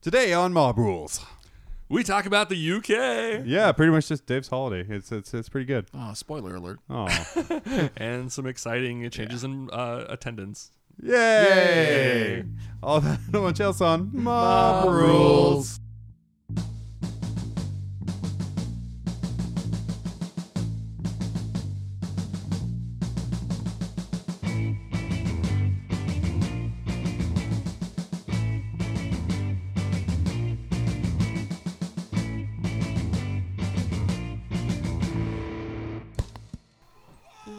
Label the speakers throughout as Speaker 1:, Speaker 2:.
Speaker 1: Today on Mob Rules.
Speaker 2: We talk about the UK
Speaker 1: Yeah, pretty much just Dave's holiday. It's it's it's pretty good.
Speaker 3: Oh, spoiler alert.
Speaker 1: Oh,
Speaker 2: and some exciting changes in uh, attendance.
Speaker 1: yay! All that and much else on Mob, Rules.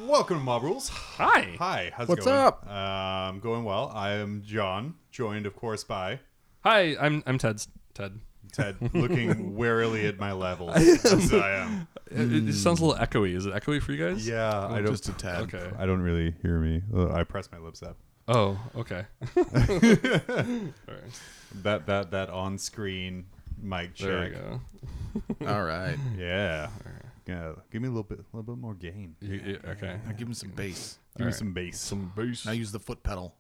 Speaker 1: Welcome to Mob Rules.
Speaker 2: Hi.
Speaker 1: Hi, how's
Speaker 3: What's
Speaker 1: it going?
Speaker 3: up?
Speaker 1: Uh, I'm going well. I am John, joined, of course, by
Speaker 2: Hi, I'm I'm Ted's Ted.
Speaker 1: Ted, looking warily at my levels as I am.
Speaker 2: It, it just sounds a
Speaker 3: Hmm.
Speaker 2: little echoey. Is it echoey for you guys?
Speaker 1: Yeah, I don't.
Speaker 3: Just a tad.
Speaker 2: Okay.
Speaker 1: I don't really hear me. Uh, I press my lips up.
Speaker 2: Oh, okay. All right.
Speaker 1: That that that on-screen mic check.
Speaker 2: There we go.
Speaker 3: All right.
Speaker 1: Yeah. Yeah. Give me a little bit, a little bit more gain.
Speaker 2: You- you- okay.
Speaker 3: Now give him some bass.
Speaker 1: Give me some bass. Some bass.
Speaker 3: Now use the foot pedal.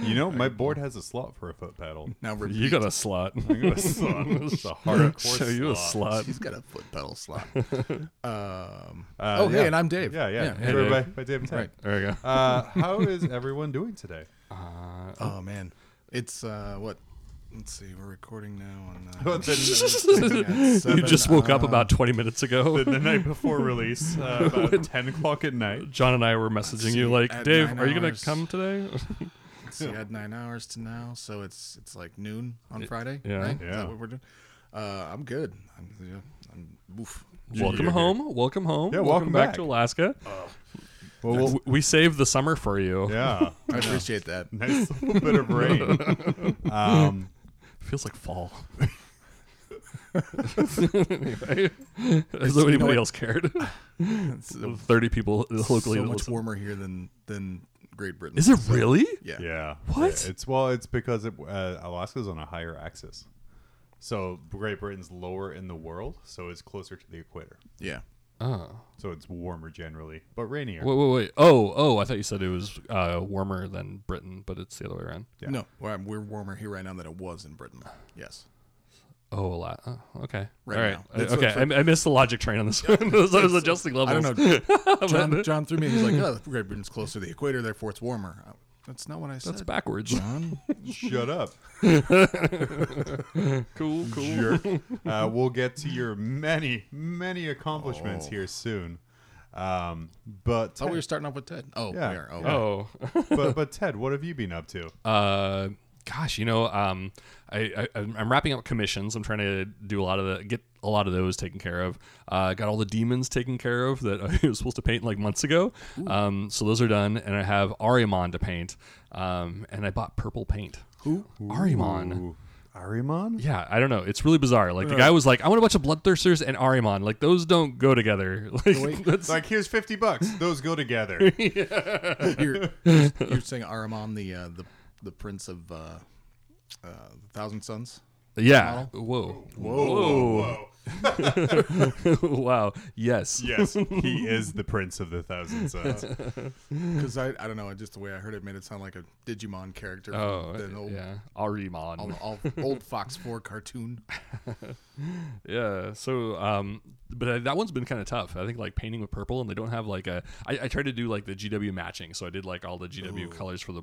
Speaker 1: You know, my board has a slot for a foot pedal.
Speaker 3: Now repeat.
Speaker 2: You got a slot.
Speaker 1: I got a slot. It's a hardcore
Speaker 2: Show you a
Speaker 1: slot.
Speaker 2: slot.
Speaker 3: He's got a foot pedal slot. um,
Speaker 1: Uh,
Speaker 3: oh,
Speaker 1: yeah.
Speaker 3: hey, and I'm Dave.
Speaker 1: Yeah, yeah.
Speaker 2: Hey,
Speaker 1: We're
Speaker 2: Dave.
Speaker 1: by, by Dave and Ted.
Speaker 3: Right.
Speaker 2: There we go.
Speaker 1: Uh, how is everyone doing today?
Speaker 3: Oh man, it's uh, what? Let's see. We're recording now on. Uh,
Speaker 1: the,
Speaker 2: you just woke up about 20 minutes ago.
Speaker 1: the night before release, uh, about 10 o'clock at night.
Speaker 2: John and I were messaging you
Speaker 3: see,
Speaker 2: like,
Speaker 3: at
Speaker 2: Dave,
Speaker 3: nine
Speaker 2: are you gonna
Speaker 3: hours.
Speaker 2: come today?
Speaker 3: let's see, I had nine hours to now, so it's it's like noon on Friday.
Speaker 2: yeah.
Speaker 3: right? Is
Speaker 1: Yeah.
Speaker 3: that what we're doing? Uh, I'm good. I'm, yeah, I'm oof.
Speaker 2: welcome
Speaker 1: you're
Speaker 2: home. Welcome home.
Speaker 1: Yeah, welcome
Speaker 2: back.
Speaker 1: back.
Speaker 2: to Alaska.
Speaker 1: Well,
Speaker 2: W- we saved the summer for you.
Speaker 1: yeah,
Speaker 3: I appreciate that.
Speaker 1: nice little bit of rain. Um,
Speaker 2: Feels like fall. anyway, as though anybody
Speaker 3: what?
Speaker 2: else cared.
Speaker 3: It's so
Speaker 2: Thirty people locally. that
Speaker 3: much
Speaker 2: listen.
Speaker 3: warmer here than than Great Britain.
Speaker 2: Is it really?
Speaker 3: Yeah.
Speaker 1: yeah,
Speaker 2: What?
Speaker 1: Yeah, it's well, it's because it, uh, Alaska's on a higher axis, so Great Britain's lower in the world, so it's closer to the equator,
Speaker 3: Yeah.
Speaker 2: Oh,
Speaker 1: so it's warmer generally, but rainier.
Speaker 2: wait, wait, wait. Oh, oh, I thought you said it was uh, warmer than Britain, but it's the other way around.
Speaker 1: Yeah.
Speaker 3: No, we're, we're warmer here right now than it was in Britain. Yes.
Speaker 2: Oh, a lot. Oh, okay.
Speaker 3: Right
Speaker 2: All right.
Speaker 3: now.
Speaker 2: I-
Speaker 3: That's
Speaker 2: okay.
Speaker 3: what-
Speaker 2: I, I missed the logic train on this one. I was adjusting
Speaker 3: I don't
Speaker 2: levels.
Speaker 3: know. John, John threw me. He's like, oh, Great Britain's close to the equator, therefore it's warmer. I- That's not what I said.
Speaker 2: That's backwards.
Speaker 3: John.
Speaker 1: Shut up,
Speaker 2: cool. Cool.
Speaker 1: jerk. Uh, we'll get to your many, many
Speaker 2: Oh.
Speaker 1: accomplishments here soon. Um, but
Speaker 3: Oh, we were
Speaker 1: Ted,
Speaker 3: starting off with Ted. Oh,
Speaker 1: Yeah.
Speaker 3: we are. Oh,
Speaker 2: Oh.
Speaker 1: but, but Ted, what have you been up to?
Speaker 2: Uh, gosh, you know, um, I, I I'm I'm wrapping up commissions. I'm trying to do a lot of the get a lot of those taken care of. Uh, got all the demons taken care of that I was supposed to paint like months ago. Um, so those are done, and I have Ariamon to paint. Um, and I bought purple paint.
Speaker 3: Who?
Speaker 2: Ariamon.
Speaker 1: Ooh, Arimon?
Speaker 2: Yeah, I don't know. It's really bizarre. Like the guy was like, "I want a bunch of bloodthirsters and Ariamon. Like those don't go together." Like that's
Speaker 1: Like here's fifty bucks. Those go together.
Speaker 3: You're, you're saying Ahriman, the uh, the the prince of uh, uh, the Thousand Sons.
Speaker 2: yeah. Whoa. Whoa.
Speaker 1: Whoa.
Speaker 2: wow. Yes.
Speaker 1: Yes, he is the prince of the Uh, thousand suns.
Speaker 3: Because I, I don't know. Just the way I heard it made it sound like a Digimon character. from
Speaker 2: Oh,
Speaker 3: the old,
Speaker 2: yeah. Ariamon.
Speaker 3: all, all, old Fox Four cartoon.
Speaker 2: Yeah. So, um, but uh, that one's been kind of tough. I think like painting with purple, and they don't have like a. I, I tried to do like the GW matching, so I did like all the GW colors for the.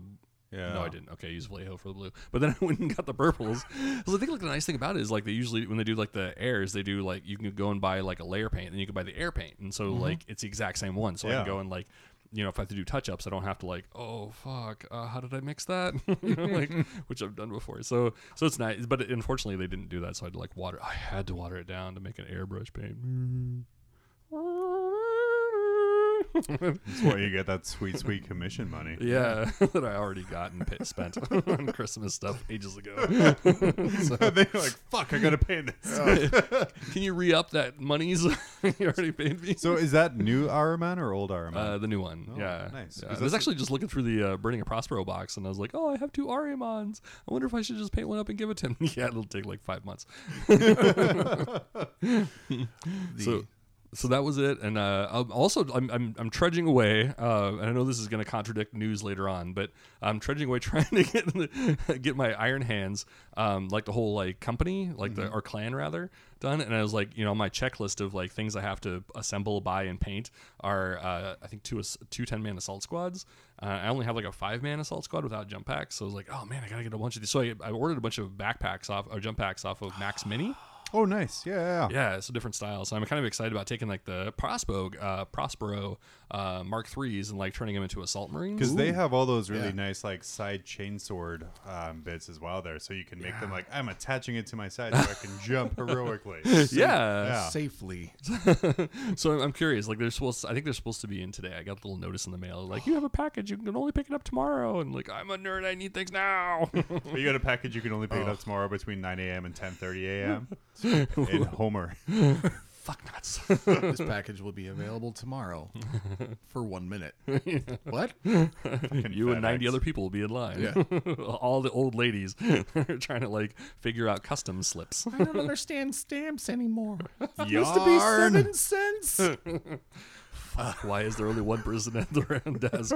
Speaker 1: Yeah.
Speaker 2: No, I didn't. Okay, I used Vallejo for the blue, but then I went and got the purples. Because I think like the nice thing about it is like they usually when they do like the airs, they do like you can go and buy like a layer paint, and you can buy the air paint, and so like it's the exact same one. So I
Speaker 1: Mm-hmm. Yeah.
Speaker 2: can go and like. You know, if I have to do touch-ups, I don't have to like, oh fuck, uh, how did I mix that? You know, like, which I've done before. So, so it's nice. But unfortunately, they didn't do that. So I had to like water. I had to water it down to make an airbrush paint.
Speaker 1: That's why you get that sweet, sweet commission money.
Speaker 2: yeah, that I already got and pa- spent on Christmas stuff ages ago.
Speaker 1: They're like, fuck, I gotta pay this.
Speaker 2: Can you re-up that monies you already paid me?
Speaker 1: So is that new Araman or old Araman?
Speaker 2: Uh, the new one, yeah,
Speaker 1: Oh, nice. 'Cause
Speaker 2: Yeah. I
Speaker 1: that's
Speaker 2: was
Speaker 1: a-
Speaker 2: actually just looking through the uh, Burning a Prospero box, and I was like, "Oh, I have two Ariamons. I wonder if I should just paint one up and give it to him." yeah, it'll take like five months.
Speaker 3: The,
Speaker 2: So- so that was it. And uh, I'm also, I'm, I'm, I'm trudging away. Uh, and I know this is going to contradict news later on, but I'm trudging away trying to get the, get my iron hands, um, like the whole like company, like the or clan rather, done. And I was like, you know, my checklist of like things I have to assemble, buy, and paint are, uh, I think two ass- two ten man assault squads. Uh, I only have like a five man assault squad without jump packs, so I was like, oh man, I gotta get a bunch of these. So I, I ordered a bunch of backpacks off or jump packs off of Max Mini.
Speaker 1: Oh, nice. Yeah, yeah. yeah.
Speaker 2: Yeah, it's a different style. So I'm kind of excited about taking like the Prospero, uh, Prospero uh, Mark threes and like turning them into assault marines.
Speaker 1: Because they have all those really
Speaker 3: Yeah.
Speaker 1: nice like side chainsword um, bits as well there, so you can make them like I'm attaching it to my side so I can jump heroically.
Speaker 2: Yeah.
Speaker 1: Yeah.
Speaker 3: Safely.
Speaker 2: So I'm- I'm curious. Like they're supposed. I think they're supposed to be in today. I got a little notice in the mail. Like you have a package. You can only pick it up tomorrow. And like I'm a nerd. I need things now.
Speaker 1: But you got a package you can only pick
Speaker 2: Oh.
Speaker 1: it up tomorrow between 9 a.m. and 10:30 a.m. in Homer.
Speaker 2: Fuck nuts.
Speaker 3: this package will be available tomorrow for one minute. what?
Speaker 2: you and 90
Speaker 1: FedEx.
Speaker 2: other people will be in line. All the old ladies are trying to like figure out custom slips.
Speaker 3: I don't understand stamps anymore. Used to be
Speaker 1: Yarn.
Speaker 3: seven cents.
Speaker 2: Why is there only one person at the round desk?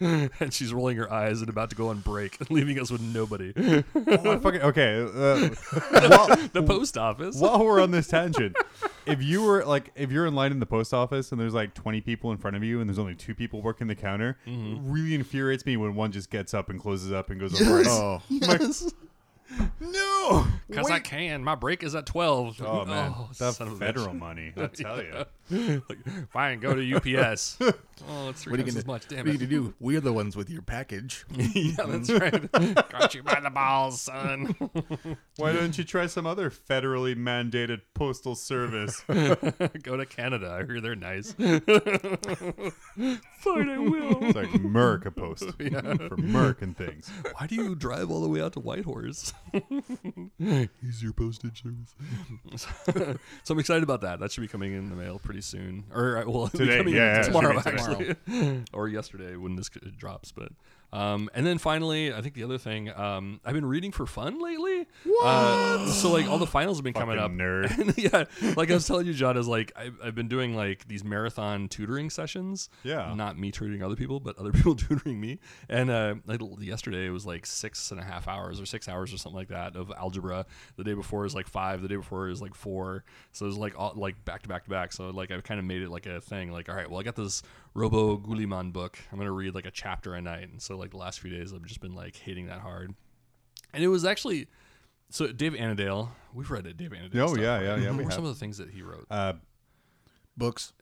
Speaker 2: and she's rolling her eyes and about to go on break, leaving us with nobody.
Speaker 1: Oh, I fucking- okay. Uh, while,
Speaker 2: The post office.
Speaker 1: while we're on this tangent, if you were like, if you're in line in the post office and there's like 20 people in front of you and there's only two people working the counter, it
Speaker 2: Mm-hmm.
Speaker 1: really infuriates me when one just gets up and closes up and goes over. it.
Speaker 3: Oh,
Speaker 2: Yes.
Speaker 1: no,
Speaker 2: Because I
Speaker 1: wait.
Speaker 2: can. My break is at 12.
Speaker 1: Oh man, that
Speaker 2: son of a bitch.
Speaker 1: federal money. I tell you.
Speaker 2: Like, Fine, go to UPS. oh, it's three
Speaker 3: what are you
Speaker 2: times
Speaker 3: gonna
Speaker 2: as much. Damn
Speaker 3: what are you
Speaker 2: it.
Speaker 3: gonna do? We're the ones with your package.
Speaker 2: yeah, that's right. Got you by the balls, son.
Speaker 1: Why don't you try some other federally mandated postal service?
Speaker 2: go to Canada. I hear they're nice. Fine, I will.
Speaker 1: It's like Merck a post for Merck and things.
Speaker 2: Why do you drive all the way out to Whitehorse? He's your postage service. so I'm excited about that. That should be coming in the mail pretty soon. Or uh, well, it'll be
Speaker 1: Today,
Speaker 2: coming
Speaker 1: yeah,
Speaker 2: in
Speaker 1: yeah, it should be
Speaker 2: tomorrow
Speaker 3: tomorrow.
Speaker 2: actually, or yesterday when this c- drops. But um, and then finally, I think the other thing um, I've been reading for fun lately. Uh, so like all the finals have been coming up.
Speaker 1: Fucking nerd.
Speaker 2: And, yeah, like I was telling you, John, is like I, I've been doing like these marathon tutoring sessions.
Speaker 1: Yeah.
Speaker 2: not me tutoring other people, but other people tutoring me. And uh, like, yesterday it was like six and a half hours or six hours or something like that of algebra. The day before is like five. The day before is like four. So it was like all, like back to back to back. So like I kind of made it like a thing. Like all right, well I got this Robo Guliman book. I'm gonna read like a chapter a night. And so like the last few days I've just been like hitting that hard. And it was actually. So Dave Annadale, we've read it. Dave Annadale.
Speaker 1: Oh, yeah, yeah, yeah, we
Speaker 2: What were
Speaker 1: have.
Speaker 2: some of the things that he wrote?
Speaker 1: Uh,
Speaker 3: Books.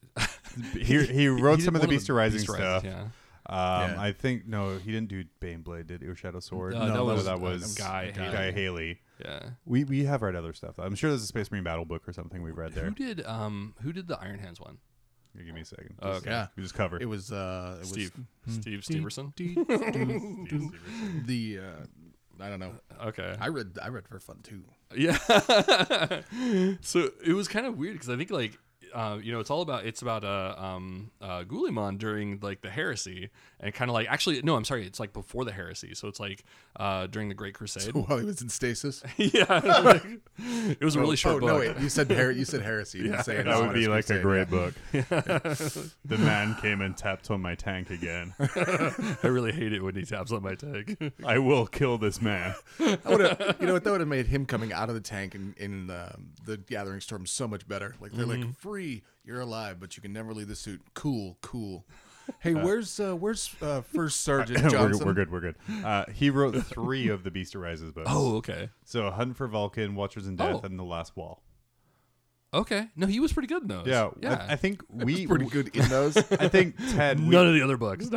Speaker 1: he, he wrote
Speaker 2: He
Speaker 1: some of
Speaker 2: did
Speaker 1: the
Speaker 2: one
Speaker 1: Beast Rising
Speaker 2: Beast
Speaker 1: stuff.
Speaker 2: Rises, yeah.
Speaker 1: Um,
Speaker 3: Yeah.
Speaker 1: I think no, he didn't do Baneblade, did he? or Shadow Sword?
Speaker 2: No, that was, uh, Guy Haley.
Speaker 1: Haley.
Speaker 2: Yeah.
Speaker 1: We we have read other stuff. I'm sure there's a Space Marine Battle book or something we read
Speaker 2: Who
Speaker 1: there.
Speaker 2: did um who did the Iron Hands one?
Speaker 1: Here, give me a second.
Speaker 2: Oh,
Speaker 1: Just-
Speaker 2: okay.
Speaker 3: Yeah.
Speaker 1: we just cover.
Speaker 3: It was uh it
Speaker 2: Steve.
Speaker 1: Hmm.
Speaker 2: Steve Steverson.
Speaker 3: was the uh I don't know.
Speaker 2: Okay.
Speaker 3: I read I read for fun too.
Speaker 2: Yeah. so it was kind of weird because I think like uh, you know it's all about it's about uh, um, uh, Guliman during like the heresy and kind of like actually no I'm sorry it's like before the heresy so it's like uh, during the Great Crusade.
Speaker 3: While he was in stasis.
Speaker 2: yeah. like, it was a really short
Speaker 3: oh
Speaker 2: book.
Speaker 3: no wait, you said her- you said heresy. You didn't say it.
Speaker 1: that would be like a
Speaker 3: great.
Speaker 1: great book. the man came and tapped on my tank again.
Speaker 2: I really hate it when he taps on my tag.
Speaker 1: I will kill this man.
Speaker 3: I would've- you know what? That would have made him coming out of the tank in, in the, um, the Gathering Storm so much better. Like they're
Speaker 1: Mm-hmm.
Speaker 3: like free, you're alive, but you can never leave the suit. Cool, cool. Hey, where's uh, where's uh, First Sergeant
Speaker 1: we're,
Speaker 3: Johnson?
Speaker 1: good- we're good. We're good. Uh, he wrote three of the Beast Rises books.
Speaker 2: oh okay.
Speaker 1: so Hunt for Vulcan, Watchers in Death,
Speaker 2: Oh.
Speaker 1: and The Last Wall.
Speaker 2: Okay. No, he was pretty good in those.
Speaker 1: Yeah,
Speaker 2: Yeah.
Speaker 1: I, I think we.
Speaker 3: Pretty good in those.
Speaker 1: I think Ted. we-
Speaker 2: None of the other books.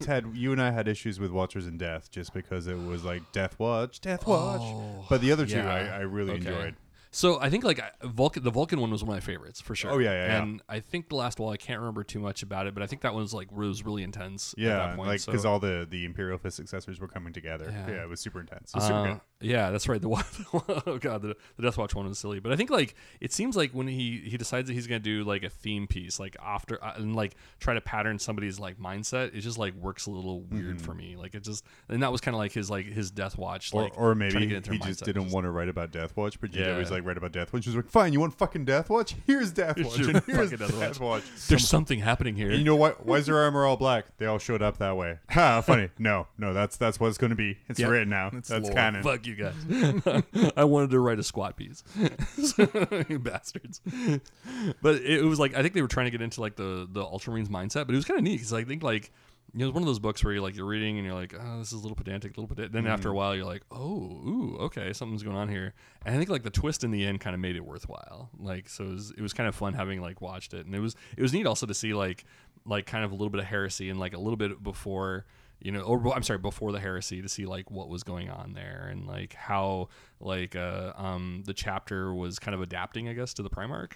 Speaker 1: Ted, you and I had issues with Watchers and Death just because it was like Death Watch, Death Watch. but the other two,
Speaker 2: yeah.
Speaker 1: I, I really
Speaker 2: Okay.
Speaker 1: enjoyed.
Speaker 2: So I think like I- Vulcan, the Vulcan one was one of my favorites for sure.
Speaker 1: Oh, yeah, yeah, yeah.
Speaker 2: And I think the last wall I can't remember too much about it, but I think that one was like was really intense. at
Speaker 1: Yeah,
Speaker 2: that point,
Speaker 1: like
Speaker 2: so-
Speaker 1: because all the the Imperial Fist successors were coming together. Yeah, it was super intense. It was super
Speaker 2: Uh,
Speaker 1: good.
Speaker 2: yeah, that's right. The one, oh god, the, the Death Watch one was silly, but I think like it seems like when he he decides that he's gonna do like a theme piece, like after uh, and like try to pattern somebody's like mindset, it just like works a little weird for me. Like it just and that was kind of like his like his Death Watch,
Speaker 1: Or,
Speaker 2: like
Speaker 1: Mm-hmm. or
Speaker 2: trying to
Speaker 1: maybe
Speaker 2: get into
Speaker 1: he
Speaker 2: their
Speaker 1: just
Speaker 2: mindset.
Speaker 1: didn't want to write about Death Watch, but yeah,
Speaker 2: Yeah.
Speaker 1: was like right about Death Watch. She was like, "Fine, you want fucking Death Watch? Here's Death Watch.
Speaker 2: your
Speaker 1: and here's
Speaker 2: fucking
Speaker 1: Death
Speaker 2: Death Watch."
Speaker 1: Watch.
Speaker 2: There's something happening here.
Speaker 1: And you know what? Why is their armor all black? They all showed up that way. Ha! Funny. No, no, that's that's what it's going to be. It's
Speaker 3: Yep.
Speaker 1: written now.
Speaker 3: It's
Speaker 1: that's
Speaker 3: lore.
Speaker 1: canon.
Speaker 2: Fuck you guys. I wanted to write a squat piece. you bastards. But it, it was like I think they were trying to get into like the the Ultramarines mindset, but it was kind of neat because I think like you know, it's one of those books where you're like you're reading and you're like, oh, this is a little pedantic, a little pedantic. Then after a while, you're like, oh, ooh, okay, something's going on here. And I think like the twist in the end kind of made it worthwhile. Like so, it was, it was kind of fun having like watched it, and it was it was neat also to see like like kind of a little bit of heresy and like a little bit before you know or i'm sorry before the heresy to see like what was going on there and like how like uh um the chapter was kind of adapting i guess to the primarch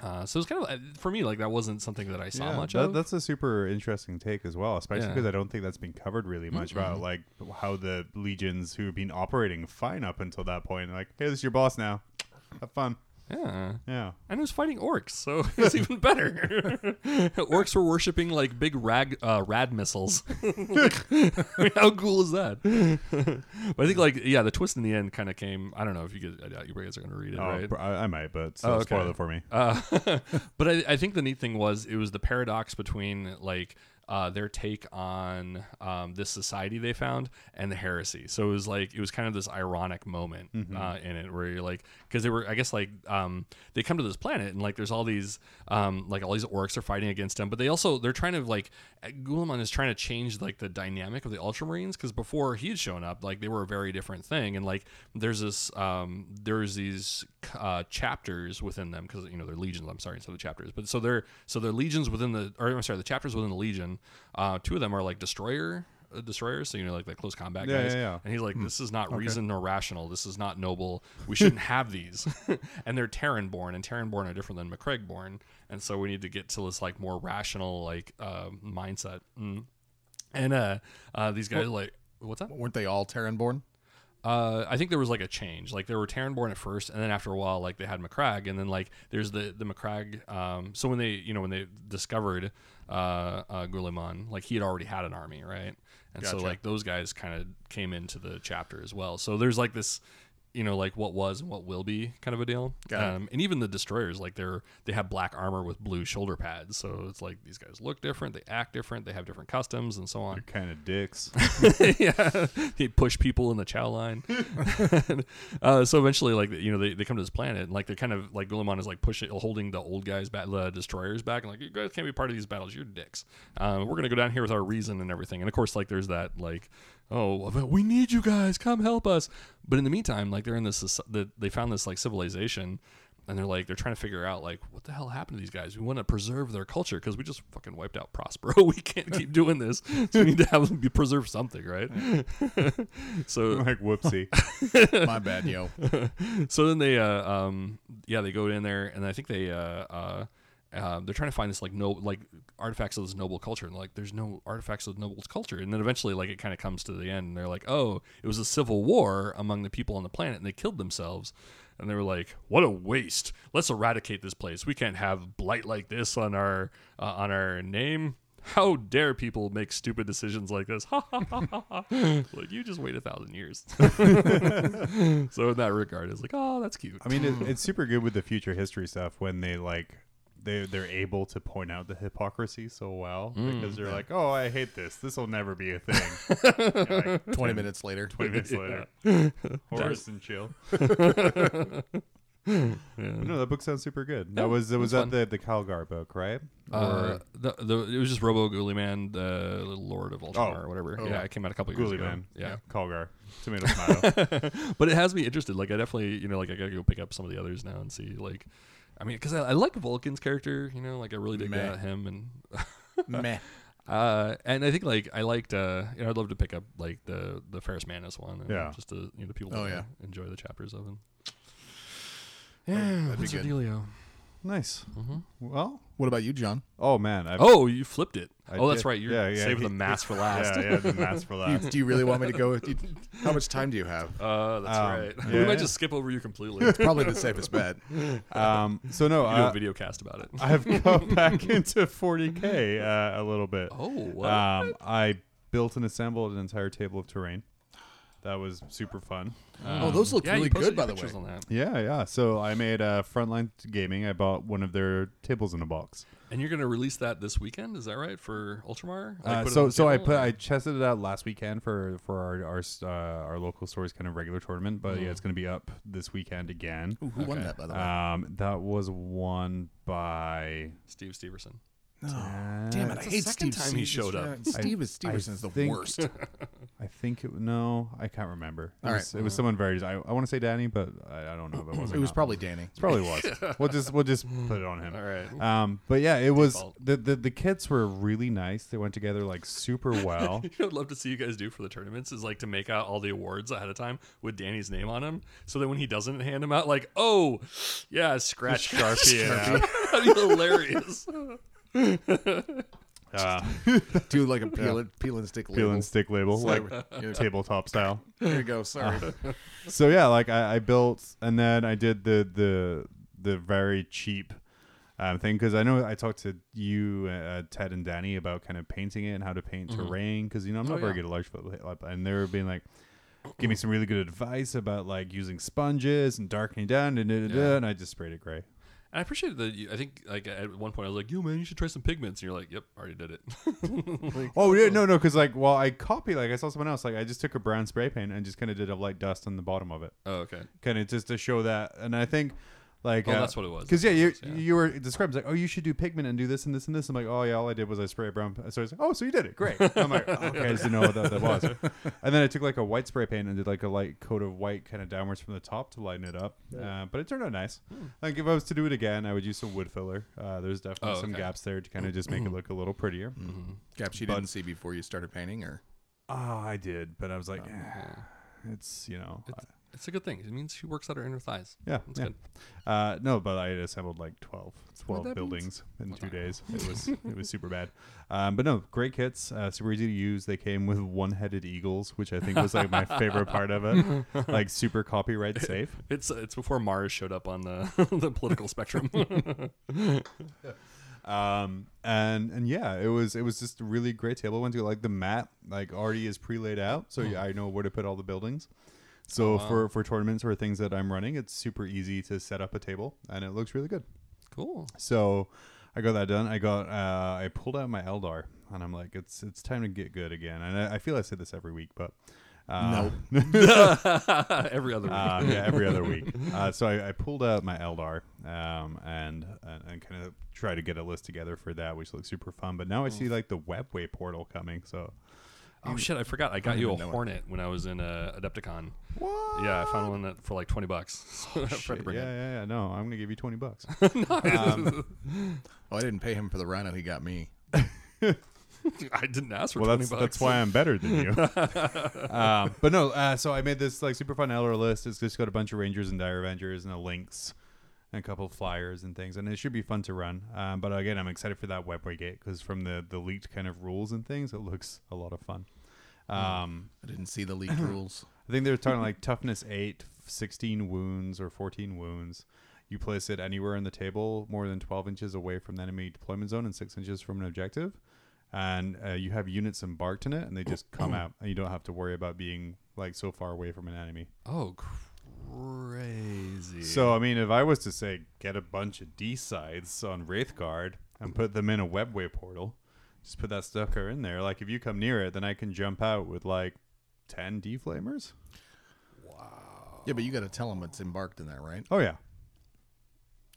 Speaker 2: uh so it's kind of uh, for me like that wasn't something that i saw
Speaker 1: Hmm. Yeah,
Speaker 2: much
Speaker 1: that-
Speaker 2: of
Speaker 1: That's a super interesting take as well, especially
Speaker 2: Yeah.
Speaker 1: because I don't think that's been covered really much about like how the legions who have been operating fine up until that point, like, hey, this is your boss now. Have fun.
Speaker 2: yeah
Speaker 1: Yeah.
Speaker 2: and it was fighting orcs, so it was even better. orcs were worshipping like big rag uh, rad missiles. I mean, how cool is that? but I think like yeah, the twist in the end kind of came. I don't know if you guys, I doubt you guys are going to read it,
Speaker 1: Oh,
Speaker 2: right?
Speaker 1: pr- I, I might, but so
Speaker 2: Oh, okay.
Speaker 1: spoil it for me.
Speaker 2: Uh, but I, I think the neat thing was it was the paradox between like uh, their take on um, this society they found and the heresy. So it was like it was kind of this ironic moment uh, in it where you're like because they were I guess like um, they come to this planet and like there's all these um, like all these orcs are fighting against them, but they also they're trying to like Guillemon is trying to change like the dynamic of the Ultramarines because before he had shown up like they were a very different thing and like there's this um, there's these uh, chapters within them because you know they're legions. I'm sorry, instead of chapters, but so they're so they're legions within the or I'm sorry, the chapters within the legion. Uh, two of them are like destroyer. uh, Destroyers, so you know, like like close combat
Speaker 1: Yeah,
Speaker 2: guys,
Speaker 1: yeah, yeah.
Speaker 2: and he's like, "This is not reason nor rational. This is not noble. We shouldn't have these." and they're Terran born, and Terran born are different than McCraig born, and so we need to get to this like more rational like uh, mindset. Mm. And uh, uh, these guys like, "What's that?"
Speaker 3: Weren't they all Terran born?
Speaker 2: Uh, I think there was like a change. Like there were Terranborn at first, and then after a while, like they had McCrag, and then like there's the the McCrag. Um, so when they you know when they discovered uh, uh, Guliman, like he had already had an army, right? And so like those guys kind of came into the chapter as well. So there's like this, you know, like what was and what will be kind of a deal.
Speaker 3: Got it.
Speaker 2: um, and even the destroyers, like they're they have black armor with blue shoulder pads. So it's like these guys look different, they act different, they have different customs, and so on.
Speaker 1: Kind of dicks.
Speaker 2: yeah, he push people in the chow line. uh, so eventually, like you know, they, they come to this planet, and like they're kind of like Guillemon is like pushing, holding the old guys, back, the destroyers back, and like you guys can't be part of these battles. You're dicks. Um, we're gonna go down here with our reason and everything. And of course, like there's that like, oh, we need you guys, come help us. But in the meantime, like they're in this, soci- the, they found this like civilization. And they're like, they're trying to figure out, like, what the hell happened to these guys? We want to preserve their culture because we just fucking wiped out Prospero. We can't keep doing this. So we need to have them be preserve something, right? so
Speaker 1: like, whoopsie.
Speaker 3: My bad, yo.
Speaker 2: so then they uh um yeah they go in there and i think they uh uh uh, they're trying to find this like no like artifacts of this noble culture and like there's no artifacts of noble culture and then eventually like it kind of comes to the end and they're like oh it was a civil war among the people on the planet and they killed themselves and they were like what a waste let's eradicate this place we can't have blight like this on our uh, on our name how dare people make stupid decisions like this ha ha ha ha ha like you just wait a thousand years so in that regard, it's like, oh, that's cute.
Speaker 1: I mean, it, it's super good with the future history stuff when they like they they're able to point out the hypocrisy so well
Speaker 2: Mm,
Speaker 1: because they're like, oh, I hate this. This will never be a thing. You're like,
Speaker 3: Twenty minutes later.
Speaker 1: Twenty minutes later, Horace and chill. No, that book sounds super good. That was that was that the the Calgar book, right?
Speaker 2: uh, the, the, it was just Robo Ghoulie Man, the Lord of Ultramar
Speaker 1: Oh.
Speaker 2: or whatever. yeah, it came out a couple years
Speaker 1: Ghoulie
Speaker 2: ago.
Speaker 1: Man,
Speaker 2: Yeah.
Speaker 1: Calgar, tomato tomato.
Speaker 2: but it has me interested. Like, I definitely, you know, like I gotta go pick up some of the others now and see. Like, I mean, because I, I like Vulcan's character, you know, like I really dig
Speaker 3: Meh.
Speaker 2: that him and
Speaker 3: Meh.
Speaker 2: Uh, and I think like I liked. Uh, you know, I'd love to pick up like the the Ferris Manus one. And
Speaker 1: Yeah. Oh,
Speaker 2: Just to you know, the people.
Speaker 3: Oh,
Speaker 2: that
Speaker 3: yeah.
Speaker 2: Enjoy the chapters of him. Yeah.
Speaker 3: that'd be
Speaker 2: What's the
Speaker 3: good.
Speaker 2: dealio?
Speaker 1: nice. Well,
Speaker 3: What about you, John?
Speaker 1: oh man, I've,
Speaker 2: Mm-hmm. Oh, you flipped it.
Speaker 1: I
Speaker 2: oh,
Speaker 1: did.
Speaker 2: that's right. You're
Speaker 1: Yeah, yeah,
Speaker 2: saving
Speaker 1: he-
Speaker 2: the mass for last.
Speaker 1: yeah, yeah, the mask for that.
Speaker 3: Do you really want me to go? With you? How much time do you have?
Speaker 2: Uh, that's
Speaker 1: Um,
Speaker 2: right.
Speaker 1: yeah.
Speaker 2: we might just skip over you completely.
Speaker 3: It's probably the safest bet.
Speaker 1: Um, so no,
Speaker 2: do a
Speaker 1: uh,
Speaker 2: video cast about it.
Speaker 1: I've come back into 40k uh, a little bit.
Speaker 2: oh, what?
Speaker 1: uh, Um, I built and assembled an entire table of terrain. That was super fun.
Speaker 3: oh, those
Speaker 1: uh,
Speaker 3: look
Speaker 2: yeah, you
Speaker 3: really
Speaker 2: posted
Speaker 3: good, by
Speaker 2: your
Speaker 3: the way.
Speaker 2: pictures On that.
Speaker 1: Yeah, yeah. So I made uh, Frontline Gaming. I bought one of their tables in a box.
Speaker 2: And you're going to release that this weekend, is that right? For Ultramar? Like,
Speaker 1: Uh,
Speaker 2: Oh, put it on
Speaker 1: so
Speaker 2: the
Speaker 1: so I
Speaker 2: channel,
Speaker 1: put
Speaker 2: or-
Speaker 1: I tested it out last weekend for for our our s- uh, our local store's kind of regular tournament, but yeah, it's
Speaker 2: Mm-hmm.
Speaker 1: going to be up this weekend again.
Speaker 3: Ooh, who won that, by the way?
Speaker 1: Um, that was won by
Speaker 2: Steve Steverson.
Speaker 1: uh,
Speaker 3: Damn it! I
Speaker 2: the
Speaker 3: hate
Speaker 2: second
Speaker 3: Steve
Speaker 2: time he
Speaker 3: Stevens,
Speaker 2: showed up.
Speaker 3: man. Steve is
Speaker 1: I
Speaker 3: Steverson's the
Speaker 1: think-
Speaker 3: worst.
Speaker 1: I think it no, I can't remember. It
Speaker 3: All
Speaker 1: was,
Speaker 3: right.
Speaker 1: it was someone very. I, I want to say Danny, but I, I don't know if it was. or
Speaker 3: It was
Speaker 1: not.
Speaker 3: probably Danny.
Speaker 1: It probably was. we'll just we'll just put it on him.
Speaker 2: All right.
Speaker 1: Um, but yeah, it was
Speaker 2: Default.
Speaker 1: the, the the kits were really nice. They went together like super well.
Speaker 2: You know what I'd love to see you guys do for the tournaments is like to make out all the awards ahead of time with Danny's name on them, so that when he doesn't hand them out, like, oh, yeah, scratch Sharpie.
Speaker 1: Sharpie.
Speaker 2: That'd be hilarious.
Speaker 1: uh,
Speaker 3: Do like a peel, and peel and stick label.
Speaker 1: peel and stick label like
Speaker 3: Yeah.
Speaker 1: tabletop style.
Speaker 3: There you go. Sorry.
Speaker 2: Uh,
Speaker 1: So yeah, like I, I built and then I did the the the very cheap um, thing because I know I talked to you, uh, Ted and Danny about kind of painting it and how to paint terrain because you know I'm not
Speaker 2: Oh,
Speaker 1: very
Speaker 2: yeah.
Speaker 1: good at large foot lab- and they were being like. Give me some really good advice about like using sponges and darkening down, and, da, da, da,
Speaker 2: Yeah.
Speaker 1: and I just sprayed it gray.
Speaker 2: And I appreciate that. You, I think like at one point I was like, "Yo, man, you should try some pigments," and you're like, "Yep, already did it."
Speaker 1: Oh yeah, no, no, because like while I copy, like I saw someone else, like I just took a brown spray paint and just kind of did a light dust on the bottom of it,
Speaker 2: oh, okay.
Speaker 1: kind of just to show that. And I think, like,
Speaker 2: Oh, that's what it was.
Speaker 1: Because yeah,
Speaker 2: That's
Speaker 1: you
Speaker 2: what it was, yeah.
Speaker 1: you were described like, oh, you should do pigment and do this and this and this. I'm like, oh yeah, all I did was I spray brown. So it's like, oh, so you did it, great. I'm like, "Oh, okay, I just didn't know what that, that was. And then I took like a white spray paint and did like a light coat of white, kind of downwards from the top to lighten it up. Uh, but it turned out nice. Like if I was to do it again, I would use some wood filler. Uh, there's definitely
Speaker 2: Oh,
Speaker 1: some
Speaker 2: okay. Mm.
Speaker 1: gaps there to kind of just make it look a little prettier.
Speaker 3: Gaps you didn't see before you started painting, or
Speaker 1: Oh, I did, but I was like, "Eh, it's you know, I-
Speaker 2: Oh. It's a good thing. It means she works out her inner thighs.
Speaker 1: yeah,
Speaker 2: it's
Speaker 1: yeah.
Speaker 2: good.
Speaker 1: Uh, no, but I assembled like 12, 12
Speaker 2: that
Speaker 1: buildings in two days. It was it was super bad, um, but no, great kits, uh, super easy to use. They came with one-headed eagles, which I think was like my favorite part of it, like super copyright safe.
Speaker 2: It's uh, it's before Mars showed up on the the political spectrum.
Speaker 1: um and and yeah it was it was just a really great table went to like the mat like already is pre-laid out so i know where to put all the buildings so
Speaker 2: Oh,
Speaker 1: for for tournaments or things that i'm running it's super easy to set up a table and it looks really good
Speaker 2: cool.
Speaker 1: so i got that done i got uh i pulled out my eldar and i'm like it's it's time to get good again and i, I feel i say this every week but uh,
Speaker 3: no?
Speaker 2: Every other week.
Speaker 1: uh, yeah, every other week. Uh, so I, I pulled out my Eldar um, and and, and kind of try to get a list together for that, which looks super fun. But now I see like the Webway portal coming. So
Speaker 2: oh shit! I forgot. I got you a
Speaker 3: even know it.
Speaker 2: hornet when I was in uh, Adepticon.
Speaker 1: what?
Speaker 2: Yeah, I found one that for like twenty bucks.
Speaker 1: Oh,
Speaker 2: I tried to
Speaker 1: Yeah,
Speaker 2: bring it.
Speaker 1: yeah, yeah. No, I'm gonna give you twenty bucks.
Speaker 3: Oh, I didn't pay him for the rhino. He got me.
Speaker 2: I didn't ask for
Speaker 1: well,
Speaker 2: twenty
Speaker 1: that's
Speaker 2: bucks.
Speaker 1: that's why I'm better than you. um, but no, uh, so I made this like super fun Eldar list. It's just got a bunch of Rangers and Dire Avengers and a Lynx. And a couple of flyers and things, and it should be fun to run. Um, but again, I'm excited for that Webway gate because from the the leaked kind of rules and things, it looks a lot of fun.
Speaker 2: Hmm.
Speaker 1: Um,
Speaker 3: I didn't see the leaked rules.
Speaker 1: I think they're talking like toughness 8, 16 wounds, or 14 wounds. You place it anywhere on the table more than 12 inches away from the enemy deployment zone and 6 inches from an objective. And uh, you have units embarked in it, and they just come out, and you don't have to worry about being like so far away from an enemy.
Speaker 2: Oh, crazy.
Speaker 1: So, I mean, if I was to say get a bunch of D sides on Wraith Guard and put them in a webway portal, just put that sucker in there. Like, if you come near it, then I can jump out with like 10 D flamers.
Speaker 3: Yeah, but you got to tell him it's embarked in there, right?
Speaker 1: Oh, yeah.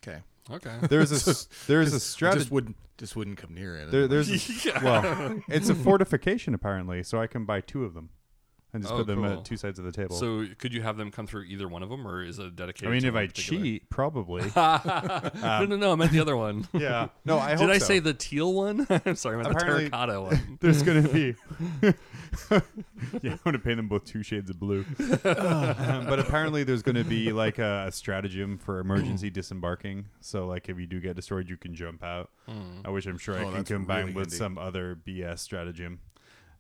Speaker 3: Okay.
Speaker 2: okay.
Speaker 1: there's a s- there's a
Speaker 3: I
Speaker 1: strategy.
Speaker 3: just wouldn't just wouldn't come near it.
Speaker 1: There, there's a, well, it's a fortification apparently, so I can buy two of them and just
Speaker 2: Oh,
Speaker 1: put them
Speaker 2: cool.
Speaker 1: at two sides of the table.
Speaker 2: So could you have them come through either one of them, or is it dedicated?
Speaker 1: I mean,
Speaker 2: to
Speaker 1: if
Speaker 2: one
Speaker 1: I
Speaker 2: particular-
Speaker 1: cheat, probably.
Speaker 2: no, no, no, I meant the other one.
Speaker 1: yeah. No, I
Speaker 2: Did
Speaker 1: hope
Speaker 2: I
Speaker 1: so.
Speaker 2: say the teal one? I'm sorry, I meant
Speaker 1: Apparently-
Speaker 2: the terracotta one.
Speaker 1: There's gonna be. yeah, I'm gonna paint them both two shades of blue. Um, but apparently, there's gonna be like a, a stratagem for emergency disembarking. So, like, if you do get
Speaker 2: Hmm.
Speaker 1: destroyed, you can jump out. I wish I'm sure
Speaker 3: Oh,
Speaker 1: I can
Speaker 3: that's
Speaker 1: combine
Speaker 3: really
Speaker 1: with
Speaker 3: handy.
Speaker 1: some other BS stratagem.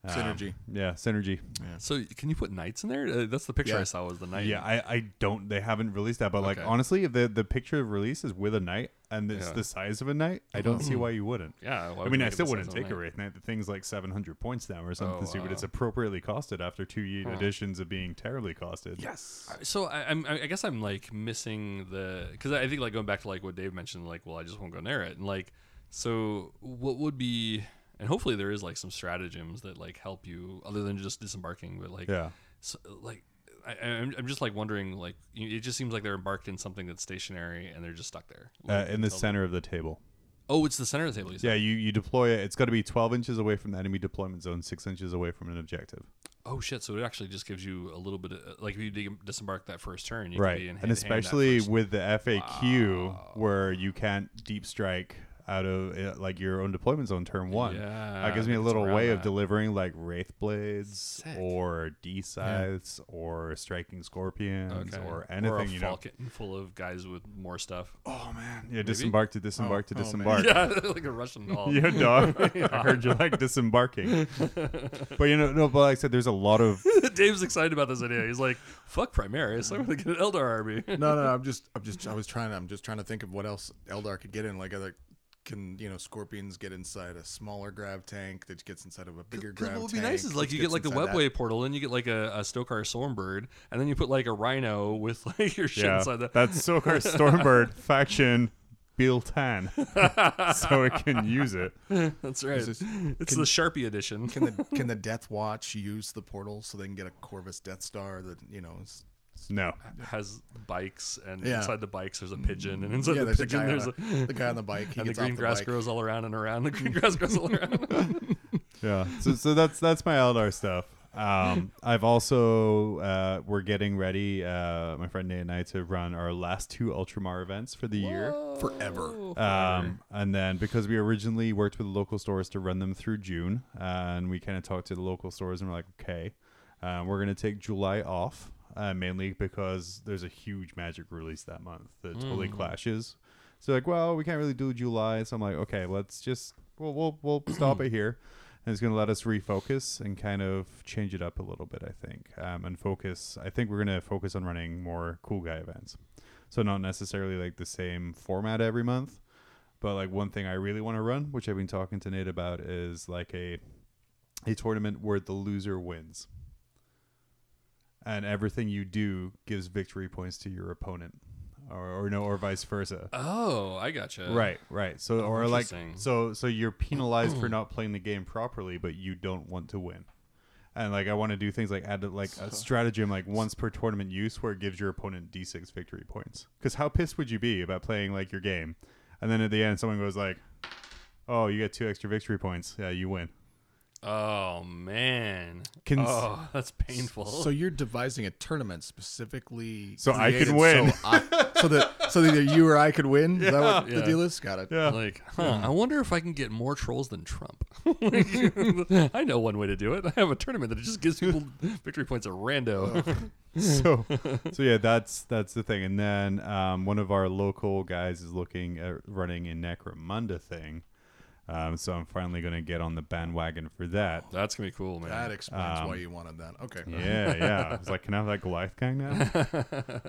Speaker 1: Um,
Speaker 3: Synergy.
Speaker 1: yeah, synergy.
Speaker 2: So can you put knights in there? Uh, that's the picture
Speaker 3: Yeah.
Speaker 2: I saw was the knight.
Speaker 1: Yeah, I, I don't. They haven't released that, but like
Speaker 2: Okay.
Speaker 1: honestly, if the the picture of release is with a knight and it's
Speaker 2: Yeah. Oh.
Speaker 1: the size of a knight, I don't see why you wouldn't.
Speaker 2: Yeah. why
Speaker 1: I
Speaker 2: would
Speaker 1: mean,
Speaker 2: you
Speaker 1: I
Speaker 2: make it
Speaker 1: still
Speaker 2: the size
Speaker 1: wouldn't
Speaker 2: of a
Speaker 1: take a
Speaker 2: knight?
Speaker 1: Wraith Knight. The thing's like 700 points now or something
Speaker 2: Oh,
Speaker 1: stupid.
Speaker 2: wow.
Speaker 1: It's appropriately costed after two ye- editions of being terribly costed.
Speaker 3: Yes.
Speaker 2: So I, I'm, I guess I'm like missing the because I think like going back to like what Dave mentioned, like well, I just won't go near it, and like so what would be and hopefully there is like some stratagems that like help you other than just disembarking, but like
Speaker 1: Yeah.
Speaker 2: so, like. I, I'm, I'm just like wondering, like you- it just seems like they're embarked in something that's stationary and they're just stuck there.
Speaker 1: Uh,
Speaker 2: Like,
Speaker 1: in the
Speaker 2: until-
Speaker 1: center of the table.
Speaker 2: oh, it's the center of the table. You said.
Speaker 1: Yeah, you, you deploy it. It's got to be 12 inches away from the enemy deployment zone, six inches away from an objective.
Speaker 2: Oh shit! So it actually just gives you a little bit of like if you dig- disembark that first turn, you Can be in
Speaker 1: And
Speaker 2: hand-to-hand that
Speaker 1: especially
Speaker 2: first-
Speaker 1: with the FAQ where you can't deep strike out of uh, like your own deployment zone turn one.
Speaker 2: Yeah,
Speaker 1: that gives me a
Speaker 2: it's
Speaker 1: little
Speaker 2: around
Speaker 1: way of
Speaker 2: that.
Speaker 1: delivering like Wraith Blades
Speaker 2: Sick.
Speaker 1: or D Scythes or Striking Scorpions
Speaker 2: Okay.
Speaker 1: or
Speaker 2: or a
Speaker 1: anything, you know.
Speaker 2: falcon full of guys with more stuff.
Speaker 1: Oh man, yeah, disembark to disembark to
Speaker 3: oh, man.
Speaker 1: disembark.
Speaker 2: Yeah, like a Russian doll.
Speaker 1: Yeah, dog. I heard you like disembarking, but you know, no. But like I said, there's a lot of
Speaker 2: Dave's excited about this idea. He's like, "Fuck Primaris, I'm gonna get an Eldar army."
Speaker 3: No, no, I'm just, I'm just, I was trying, I'm just trying to think of what else Eldar could get in. Like other, can you know, scorpions get inside a smaller grav tank that gets inside of a bigger grav
Speaker 2: What
Speaker 3: tank?
Speaker 2: would be nice is like
Speaker 3: which
Speaker 2: you get
Speaker 3: gets
Speaker 2: like the
Speaker 3: inside that.
Speaker 2: Webway portal, then you get like a, a Stokar Stormbird, and then you put like a Rhino with like your shit
Speaker 1: yeah.
Speaker 2: inside that.
Speaker 1: That's Sokar Stormbird faction built tan, so it can use it.
Speaker 2: That's right.
Speaker 3: this-
Speaker 2: it's the Sharpie edition.
Speaker 3: Can the can the Death Watch use the portal so they can get a Corvus Death Star that you know? Is,
Speaker 1: No,
Speaker 2: has bikes, and
Speaker 3: Yeah. Mm.
Speaker 2: inside the bikes there's a pigeon, and inside
Speaker 3: yeah,
Speaker 2: the
Speaker 3: there's a
Speaker 2: pigeon
Speaker 3: guy,
Speaker 2: there's
Speaker 3: on
Speaker 2: a,
Speaker 3: a, the guy on the bike. He
Speaker 2: and the
Speaker 3: gets
Speaker 2: green
Speaker 3: off the
Speaker 2: grass
Speaker 3: bike.
Speaker 2: grows all around and around. The green grass grows all around.
Speaker 1: yeah. So, so that's that's my Eldar stuff. Um, I've also uh, we're getting ready, uh, my friend Nate and I, to run our last two Ultramar events for the year.
Speaker 3: Forever.
Speaker 1: Um, and then because we originally worked with local stores to run them through June, uh, and we kind of talked to the local stores and we're like, okay, uh, we're gonna take July off, uh, mainly because there's a huge Magic release that month that totally clashes. So like, well, we can't really do July, so I'm like, okay, let's just we'll we'll, we'll stop it here. And it's going to let us refocus and kind of change it up a little bit, I think, um, and focus. I think we're going to focus on running more cool guy events. So not necessarily like the same format every month, but like one thing I really want to run, which I've been talking to Nate about, is like a a tournament where the loser wins, and everything you do gives victory points to your opponent, or, or no, or vice versa.
Speaker 2: Oh, I gotcha.
Speaker 1: Right, right. So or like
Speaker 2: interesting.
Speaker 1: so so you're penalized for not playing the game properly, but you don't want to win. And like I want to do things like add like a stratagem like once per tournament use where it gives your opponent d6 victory points. Because how pissed would you be about playing like your game, and then at the end someone goes like, "Oh, you get two extra victory points. Yeah, you win."
Speaker 2: Oh man.
Speaker 1: Can-
Speaker 2: oh, that's painful.
Speaker 3: So you're devising a tournament specifically
Speaker 1: So I
Speaker 3: created
Speaker 1: can win.
Speaker 3: so, I, so that so that either you or I could win. Is that what
Speaker 2: Yeah.
Speaker 3: the deal is? Got it.
Speaker 2: like, huh, I wonder if I can get more trolls than Trump. Like, I know one way to do it. I have a tournament that just gives people victory points at rando.
Speaker 1: so so yeah that's that's the thing and then um, one of our local guys is looking at running a necromunda thing um, so i'm finally going to get on the bandwagon for that
Speaker 2: That's gonna be cool, man.
Speaker 3: That explains
Speaker 2: Um,
Speaker 3: why you wanted that. Okay.
Speaker 2: Oh.
Speaker 1: yeah yeah i was like can i have that goliath gang now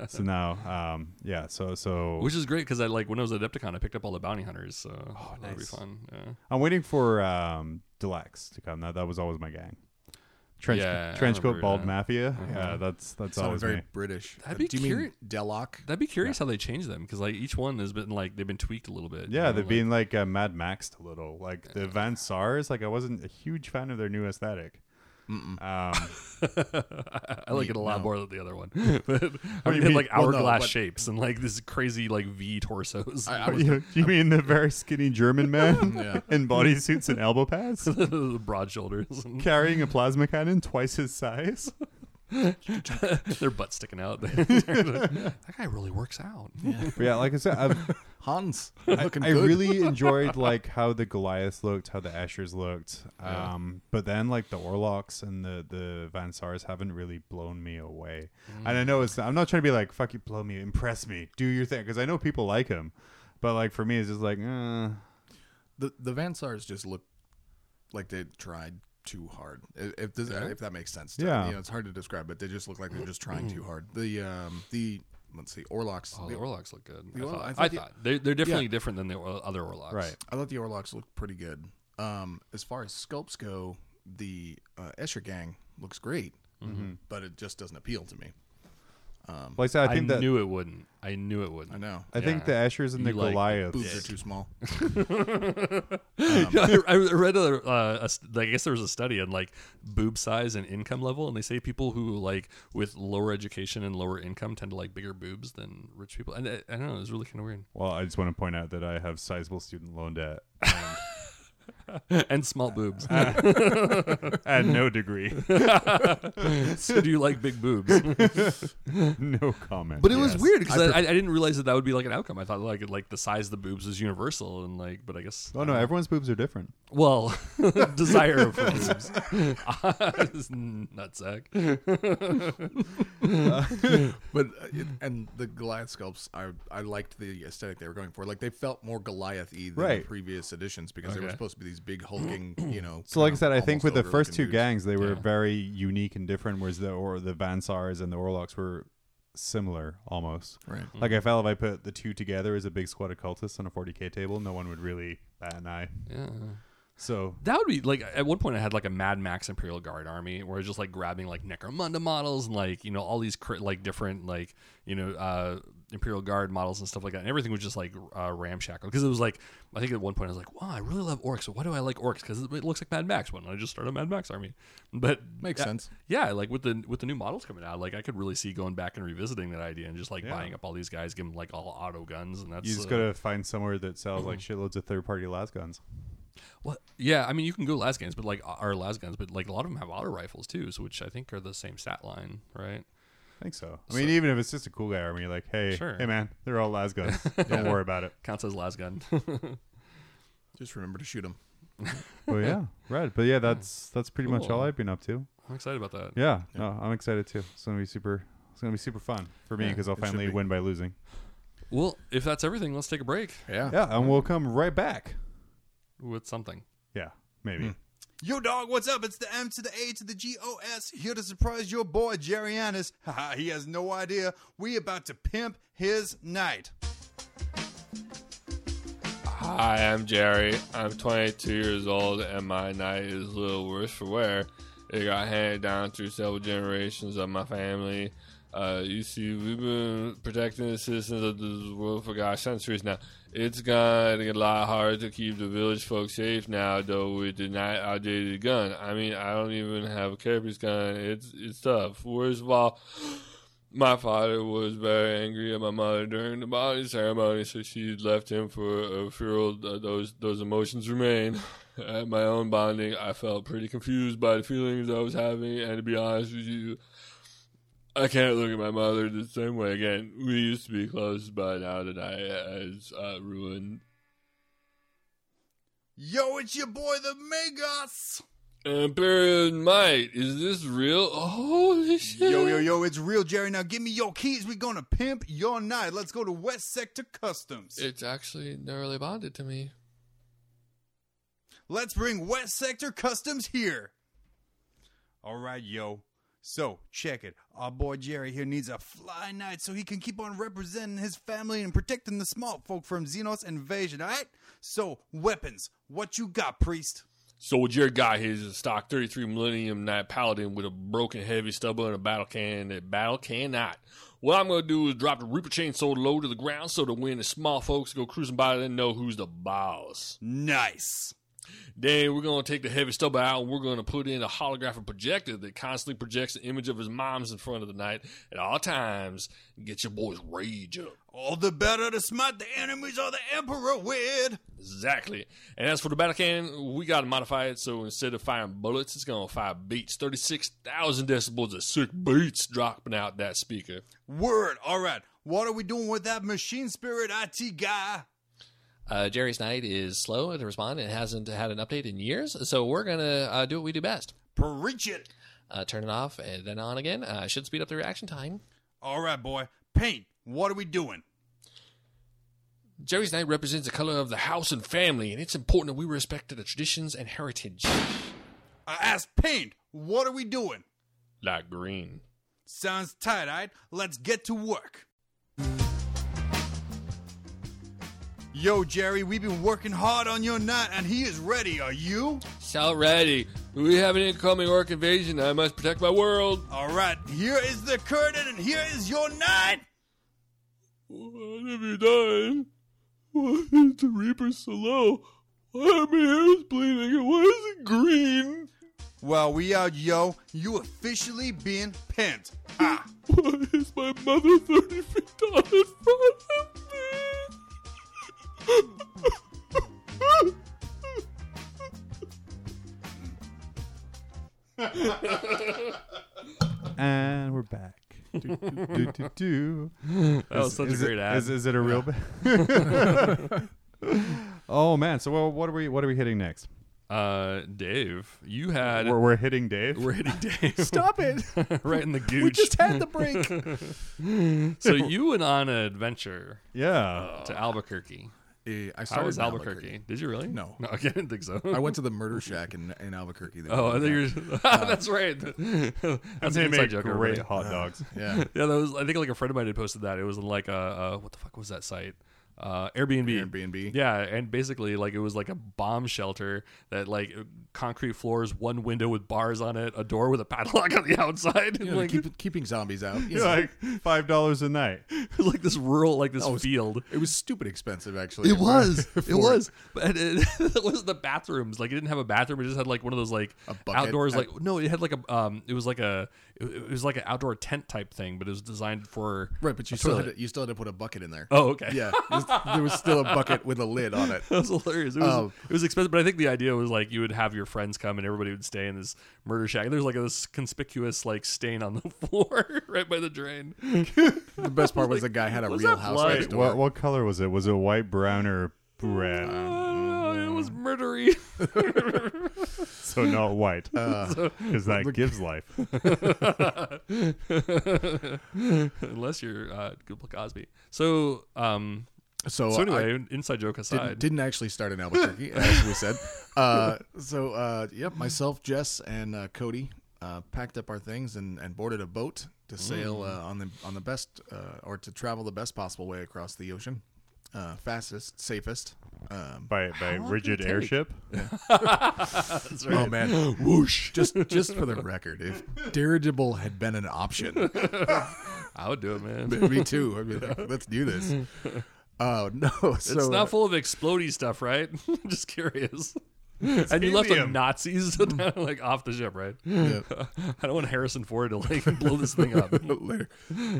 Speaker 1: so now um, yeah so so
Speaker 2: Which is great because I like when I was at Adepticon, I picked up all the bounty hunters. So oh, that'd be
Speaker 1: nice.
Speaker 2: fun. Yeah.
Speaker 1: i'm waiting for um, deluxe to come that, that was always my gang trench,
Speaker 2: Yeah, I
Speaker 1: trench coat
Speaker 2: remember
Speaker 1: bald
Speaker 2: that. Uh-huh.
Speaker 1: mafia yeah that's that's
Speaker 3: Sounded
Speaker 1: always
Speaker 3: very
Speaker 1: me
Speaker 3: British. Uh,
Speaker 2: That'd be
Speaker 3: Do you mean
Speaker 2: curi-
Speaker 3: Deloc?
Speaker 2: I'd be curious how they change them because like each one has been like they've been tweaked a little bit. you
Speaker 1: yeah,
Speaker 2: know,
Speaker 1: they've
Speaker 2: like-
Speaker 1: been like uh, Mad Maxed a little. Like the Van Sars, like I wasn't a huge fan of their new aesthetic. Um,
Speaker 2: I like it a lot more than the other one. but I mean,
Speaker 1: you
Speaker 2: they had,
Speaker 1: mean?
Speaker 2: like
Speaker 3: Well, no,
Speaker 2: hourglass
Speaker 3: but-
Speaker 2: shapes and like this crazy like V torsos.
Speaker 3: I, I was
Speaker 1: you, you mean the very skinny German man
Speaker 3: Yeah.
Speaker 1: in bodysuits and elbow pads,
Speaker 2: the broad shoulders and
Speaker 1: carrying a plasma cannon twice his size?
Speaker 2: their butt sticking out. that guy really works out.
Speaker 1: But yeah, like I said, I've,
Speaker 3: Hans. You're
Speaker 1: I,
Speaker 3: looking
Speaker 1: I
Speaker 3: good.
Speaker 1: really enjoyed like how the Goliaths looked, how the Ashers looked. Um, But then like the Orlocks and the the Van Sars haven't really blown me away. And I know it's I'm not trying to be like fuck you, blow me, impress me, do your thing, because I know people like him. But like for me, it's just like uh,
Speaker 3: the the Vansars just look like they tried too hard. If if, this, if that makes sense. to-
Speaker 1: Yeah.
Speaker 3: you know, it's hard to describe, but they just look like they're just trying too hard. The um the let's see Orlocks.
Speaker 2: Mm. Oh,
Speaker 3: the-
Speaker 2: the Orlocks look good.
Speaker 3: the
Speaker 2: I
Speaker 3: Orlo-
Speaker 2: thought.
Speaker 3: I
Speaker 2: I
Speaker 3: thought the-
Speaker 2: thought. They're, they're definitely different than the o- other Orlocks.
Speaker 1: Right.
Speaker 3: I thought the Orlocks looked pretty good. Um, as far as sculpts go, the uh, Escher gang looks great,
Speaker 2: Mm-hmm.
Speaker 3: but it just doesn't appeal to me.
Speaker 1: Like I said, I
Speaker 2: Um, I,
Speaker 1: think that
Speaker 2: knew it wouldn't. I knew it
Speaker 3: I
Speaker 2: wouldn't.
Speaker 3: know
Speaker 1: I think
Speaker 2: yeah.
Speaker 1: the Eshers and the
Speaker 2: You like
Speaker 1: Goliaths.
Speaker 3: boobs are too small.
Speaker 2: I, Um, I read a, uh, a st- I guess there was a study on like boob size and income level, and they say people who like with lower education and lower income tend to like bigger boobs than rich people. And uh, I, I don't know, it was really kind of weird.
Speaker 1: Well, I just want to point out that I have sizable student loan debt
Speaker 2: and small boobs.
Speaker 1: and no degree.
Speaker 2: so do you like big boobs?
Speaker 1: no comment.
Speaker 2: But it was
Speaker 1: Yes.
Speaker 2: weird because I, I, I didn't realize that that would be like an outcome. I thought like like the size of the boobs was universal and like, but I guess
Speaker 1: Oh no, everyone's boobs are different.
Speaker 2: well, desire for boobs, nutsack.
Speaker 3: But uh, it, and the Goliath sculpts, I I liked the aesthetic they were going for. Like they felt more Goliath-y than
Speaker 1: Right.
Speaker 3: the previous editions because they were
Speaker 2: Okay.
Speaker 3: supposed to be these big hulking, you know.
Speaker 1: So, like I said, I think
Speaker 3: almost
Speaker 1: with the
Speaker 3: ogre-looking
Speaker 1: first two
Speaker 3: dudes.
Speaker 1: gangs, they were very unique and different, whereas the or the Vansars and the Orlocks were similar almost.
Speaker 3: Right.
Speaker 2: Mm-hmm.
Speaker 1: Like I felt if I put the two together as a big squad of cultists on a 40k table, no one would really bat an eye.
Speaker 2: Yeah.
Speaker 1: So
Speaker 2: That would be like at one point I had like a Mad Max Imperial Guard army where I was just like grabbing like Necromunda models and like you know all these cri- like different like you know uh Imperial Guard models and stuff like that and everything was just like uh, ramshackle because it was like I think at one point I was like wow I really love orcs why do I like orcs because it it looks like Mad Max one and I just started a Mad Max army but
Speaker 3: Makes
Speaker 2: yeah,
Speaker 3: sense.
Speaker 2: yeah like with the with the new models coming out like I could really see going back and revisiting that idea and just like
Speaker 1: Yeah.
Speaker 2: buying up all these guys give them like all auto guns and that's
Speaker 1: you just
Speaker 2: uh,
Speaker 1: gotta find somewhere that sells like shitloads of third party las guns.
Speaker 2: Well, yeah, I mean, you can go las guns, but like our las guns, but like a lot of them have auto rifles too, so which I think are the same stat line, right?
Speaker 1: I think so. I mean, even if it's just a cool guy army, like, hey,
Speaker 2: Sure.
Speaker 1: hey man, they're all las guns. Don't worry about it.
Speaker 2: Counts as las gun.
Speaker 3: Just remember to shoot them.
Speaker 1: Well, yeah, right. But yeah, that's that's pretty much all
Speaker 2: Cool.
Speaker 1: I've been up to.
Speaker 2: I'm excited about that.
Speaker 1: Yeah, no, I'm excited too. It's gonna be super. It's gonna be super fun for me
Speaker 2: Yeah,
Speaker 1: because I'll
Speaker 3: it should
Speaker 1: finally
Speaker 3: be.
Speaker 1: win by losing.
Speaker 2: Well, if that's everything, let's take a break
Speaker 3: Yeah.
Speaker 1: Yeah, and we'll come right back.
Speaker 2: with something.
Speaker 1: Yeah, maybe.
Speaker 4: Hmm. Yo, dog, what's up? It's the M to the A to the G O S here to surprise your boy, Jerry Annis. Haha, he has no idea. We about to pimp his night.
Speaker 5: Hi, I'm Jerry. I'm 22 years old, and my night is a little worse for wear. It got handed down through several generations of my family. Uh, you see, we've been protecting the citizens of this world for gosh centuries now. It's gonna get a lot harder to keep the village folk safe now, though with the night outdated gun. I mean, I don't even have a Kerberos gun. It's it's tough. Worst of all, my father was very angry at my mother during the body ceremony, so she left him for a funeral. Th- Those those emotions remain. At my own bonding, I felt pretty confused by the feelings I was having, and to be honest with you, I can't look at my mother the same way again. We used to be close, but now that I is uh, ruined.
Speaker 4: Yo, it's your boy, the Megas.
Speaker 5: Imperial might is this real? Holy shit!
Speaker 4: Yo, yo, yo, it's real, Jerry. Now give me your keys. we gonna pimp your night. Let's go to West Sector Customs.
Speaker 5: It's actually narrowly bonded to me.
Speaker 4: Let's bring West Sector Customs here. All right, yo. So, check it. Our boy Jerry here needs a fly night so he can keep on representing his family and protecting the small folk from Xenos invasion, all right? So, weapons. What you got, priest?
Speaker 5: So what your guy here is a stock 33 Millennium Knight Paladin with a broken heavy stubble and a battle can that battle cannot. What I'm gonna do is drop the Reaper chainsaw low to the ground so the wind and small folks go cruising by and know who's the boss.
Speaker 4: Nice.
Speaker 5: Then we're gonna take the heavy stubble out and we're gonna put in a holographic projector that constantly projects the image of his mom's in front of the knight at all times and get your boys rage up.
Speaker 4: All the better to smite the enemies of the Emperor with.
Speaker 5: Exactly. And as for the battle cannon, we got to modify it so instead of firing bullets, it's going to fire beats. 36,000 decibels of sick beats dropping out that speaker.
Speaker 4: Word. All right. What are we doing with that machine spirit IT guy?
Speaker 6: Uh, Jerry's Knight is slow to respond and hasn't had an update in years, so we're going to uh, do what we do best.
Speaker 4: Preach it.
Speaker 6: Uh, turn it off and then on again. Uh, should speed up the reaction time.
Speaker 4: All right, boy. Paint. What are we doing?
Speaker 5: Jerry's Knight represents the color of the house and family, and it's important that we respect the traditions and heritage.
Speaker 1: I ass pained. What are we doing?
Speaker 5: Like green.
Speaker 1: Sounds tight eyed. Let's get to work. Yo, Jerry, we've been working hard on your nut, and he is ready. Are you?
Speaker 5: Sound ready. We have an incoming orc invasion. I must protect my world.
Speaker 1: All right, here is the curtain, and here is your nut.
Speaker 5: What have you done? Why is the Reaper so low? Why are my hairs bleeding? And why is it green?
Speaker 1: Well, we out, yo. You officially being pimped. Ah,
Speaker 5: Why is my mother 30 feet down in front of me?
Speaker 7: And we're back. do, do, do, do.
Speaker 2: That was such
Speaker 7: is
Speaker 2: a great
Speaker 7: it,
Speaker 2: ad.
Speaker 7: Is, is it a real? ba- oh man! So well, what are we? What are we hitting next?
Speaker 2: uh, Dave, you had
Speaker 7: We're, we're hitting Dave.
Speaker 2: we're hitting Dave
Speaker 3: Stop it.
Speaker 2: right in the gooch.
Speaker 3: We just had the break.
Speaker 2: so you went on an adventure
Speaker 7: yeah.
Speaker 2: to Albuquerque.
Speaker 3: Eh, I
Speaker 2: How
Speaker 3: started
Speaker 2: was
Speaker 3: in
Speaker 2: Albuquerque? Did you really?
Speaker 3: No.
Speaker 2: no, I didn't think so.
Speaker 3: I went to the murder shack in, in Albuquerque.
Speaker 2: Oh, I think you're, that's right. that's an
Speaker 7: They
Speaker 2: inside
Speaker 7: make
Speaker 2: joke.
Speaker 7: great
Speaker 2: everybody.
Speaker 7: hot dogs.
Speaker 3: yeah.
Speaker 2: Yeah, that was. I think like a friend of mine had posted that. It was like a uh, what the fuck was that site? Uh, Airbnb.
Speaker 3: Airbnb.
Speaker 2: Yeah, and basically like it was like a bomb shelter that like concrete floors, one window with bars on it, a door with a padlock on the outside, and
Speaker 3: You know,
Speaker 2: like
Speaker 3: keep, keeping zombies out. you
Speaker 7: It's
Speaker 3: know.
Speaker 7: like five dollars a night.
Speaker 2: it was like this rural, like this
Speaker 3: Oh, it's-
Speaker 2: field.
Speaker 3: It was stupid expensive, actually.
Speaker 2: It was.
Speaker 3: For
Speaker 2: It was. But it, it was the bathrooms. Like it didn't have a bathroom. It just had like one of those like
Speaker 3: A bucket?
Speaker 2: outdoors. Like no, it had like a um. It was like a. It, it was like an outdoor tent type thing, but it was designed for.
Speaker 3: Right, but you
Speaker 2: a
Speaker 3: still had
Speaker 2: toilet.
Speaker 3: to, you still had to put a bucket in there.
Speaker 2: Oh okay.
Speaker 3: Yeah, it was- there was still a bucket with a lid on it.
Speaker 2: That was hilarious. It was,
Speaker 3: Um,
Speaker 2: it was expensive, but I think the idea was like you would have your friends come and everybody would stay in this murder shack. And there's like this conspicuous like stain on the floor right by the drain.
Speaker 3: The best part was the guy had a
Speaker 2: was
Speaker 3: real
Speaker 2: that
Speaker 3: house
Speaker 2: blood?
Speaker 3: next door.
Speaker 7: What what color was it? Was it white, brown, or red?
Speaker 2: Oh, it was
Speaker 3: Mm.
Speaker 2: murdery.
Speaker 7: so not white, because that gives life.
Speaker 2: Unless you're uh, Bill Cosby. So, um,
Speaker 3: so,
Speaker 2: so
Speaker 3: I
Speaker 2: anyway, inside joke aside,
Speaker 3: didn't, didn't actually start in Albuquerque, as we said. Uh, so uh, yep, myself, Jess, and uh, Cody uh, packed up our things and, and boarded a boat to sail
Speaker 2: Mm.
Speaker 3: uh, on the on the best uh, or to travel the best possible way across the ocean, uh, fastest, safest. Um,
Speaker 7: By by rigid airship.
Speaker 3: Oh man, whoosh! Just just for the record, if dirigible had been an option,
Speaker 2: I would do it, man.
Speaker 3: me too. I'd be like, let's do this. Oh no! So
Speaker 2: it's not full of explodey stuff, right? Just curious. and you left the
Speaker 7: helium.
Speaker 2: Nazis
Speaker 3: Mm.
Speaker 2: like off the ship, right? I don't want Harrison Ford to like blow this thing up.
Speaker 3: later.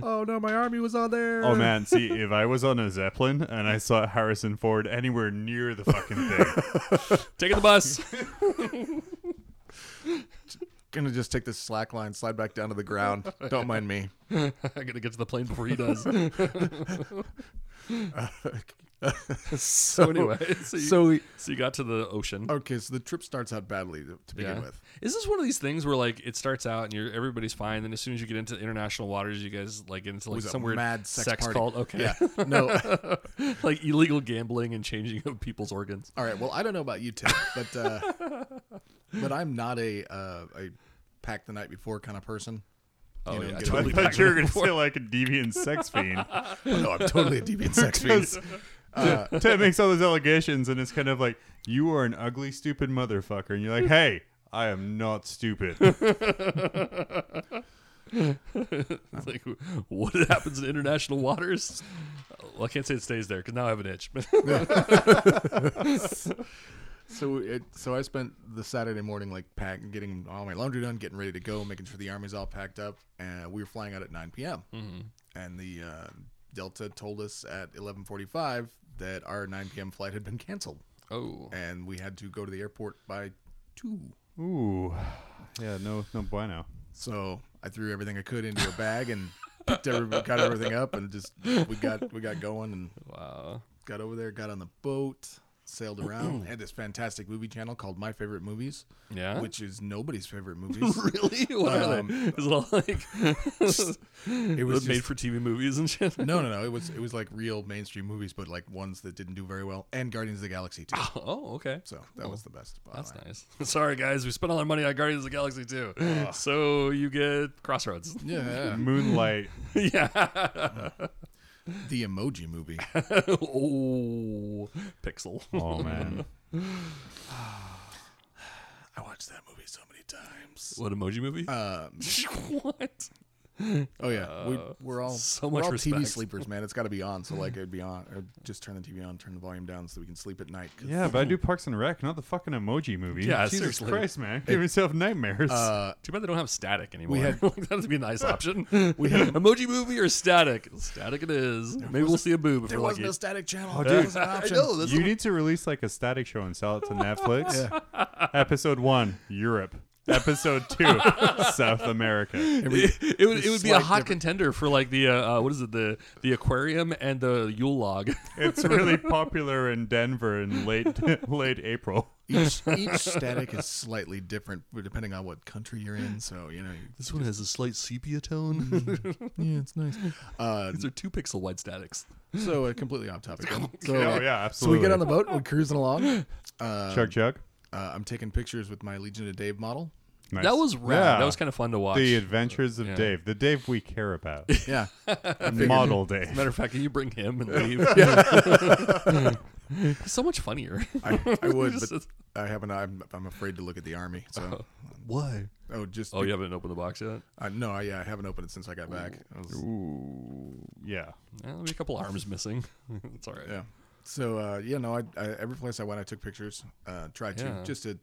Speaker 3: Oh no, my army was on there.
Speaker 7: Oh man, see if I was on a zeppelin and I saw Harrison Ford anywhere near the fucking thing,
Speaker 2: Taking the bus.
Speaker 3: gonna just take this slack line, slide back down to the ground. Don't mind me.
Speaker 2: I gotta get to the plane before he does.
Speaker 3: so,
Speaker 2: So anyway, so you,
Speaker 3: so we-
Speaker 2: so you got to the ocean.
Speaker 3: okay, so the trip starts out badly to, to begin with.
Speaker 2: Is this one of these things where like it starts out and you're everybody's fine, then as soon as you get into international waters, you guys like get into like
Speaker 3: was a
Speaker 2: some weird
Speaker 3: mad sex party.
Speaker 2: cult? Okay,
Speaker 3: Yeah. No.
Speaker 2: like illegal gambling and changing of people's organs.
Speaker 3: All right. Well, I don't know about you, Tim, but uh, but I'm not a uh, a pack the night before kind of person. Oh
Speaker 2: yeah,
Speaker 7: I
Speaker 2: Totally
Speaker 7: thought
Speaker 2: packed
Speaker 7: you were
Speaker 2: it
Speaker 7: gonna
Speaker 2: before.
Speaker 7: say like a deviant sex fiend.
Speaker 3: no, I'm totally a deviant sex fiend.
Speaker 7: Because uh, Ted makes all those allegations, and it's kind of like you are an ugly, stupid motherfucker, and you're like, "Hey, I am not stupid."
Speaker 3: Oh.
Speaker 2: It's like what happens in international waters? Well, I can't say it stays there because now I have an itch.
Speaker 3: So it, so I spent the Saturday morning like packing, getting all my laundry done, getting ready to go, making sure the army's all packed up, and we were flying out at 9 p.m. Mm-hmm. And the uh, Delta told us at 11:45 that our 9 p.m. flight had been canceled,
Speaker 2: oh,
Speaker 3: and we had to go to the airport by two.
Speaker 7: Ooh, yeah, no, no bueno.
Speaker 3: So I threw everything I could into a bag and picked every, got everything up, and just we got we got going and
Speaker 2: wow.
Speaker 3: got over there, got on the boat. sailed around. had this fantastic movie channel called My Favorite Movies,
Speaker 2: Yeah.
Speaker 3: which is nobody's favorite movies.
Speaker 2: really? What are they? Is it all like
Speaker 3: Um, It was
Speaker 2: made
Speaker 3: just-
Speaker 2: for TV movies and shit?
Speaker 3: no, no, no. It was it was like real mainstream movies, but like ones that didn't do very well, and Guardians of the Galaxy too.
Speaker 2: Oh, okay.
Speaker 3: So that was the best. bottom
Speaker 2: That's
Speaker 3: line.
Speaker 2: nice. Sorry, guys, we spent all our money on Guardians of the Galaxy too. So you get Crossroads.
Speaker 3: Yeah,
Speaker 7: Moonlight.
Speaker 2: yeah.
Speaker 3: yeah. the Emoji Movie.
Speaker 2: oh, Pixel.
Speaker 7: Oh man.
Speaker 3: I watched that movie so many times.
Speaker 2: What emoji movie?
Speaker 3: Um,
Speaker 2: what?
Speaker 3: oh yeah, we, we're all
Speaker 2: Uh, so
Speaker 3: we're
Speaker 2: much
Speaker 3: all TV
Speaker 2: respect.
Speaker 3: sleepers, man. It's got to be on. So like, it'd be on. Or just turn the TV on, turn the volume down, so we can sleep at night. 'cause,
Speaker 7: Yeah, but I do Parks and Rec, not the fucking emoji movie.
Speaker 2: Yeah,
Speaker 7: Jesus
Speaker 2: seriously.
Speaker 7: Christ, man, give yourself nightmares.
Speaker 3: Uh,
Speaker 2: Too bad they don't have static anymore.
Speaker 3: had-
Speaker 2: that would be a nice option. we had emoji movie or static. Static it is. Maybe we'll see a boob if
Speaker 3: there
Speaker 2: we're
Speaker 3: was
Speaker 2: lucky.
Speaker 3: no static channel.
Speaker 7: Oh,
Speaker 3: That
Speaker 7: dude.
Speaker 3: was an option.
Speaker 7: you need to release like a static show and sell it to Netflix. Episode one, Europe. Episode two, South America.
Speaker 2: it, it would it would be a hot
Speaker 3: slight difference.
Speaker 2: contender for like the uh, uh, what is it the the aquarium and the Yule log.
Speaker 7: It's really popular in Denver in late late April.
Speaker 3: Each, each static is slightly different depending on what country you're in. So you know,
Speaker 2: this one has a slight sepia tone.
Speaker 3: yeah, it's nice. Uh,
Speaker 2: Mm. These are two pixel wide statics.
Speaker 3: so uh, completely off topic. So, uh,
Speaker 7: Oh yeah,
Speaker 3: So we
Speaker 7: absolutely.
Speaker 3: get on the boat, we're cruising along.
Speaker 2: Um,
Speaker 3: Uh,
Speaker 7: chug chug.
Speaker 3: uh, I'm taking pictures with my Legion of Dave model.
Speaker 7: Nice.
Speaker 2: That was rad.
Speaker 7: Yeah.
Speaker 2: That was kind of fun to watch.
Speaker 7: the Adventures of
Speaker 2: Yeah.
Speaker 7: Dave, the Dave we care about,
Speaker 3: Yeah,
Speaker 7: model
Speaker 2: As a
Speaker 7: Dave.
Speaker 2: matter of fact, can you bring him and leave? He's so much funnier.
Speaker 3: I, I would, but
Speaker 2: Just-
Speaker 3: I haven't. I'm, I'm afraid to look at the army. So,
Speaker 2: Why?
Speaker 3: oh, just
Speaker 2: Oh, you haven't opened the box yet?
Speaker 3: uh, no, I, yeah, I haven't opened it since I got back. I was-
Speaker 7: Yeah.
Speaker 2: Yeah, there'll be a couple arms missing. it's all right.
Speaker 3: yeah. So uh, yeah, no, I, I every place I went, I took pictures. Uh, tried to
Speaker 2: Yeah.
Speaker 3: just to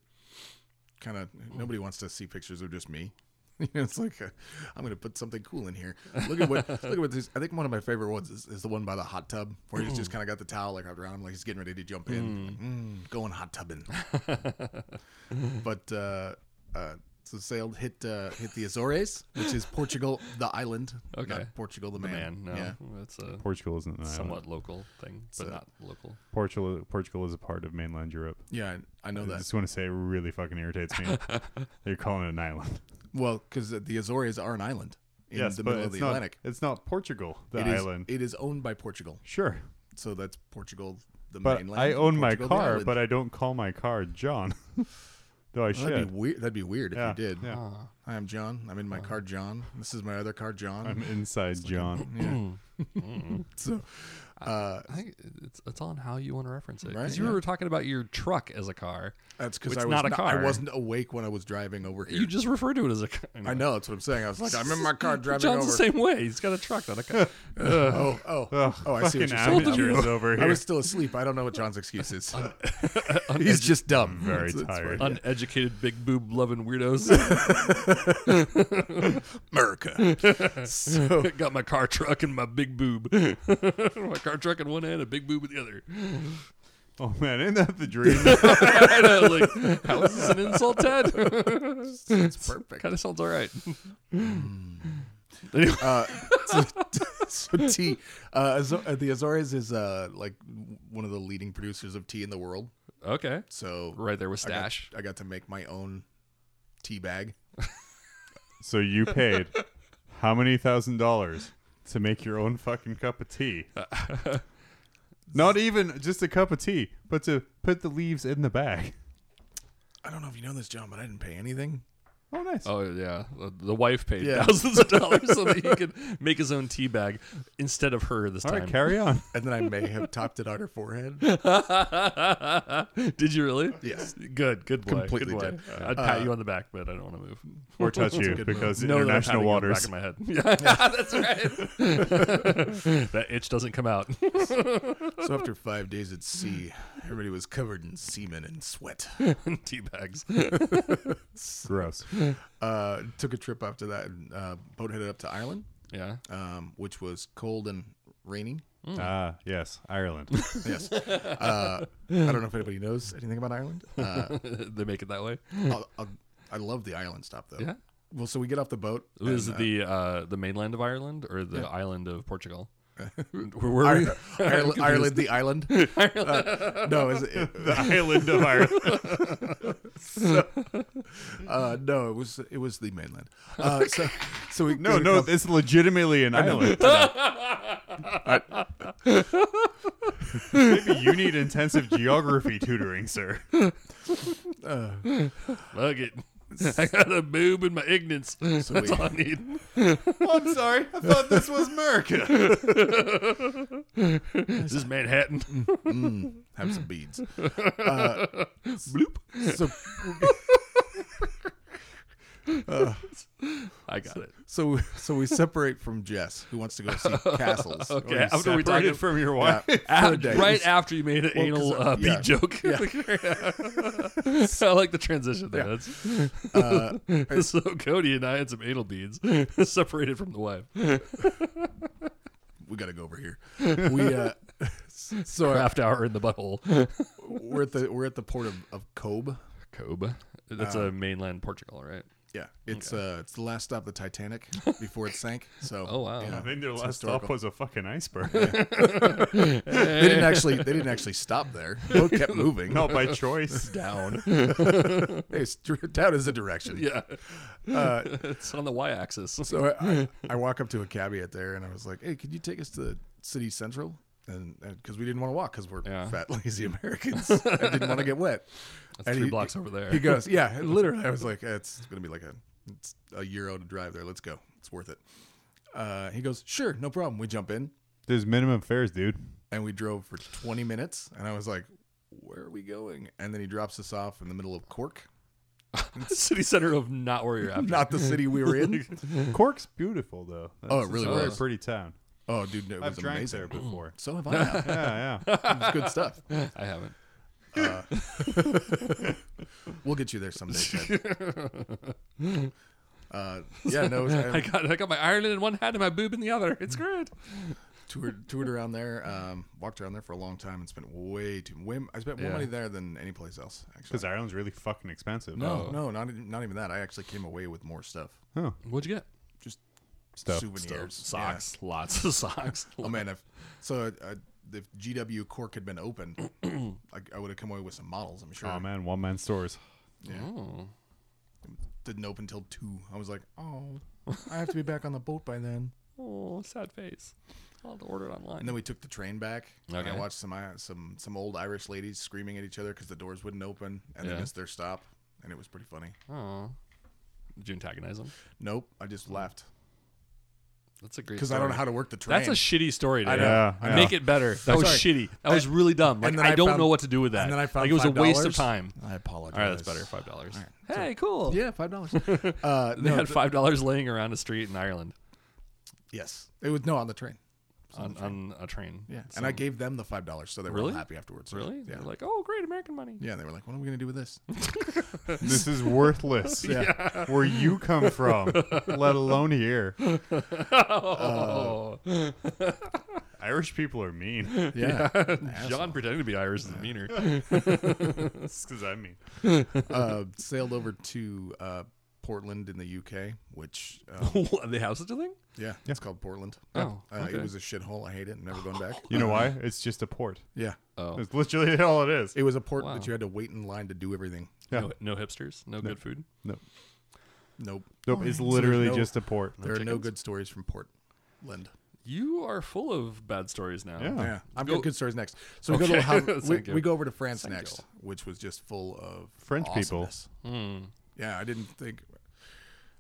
Speaker 3: kind of nobody wants to see pictures of just me. You know, it's like uh, I'm going to put something cool in here. Look at what look at what this. I think one of my favorite ones is, is the one by the hot tub where he's
Speaker 2: Mm.
Speaker 3: just kind of got the towel like wrapped around him, like he's getting ready to jump in, Like, mm, going hot tubbing. but uh, uh, so sailed hit uh, hit the Azores, which is Portugal, the island,
Speaker 2: Okay.
Speaker 3: not Portugal, the man.
Speaker 2: Man, no.
Speaker 3: Yeah.
Speaker 2: That's a
Speaker 7: Portugal isn't an island.
Speaker 2: somewhat local thing, but
Speaker 3: So-
Speaker 2: not local.
Speaker 7: Portugal, Portugal is a part of mainland Europe.
Speaker 3: Yeah, I I know
Speaker 7: I
Speaker 3: that.
Speaker 7: just want to say it really fucking irritates me. that You're calling it an island.
Speaker 3: Well, because the Azores are an island in
Speaker 7: yes,
Speaker 3: the
Speaker 7: but
Speaker 3: middle of
Speaker 7: it's
Speaker 3: the
Speaker 7: not,
Speaker 3: Atlantic.
Speaker 7: It's not Portugal, the
Speaker 3: It is-
Speaker 7: island.
Speaker 3: it is owned by Portugal,
Speaker 7: sure.
Speaker 3: so that's Portugal, the
Speaker 7: But
Speaker 3: mainland.
Speaker 7: I own my
Speaker 3: Portugal, the
Speaker 7: car,
Speaker 3: island.
Speaker 7: but I don't call my car John. Though I
Speaker 3: Well, that'd
Speaker 7: should.
Speaker 3: be weird. That'd be weird
Speaker 7: yeah.
Speaker 3: if you did.
Speaker 7: yeah.
Speaker 3: Hi, I'm John. I'm in my car, John. This is my other car,
Speaker 7: I'm
Speaker 3: John.
Speaker 7: inside John.
Speaker 3: so, uh,
Speaker 2: I think it's, it's on how you want to reference it. Because
Speaker 3: Right,
Speaker 2: you
Speaker 3: yeah.
Speaker 2: were talking about your truck as a car.
Speaker 3: that's because
Speaker 2: It's
Speaker 3: I was
Speaker 2: not a
Speaker 3: I
Speaker 2: car.
Speaker 3: wasn't awake when I was driving over here.
Speaker 2: You just referred to it as a car.
Speaker 3: I know that's what I'm saying. I was like, I'm in my car driving
Speaker 2: John's
Speaker 3: over.
Speaker 2: the same way. He's got a truck, not a car.
Speaker 3: Oh, oh, oh, I see what
Speaker 7: fucking
Speaker 3: you're saying. now.
Speaker 7: amateurs over here.
Speaker 3: I was still asleep. I don't know what John's excuse is. He's just dumb.
Speaker 7: very
Speaker 3: It's- it's
Speaker 7: tired.
Speaker 3: fine.
Speaker 2: Uneducated, big boob loving weirdos.
Speaker 3: America. so,
Speaker 2: got my car truck and my big boob. my car truck in one hand, a big boob in the other.
Speaker 7: oh man, isn't that the dream?
Speaker 2: I know, like, how is this an insult, Ted?
Speaker 3: it's perfect.
Speaker 2: kind of sounds all right.
Speaker 3: Uh, so, so tea, uh, Azor- uh, the Azores is uh, like one of the leading producers of tea in the world.
Speaker 2: Okay.
Speaker 3: So
Speaker 2: Right there with
Speaker 3: I got-
Speaker 2: Stash.
Speaker 3: I got, to make my own tea bag.
Speaker 7: so you paid how many thousand dollars to make your own fucking cup of tea? Not even just a cup of tea, but to put the leaves in the bag.
Speaker 3: I don't know if you know this, John, but I didn't pay anything.
Speaker 7: Oh, nice.
Speaker 2: Oh yeah, the, the wife paid
Speaker 3: Yeah.
Speaker 2: thousands of dollars so that he could make his own tea bag instead of her this
Speaker 7: All
Speaker 2: time.
Speaker 7: right, carry on.
Speaker 3: And then I may have topped it on her forehead.
Speaker 2: Did you really?
Speaker 3: Yes.
Speaker 2: Good, good boy.
Speaker 3: Completely
Speaker 2: good boy.
Speaker 3: did.
Speaker 2: I'd pat you on the back, but I don't want to move.
Speaker 7: or touch you
Speaker 3: good
Speaker 7: because
Speaker 2: No,
Speaker 7: international
Speaker 2: waters.
Speaker 7: waters.
Speaker 2: Back of my head. Yeah, that's right. that itch doesn't come out.
Speaker 3: So after five days at sea, everybody was covered in semen and sweat.
Speaker 2: tea bags.
Speaker 7: Gross.
Speaker 1: Hmm.
Speaker 3: Uh, took a trip after that and uh, boat headed up to Ireland,
Speaker 2: Yeah.
Speaker 3: um, which was cold and rainy.
Speaker 1: Uh,
Speaker 7: Ah, yes, Ireland.
Speaker 3: Yes. Uh, I don't know if anybody knows anything about Ireland. Uh,
Speaker 2: they make it that way.
Speaker 3: I'll, I'll, I love the island stuff though.
Speaker 2: Mm. Yeah.
Speaker 3: Well, so we get off the boat. Uh,
Speaker 2: Is
Speaker 3: and,
Speaker 2: it the uh, the mainland of Ireland or the island of Portugal?
Speaker 3: uh,
Speaker 2: Where were we?
Speaker 3: Ireland, Ireland, Ireland, the island. Uh, no, is it,
Speaker 1: the island of Ireland.
Speaker 3: uh, no, it was it was the mainland. Uh, so, so we
Speaker 1: No, no, it's legitimately an island. Maybe you need intensive geography tutoring, sir.
Speaker 2: Fuck it. I got a boob in my ignorance. That's all I need.
Speaker 1: Oh, I'm sorry. I thought this was America.
Speaker 2: This is Manhattan.
Speaker 3: have some beads. Uh, Bloop. So,
Speaker 2: I got it.
Speaker 3: so so we separate from Jess, who wants to go see castles.
Speaker 2: Okay, after we talked
Speaker 1: Separated from your wife.
Speaker 3: Yeah, for a
Speaker 2: After,
Speaker 3: day.
Speaker 2: right after you made an anal
Speaker 3: 'cause, uh,
Speaker 2: uh, bead
Speaker 3: yeah.
Speaker 2: joke. I like the transition there. That's,
Speaker 3: Uh,
Speaker 2: so Cody and I had some anal beads separated from the wife.
Speaker 3: we got to go over here. We uh, so uh,
Speaker 2: Craft hour in the butthole.
Speaker 3: we're at the we're at the port of, of Kobe.
Speaker 2: Cobe. That's
Speaker 3: Uh,
Speaker 2: a mainland Portugal, right?
Speaker 3: Yeah, it's uh, it's the last stop of the Titanic before it sank. So
Speaker 2: Oh, wow.
Speaker 3: you
Speaker 2: I
Speaker 1: I think their
Speaker 3: it's
Speaker 1: last stop
Speaker 3: historical.
Speaker 1: was a fucking iceberg.
Speaker 3: they didn't actually they didn't actually stop there. The boat kept moving.
Speaker 1: Not by choice.
Speaker 2: Down.
Speaker 3: Hey, it's dr- down is the direction.
Speaker 2: yeah.
Speaker 3: Uh,
Speaker 2: It's on the y axis.
Speaker 3: so I, I walk up to a caveat there and I was like, "Hey, could you take us to City Central?" And because we didn't want to walk because we're
Speaker 2: Yeah.
Speaker 3: fat, lazy Americans, I didn't want to get wet.
Speaker 2: That's three blocks over there.
Speaker 3: He goes, "Yeah, and literally." I was like, eh, "It's gonna be like a it's a euro to drive there. Let's go. It's worth it." Uh, he goes, "Sure, no problem." We jump in.
Speaker 1: There's minimum fares, dude.
Speaker 3: and we drove for 20 minutes and i was like where are we going and then he drops us off in the middle of cork
Speaker 2: City center of not where you're after.
Speaker 3: not the city we were in
Speaker 1: Cork's beautiful, though.
Speaker 3: Oh,
Speaker 1: That's-
Speaker 3: it really
Speaker 1: it's a very
Speaker 3: was.
Speaker 1: pretty town.
Speaker 3: oh dude it
Speaker 1: I've
Speaker 3: was
Speaker 1: drank
Speaker 3: amazing
Speaker 1: there before.
Speaker 3: so have i now.
Speaker 1: yeah, yeah.
Speaker 3: It's good stuff Uh,
Speaker 2: I haven't.
Speaker 3: we'll get you there someday Ted. uh, yeah no
Speaker 2: I
Speaker 3: I
Speaker 2: got I got my Ireland in one hand and my boob in the other. It's great.
Speaker 3: toured, toured around there um, walked around there for a long time and spent way too way, i spent more
Speaker 2: Yeah.
Speaker 3: money there than any place else actually
Speaker 1: Because Ireland's really fucking expensive.
Speaker 3: Oh,
Speaker 1: Oh,
Speaker 3: no
Speaker 2: Oh,
Speaker 3: no not, even- not even that i actually came away with more stuff
Speaker 1: Huh.
Speaker 2: What'd you get?
Speaker 3: just
Speaker 1: Stuff.
Speaker 3: souvenirs Yeah.
Speaker 2: Socks. Lots of socks.
Speaker 3: Oh man, if so, uh, if GW Cork had been open, I, I would have come away with some models. I'm sure.
Speaker 1: Oh man, one man stores.
Speaker 2: Oh.
Speaker 3: Didn't open till two. I was like, oh, I have to be back on the boat by then.
Speaker 2: Oh, sad face. I'll have to order it online.
Speaker 3: And then we took the train back. And I
Speaker 2: Okay.
Speaker 3: watched some I- some some old Irish ladies screaming at each other because the doors wouldn't open and
Speaker 2: Yeah.
Speaker 3: they missed their stop, and it was pretty funny.
Speaker 2: Oh. Did you antagonize him?
Speaker 3: Nope, I just left
Speaker 2: That's a great
Speaker 3: because I don't know
Speaker 2: story.
Speaker 3: how to work the train.
Speaker 2: That's a shitty story, dude.
Speaker 3: I know.
Speaker 1: Yeah, yeah.
Speaker 2: Make it better. That was
Speaker 3: sorry.
Speaker 2: shitty. That was really dumb. Like
Speaker 3: then
Speaker 2: I,
Speaker 3: I
Speaker 2: don't
Speaker 3: found-
Speaker 2: know what to do with that.
Speaker 3: and then I found
Speaker 2: like it was a waste of
Speaker 3: $5.
Speaker 2: time.
Speaker 3: I apologize.
Speaker 2: All right, that's better. Five dollars. Hey, cool.
Speaker 3: Yeah, five dollars. uh,
Speaker 2: They
Speaker 3: no,
Speaker 2: had five dollars laying around a street in Ireland
Speaker 3: yes, it was no on the train.
Speaker 2: on, on a train.
Speaker 3: Yeah, and I gave them the five dollars, so they were all
Speaker 2: Really?
Speaker 3: happy afterwards.
Speaker 2: Really?
Speaker 3: Yeah.
Speaker 2: They're like, oh, great American money.
Speaker 3: Yeah, they were like, "What are we gonna do with this?"
Speaker 1: This is worthless. Where you come from, let alone here.
Speaker 2: Oh,
Speaker 1: Irish people are mean.
Speaker 3: Yeah,
Speaker 2: John pretending to be Irish is meaner.
Speaker 1: That's because I mean.
Speaker 3: uh, sailed over to uh, Portland in the UK, which um,
Speaker 2: What, they have such a thing?
Speaker 3: yeah, it's called Portland.
Speaker 2: Oh,
Speaker 3: uh,
Speaker 2: okay.
Speaker 3: it was a shithole. I hate it. I'm never going back.
Speaker 1: You know why? It's just a port.
Speaker 3: Yeah,
Speaker 2: Oh,
Speaker 1: That's literally all it is.
Speaker 3: it was a port
Speaker 2: Wow.
Speaker 3: that you had to wait in line to do everything.
Speaker 2: no, no hipsters, no, good food.
Speaker 1: Nope.
Speaker 3: Nope,
Speaker 1: Nope. It's literally
Speaker 3: no-
Speaker 1: just a port.
Speaker 3: there are no
Speaker 2: chickens?
Speaker 3: good stories from Portland.
Speaker 2: You are full of bad stories now.
Speaker 1: Yeah.
Speaker 3: Yeah, I've got good stories next. So we
Speaker 2: Okay.
Speaker 3: go to we,
Speaker 2: Thank you.
Speaker 3: we go over to France
Speaker 2: Thank
Speaker 3: next,
Speaker 2: you.
Speaker 3: which was just full of
Speaker 1: French people.
Speaker 3: awesomeness.
Speaker 2: Hmm.
Speaker 3: Yeah, I didn't think.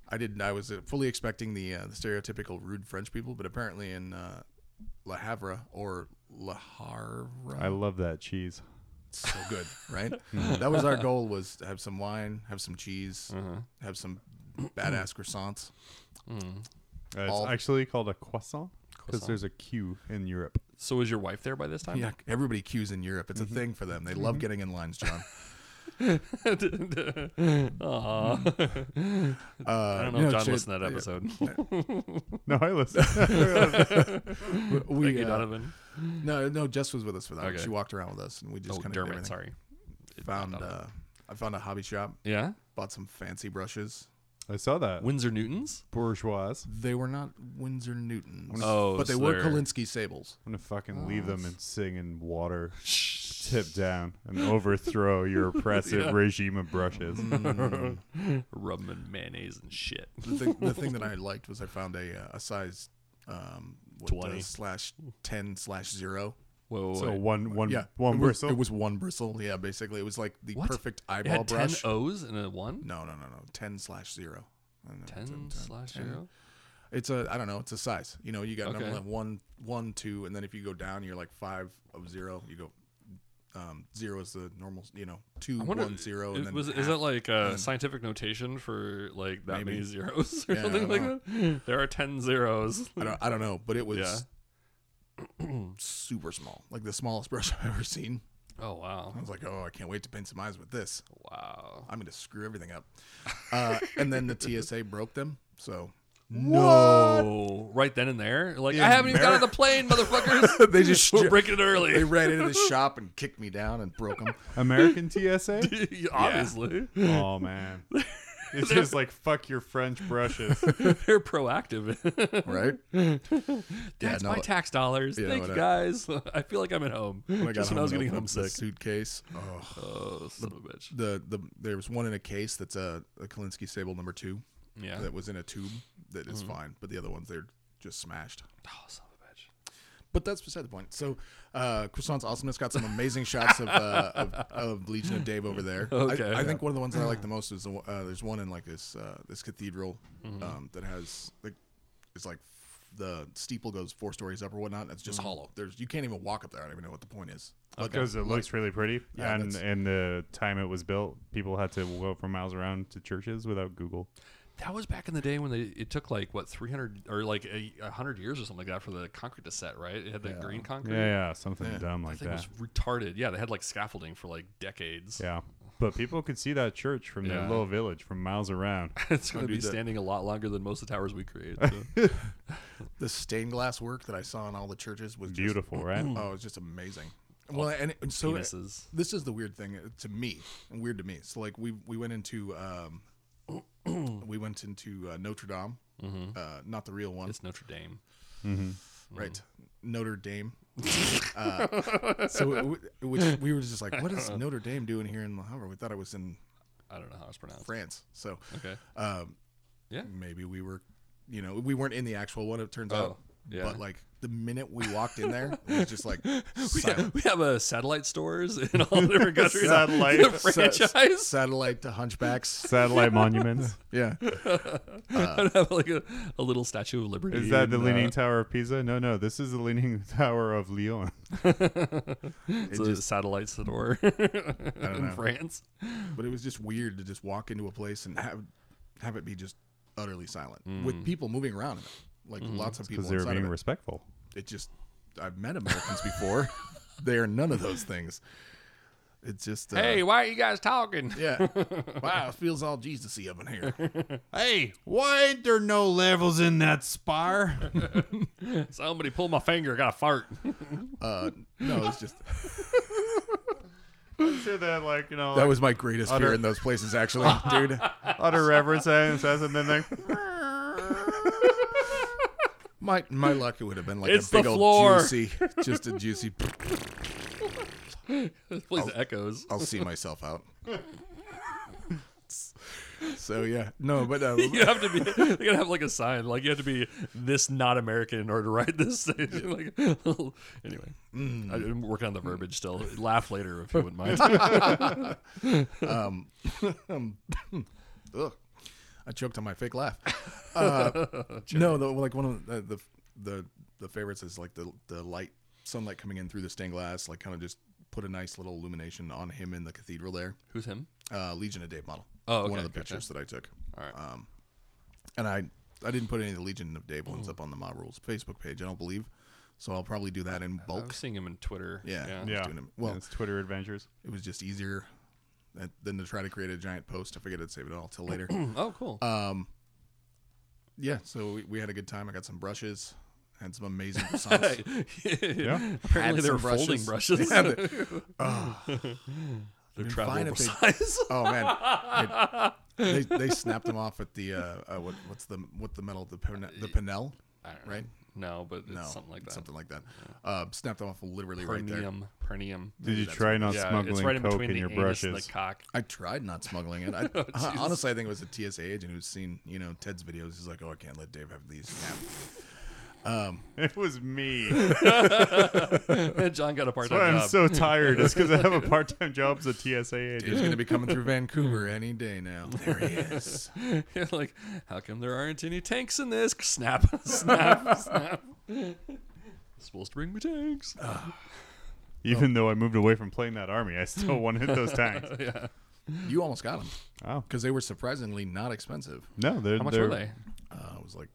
Speaker 3: I didn't. I was uh, fully expecting the, uh, the stereotypical rude French people, but apparently in uh, La Havre or La Havre,
Speaker 1: I love that cheese.
Speaker 3: it's so good, right? that was our goal: was to have some wine, have some cheese,
Speaker 2: Uh-huh.
Speaker 3: have some badass croissants.
Speaker 1: Uh, it's
Speaker 3: All-
Speaker 1: actually called a croissant because
Speaker 2: Croissant.
Speaker 1: there's a Q in Europe.
Speaker 2: So was your wife there by this time?
Speaker 3: Yeah, everybody queues in Europe.
Speaker 2: Mm-hmm.
Speaker 3: It's a thing for them. They love getting in lines, John.
Speaker 2: Aw.
Speaker 3: Mm. Uh,
Speaker 2: I don't know, if John listened to that episode.
Speaker 1: No, I listen.
Speaker 2: Thank
Speaker 3: We,
Speaker 2: you,
Speaker 3: uh,
Speaker 2: Donovan.
Speaker 3: No, no, Jess was with us for that.
Speaker 2: Okay.
Speaker 3: She walked around with us, and we just
Speaker 2: Oh,
Speaker 3: kind of
Speaker 2: Dermot, sorry.
Speaker 3: Found
Speaker 2: Donovan.
Speaker 3: uh, I found a hobby shop,
Speaker 2: Yeah.
Speaker 3: bought some fancy brushes,
Speaker 1: I saw that.
Speaker 2: Windsor Newtons.
Speaker 1: Bourgeois. I'm
Speaker 3: They were not Windsor Newtons.
Speaker 2: Oh,
Speaker 3: but they
Speaker 2: so
Speaker 3: were
Speaker 2: they're-
Speaker 3: Kolinsky sables.
Speaker 1: gonna fucking leave them and sing in water, tip down, and overthrow your oppressive regime of brushes.
Speaker 2: Rum and mayonnaise and shit.
Speaker 3: The thing, the thing that I liked was I found a uh, a size um, what, uh,
Speaker 2: 20.
Speaker 3: slash ten slash zero.
Speaker 2: Whoa, whoa,
Speaker 1: So
Speaker 2: wait.
Speaker 1: one, one,
Speaker 3: Yeah,
Speaker 1: one
Speaker 3: it was,
Speaker 1: bristle.
Speaker 3: It was one bristle. Yeah, basically, it was like the
Speaker 2: What?
Speaker 3: perfect
Speaker 2: it
Speaker 3: eyeball
Speaker 2: had ten
Speaker 3: brush.
Speaker 2: O's and a one.
Speaker 3: no, no, no, no. Ten slash zero. I don't know,
Speaker 2: Ten
Speaker 3: 10,
Speaker 2: slash
Speaker 3: 10.
Speaker 2: zero.
Speaker 3: It's a I don't know. It's a size. You know, you got number
Speaker 2: Okay.
Speaker 3: like one, one, two, and then if you go down, you're like five of zero. You go um, zero is the normal. You know, two,
Speaker 2: I
Speaker 3: one, zero,
Speaker 2: wonder-
Speaker 3: and
Speaker 2: it
Speaker 3: then
Speaker 2: was, is
Speaker 3: half.
Speaker 2: that like a scientific notation for like that
Speaker 3: Maybe.
Speaker 2: many zeros or
Speaker 3: Yeah, I
Speaker 2: something
Speaker 3: don't
Speaker 2: like
Speaker 3: know.
Speaker 2: that? There are ten zeros.
Speaker 3: I don't, I don't know, but it was super small, like the smallest brush I've ever seen.
Speaker 2: Oh wow,
Speaker 3: I was like, oh, I can't wait to paint some eyes with this.
Speaker 2: wow.
Speaker 3: I'm going to screw everything up. Uh, and then the TSA broke them, so
Speaker 2: No, right then and there. Like I haven't even got on the plane, motherfuckers.
Speaker 3: They just
Speaker 2: we're
Speaker 3: ju-
Speaker 2: breaking it
Speaker 3: they
Speaker 2: early.
Speaker 3: ran into the shop and kicked me down and broke them.
Speaker 1: American TSA.
Speaker 2: Obviously,
Speaker 1: oh man, it's just like fuck your French brushes.
Speaker 2: they're proactive.
Speaker 3: Right?
Speaker 2: That's
Speaker 3: no,
Speaker 2: my
Speaker 3: but-
Speaker 2: tax dollars.
Speaker 3: Yeah,
Speaker 2: Thank
Speaker 3: when
Speaker 2: you
Speaker 3: I-
Speaker 2: guys. I feel like I'm at home.
Speaker 3: When I got
Speaker 2: Just when
Speaker 3: home
Speaker 2: I was
Speaker 3: and
Speaker 2: getting
Speaker 3: opened up the
Speaker 2: homesick.
Speaker 3: Suitcase. Oh,
Speaker 2: Oh, son of a bitch.
Speaker 3: the the there was one in a case that's a, a Kalinsky Sable number two
Speaker 2: Yeah.
Speaker 3: that was in a tube that is fine, but the other ones they're just smashed.
Speaker 2: Oh, son of a bitch.
Speaker 3: But that's beside the point. So, uh, Croissant's awesomeness got some amazing shots of, uh, of, of Legion of Dave over there.
Speaker 2: Okay.
Speaker 3: I, I think one of the ones that I like the most is the, one- uh, there's one in like this uh, this cathedral um, that has like it's like f- the steeple goes four stories up or whatnot. and It's just hollow. There's you can't even walk up there. I don't even know what the point is. Like,
Speaker 1: because it looks really pretty.
Speaker 3: Yeah,
Speaker 1: and
Speaker 3: that's-
Speaker 1: and the time it was built, people had to go for miles around to churches without Google.
Speaker 2: That was back in the day when they it took like what 300 or like a, 100 years or something like that for the concrete to set, right? It had that green concrete.
Speaker 1: Yeah, yeah, something dumb
Speaker 2: I
Speaker 1: like
Speaker 2: think
Speaker 1: that.
Speaker 2: it was retarded. Yeah, they had like scaffolding for like decades.
Speaker 1: Yeah, but people could see that church from their
Speaker 2: Yeah.
Speaker 1: little village from miles around.
Speaker 2: it's going to be
Speaker 3: that.
Speaker 2: standing a lot longer than most of the towers we create. so.
Speaker 3: the stained glass work that I saw in all the churches was just-
Speaker 1: Beautiful, right?
Speaker 3: oh, it's just amazing. Well, and, and so
Speaker 2: Hmm. penises.
Speaker 3: this is the weird thing uh, to me, and weird to me. So like we we went into um, we went into uh, Notre Dame, uh, not the real
Speaker 2: Mm-hmm.
Speaker 3: one,
Speaker 2: It's Notre Dame.
Speaker 3: right? Notre Dame. uh, so w- which we were just like, what is Notre Dame doing here in Le Havre? We thought it was in
Speaker 2: I don't know how it's pronounced.
Speaker 3: France. So
Speaker 2: Okay.
Speaker 3: um,
Speaker 2: Yeah.
Speaker 3: maybe we were, you know, we weren't in the actual one. It turns
Speaker 2: Oh,
Speaker 3: out,
Speaker 2: yeah.
Speaker 3: But like the minute we walked in there, it was just like silent.
Speaker 2: We have a satellite stores in all the different countries.
Speaker 1: Satellite-
Speaker 2: The
Speaker 3: Sa-
Speaker 2: franchise.
Speaker 3: satellite to hunchbacks.
Speaker 1: Satellite monuments.
Speaker 3: Yeah.
Speaker 2: I'd have like a, a little Statue of Liberty.
Speaker 1: Is that
Speaker 2: and,
Speaker 1: the
Speaker 2: uh,
Speaker 1: Leaning Tower of Pisa? No, no, this is the Leaning Tower of Lyon.
Speaker 2: It's a satellite store in France.
Speaker 3: but it was just weird to just walk into a place and have have it be just utterly silent with people moving around in it. Like lots of
Speaker 1: Because
Speaker 3: people
Speaker 1: they were
Speaker 3: inside of
Speaker 1: being
Speaker 3: it.
Speaker 1: respectful.
Speaker 3: it just I've met Americans before. they are none of those things. It's just uh,
Speaker 2: Hey, why are you guys talking?
Speaker 3: yeah. wow, it feels all Jesus-y up in here.
Speaker 1: Hey, why ain't there no levels in that spire?
Speaker 2: Somebody pulled my finger, got a fart.
Speaker 3: Uh, no, it's just
Speaker 1: Sure that like you know
Speaker 3: that
Speaker 1: like,
Speaker 3: was my greatest fear in those places actually, dude.
Speaker 1: utter reverence and says and then like
Speaker 3: My my luck it would have been like
Speaker 2: It's
Speaker 3: a big
Speaker 2: the
Speaker 3: old
Speaker 2: floor.
Speaker 3: juicy just a juicy
Speaker 2: Please, echoes.
Speaker 3: I'll see myself out. So yeah. No, but uh,
Speaker 2: You have to be. You gotta have like a sign. Like you have to be this not American in order to write this. Thing. Like anyway, I'm working on the verbiage still. Laugh later if you wouldn't mind.
Speaker 3: Ugh. I choked on my fake laugh. Uh, no, the, like one of the, the the the favorites is like the the light sunlight coming in through the stained glass, like kind of just put a nice little illumination on him in the cathedral there.
Speaker 2: Who's him?
Speaker 3: Uh, Legion of Dave model.
Speaker 2: Oh,
Speaker 3: one
Speaker 2: okay,
Speaker 3: of the
Speaker 2: gotcha.
Speaker 3: pictures that I took.
Speaker 2: All right.
Speaker 3: Um, and I I didn't put any of the Legion of Dave ones up on the Ma Rules Facebook page. I don't believe, so I'll probably do that in
Speaker 2: I'm
Speaker 3: bulk.
Speaker 2: seeing him in Twitter.
Speaker 3: Yeah.
Speaker 2: yeah.
Speaker 1: yeah.
Speaker 3: doing it. Well-
Speaker 1: it's Twitter adventures.
Speaker 3: It was just easier than- than to try to create a giant post. I figured I'd save it all till later.
Speaker 2: Oh, cool.
Speaker 3: Yeah, so we, we had a good time. I got some brushes, had some amazing croissants.
Speaker 2: Apparently
Speaker 3: Had
Speaker 2: they
Speaker 3: some
Speaker 2: were folding brushes.
Speaker 3: Yeah, they-
Speaker 2: They're
Speaker 3: Been
Speaker 2: travelable
Speaker 3: fine if they-
Speaker 2: size.
Speaker 3: Oh man, It- they, they snapped them off at the uh, uh what, what's the what the metal the Perne- the Pinnell, right?
Speaker 2: no, but it's
Speaker 3: No,
Speaker 2: something like that.
Speaker 3: Something like that. Uh, snapped them off literally right there.
Speaker 2: Pernium. Pernium.
Speaker 7: Did you try not
Speaker 2: Yeah,
Speaker 7: smuggling
Speaker 2: it's right in
Speaker 7: coke
Speaker 2: between
Speaker 7: in
Speaker 2: the
Speaker 7: your
Speaker 2: anus
Speaker 7: brushes?
Speaker 2: and the cock.
Speaker 3: I tried not smuggling it.
Speaker 2: Oh,
Speaker 3: I, honestly, I think it was a TSA agent who's seen you know Ted's videos. He's like, oh, I can't let Dave have these.
Speaker 7: It was me. That's
Speaker 2: John got a part
Speaker 7: why
Speaker 2: time
Speaker 7: I'm
Speaker 2: job.
Speaker 7: so tired. It's because I have a part-time job as a TSA
Speaker 3: He's
Speaker 7: agent.
Speaker 3: gonna be coming through Vancouver any day now. There he is.
Speaker 2: You're like, how come there aren't any tanks in this? Snap, snap, snap. It's supposed to bring me tanks.
Speaker 7: Um,
Speaker 2: Oh.
Speaker 7: Even though I moved away from playing that army, I still wanted those tanks.
Speaker 3: You almost got them
Speaker 7: Oh
Speaker 3: because they were surprisingly not expensive.
Speaker 7: no, they're
Speaker 2: How much
Speaker 7: they're
Speaker 2: were they?
Speaker 3: Uh, it was like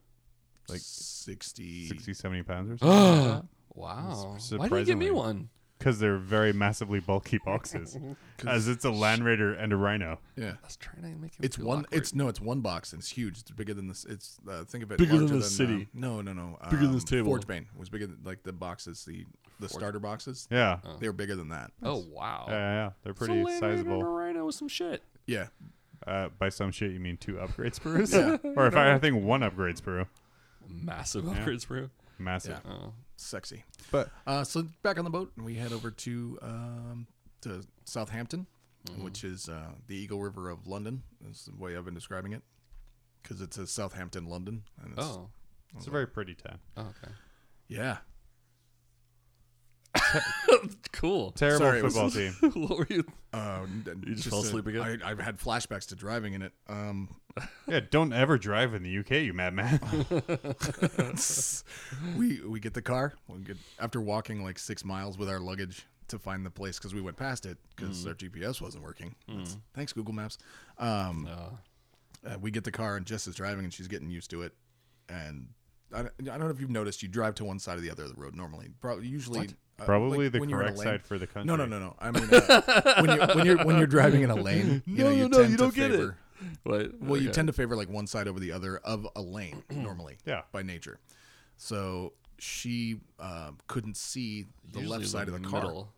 Speaker 7: Like
Speaker 3: like 60,
Speaker 7: 60, 70 pounds or something.
Speaker 2: Wow.
Speaker 7: Su-
Speaker 2: Why did you give me
Speaker 7: surprisingly.
Speaker 2: one?
Speaker 7: Because they're very massively bulky boxes. as it's a Land Raider and a Rhino.
Speaker 3: Yeah.
Speaker 2: I was trying to make it.
Speaker 3: It's one. It's no. It's one box and it's huge. It's bigger than this. It's uh, think of it bigger
Speaker 2: than
Speaker 3: larger
Speaker 2: the
Speaker 3: uh,
Speaker 2: city.
Speaker 3: no, no, no. Um,
Speaker 2: than this table.
Speaker 3: Forge Bane was bigger than like the boxes, the the starter boxes.
Speaker 7: Yeah.
Speaker 3: They were bigger than that.
Speaker 2: Oh wow.
Speaker 7: Yeah, yeah, yeah. They're
Speaker 2: It's a
Speaker 7: uh, pretty
Speaker 2: Land Raider and a
Speaker 7: sizable.
Speaker 2: Rhino with some shit.
Speaker 3: Yeah.
Speaker 7: Uh, by some shit, you mean two upgrades per room? Or if I, I think one upgrades per room.
Speaker 2: Massive upgrades, bro.
Speaker 7: Massive.
Speaker 3: Yeah.
Speaker 2: Oh.
Speaker 3: Sexy.
Speaker 7: But
Speaker 3: Uh, so back on the boat, and we head over to um, to Southampton,
Speaker 2: Mm-hmm.
Speaker 3: which is uh, the Eagle River of London. Is the way I've been describing it, because it's a Southampton, London. And it's,
Speaker 2: Oh.
Speaker 7: it's a very pretty town.
Speaker 2: oh. Okay.
Speaker 3: yeah.
Speaker 2: Cool.
Speaker 7: Terrible
Speaker 3: Sorry, it was-
Speaker 7: football team.
Speaker 2: what were you?
Speaker 3: Uh, you
Speaker 2: just fell asleep again?
Speaker 3: I, I've had flashbacks to driving in it. Um,
Speaker 7: Yeah, don't ever drive in the UK, you madman.
Speaker 3: we we get the car. We get after walking like six miles with our luggage to find the place because we went past it because our GPS wasn't working. That's- Thanks Google Maps. Um, uh, we get the car and Jess is driving and she's getting used to it. And I, don't- I don't know if you've noticed, you drive to one side or the other of the road normally. Probably usually. uh,
Speaker 7: Probably
Speaker 3: like,
Speaker 7: the
Speaker 3: when you're in a
Speaker 7: correct
Speaker 3: lane-
Speaker 7: side for the country.
Speaker 3: No, no, no, no. I mean, uh, when, you're, when you're when you're driving in a lane, you know,
Speaker 2: No, no,
Speaker 3: you
Speaker 2: no,
Speaker 3: tend
Speaker 2: you
Speaker 3: to
Speaker 2: don't get it.
Speaker 3: favor-
Speaker 2: What?
Speaker 3: well, you tend to favor like one side over the other of a lane normally,
Speaker 7: Yeah.
Speaker 3: by nature. So she um, couldn't see the
Speaker 2: Usually
Speaker 3: left side of the car.
Speaker 2: middle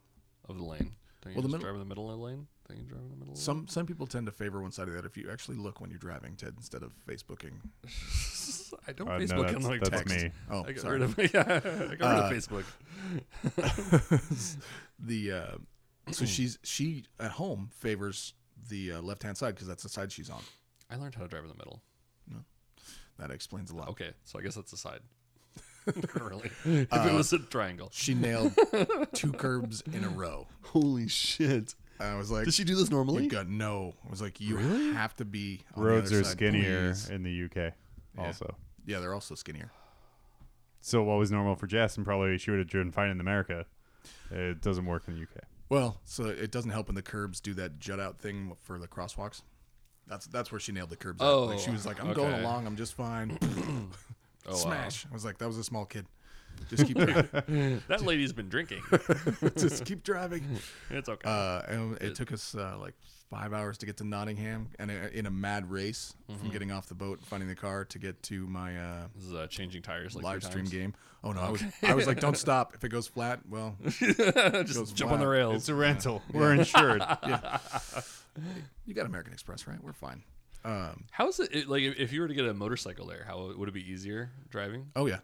Speaker 2: of the lane. Don't you
Speaker 3: Well, the
Speaker 2: just
Speaker 3: middle-
Speaker 2: drive in the middle of the lane? Don't you drive in the middle? Of the
Speaker 3: Some some people tend to favor one side or the other. If you actually look when you're driving, Ted, instead of Facebooking.
Speaker 2: lane? I don't
Speaker 7: Uh, no,
Speaker 2: Facebook
Speaker 7: that's,
Speaker 2: and like
Speaker 7: that's
Speaker 2: text.
Speaker 7: me.
Speaker 3: Oh,
Speaker 2: I got
Speaker 3: sorry. Uh,
Speaker 2: rid of yeah, I got rid of Facebook.
Speaker 3: the uh, so she's she at home favors the uh, left hand side because that's the side she's on.
Speaker 2: I learned how to drive in the middle.
Speaker 3: That explains a lot.
Speaker 2: Okay, so I guess that's a side. really,
Speaker 3: Uh,
Speaker 2: if it was a triangle.
Speaker 3: She nailed two curbs in a row.
Speaker 2: Holy shit!
Speaker 3: I was like,
Speaker 2: Does she do this normally?
Speaker 3: You got no. I was like, you have to be. On the
Speaker 7: Roads
Speaker 3: other
Speaker 7: are
Speaker 3: side,
Speaker 7: skinnier
Speaker 3: please."
Speaker 7: in the UK, also.
Speaker 3: Yeah, they're also skinnier.
Speaker 7: So what was normal for Jess, and probably she would have driven fine in America, it doesn't work in the UK.
Speaker 3: Well, so it doesn't help when the curbs do that jut out thing for the crosswalks. That's that's where she nailed the curbs. out. Like,
Speaker 2: Oh,
Speaker 3: she was like, "I'm going
Speaker 2: okay.
Speaker 3: along. I'm just fine."
Speaker 2: wow.
Speaker 3: Smash! I was like, "That was a small kid. Just keep
Speaker 2: That lady's been drinking.
Speaker 3: just keep driving."
Speaker 2: It's okay.
Speaker 3: Uh, and it took us uh, like five hours to get to Nottingham, and uh, in a mad race
Speaker 2: Mm-hmm.
Speaker 3: from getting off the boat, and finding the car to get to my uh,
Speaker 2: this is uh, changing tires like
Speaker 3: live
Speaker 2: three
Speaker 3: stream
Speaker 2: times.
Speaker 3: game. Oh no, I was I was like, "Don't stop. If it goes flat, well, goes
Speaker 2: Just jump on the
Speaker 3: flat.
Speaker 2: rails.
Speaker 7: It's a rental. We're insured.
Speaker 3: you got American Express, right? We're fine." Um,
Speaker 2: How is it, it like if if you were to get a motorcycle there? How would it be easier driving?
Speaker 3: oh yeah.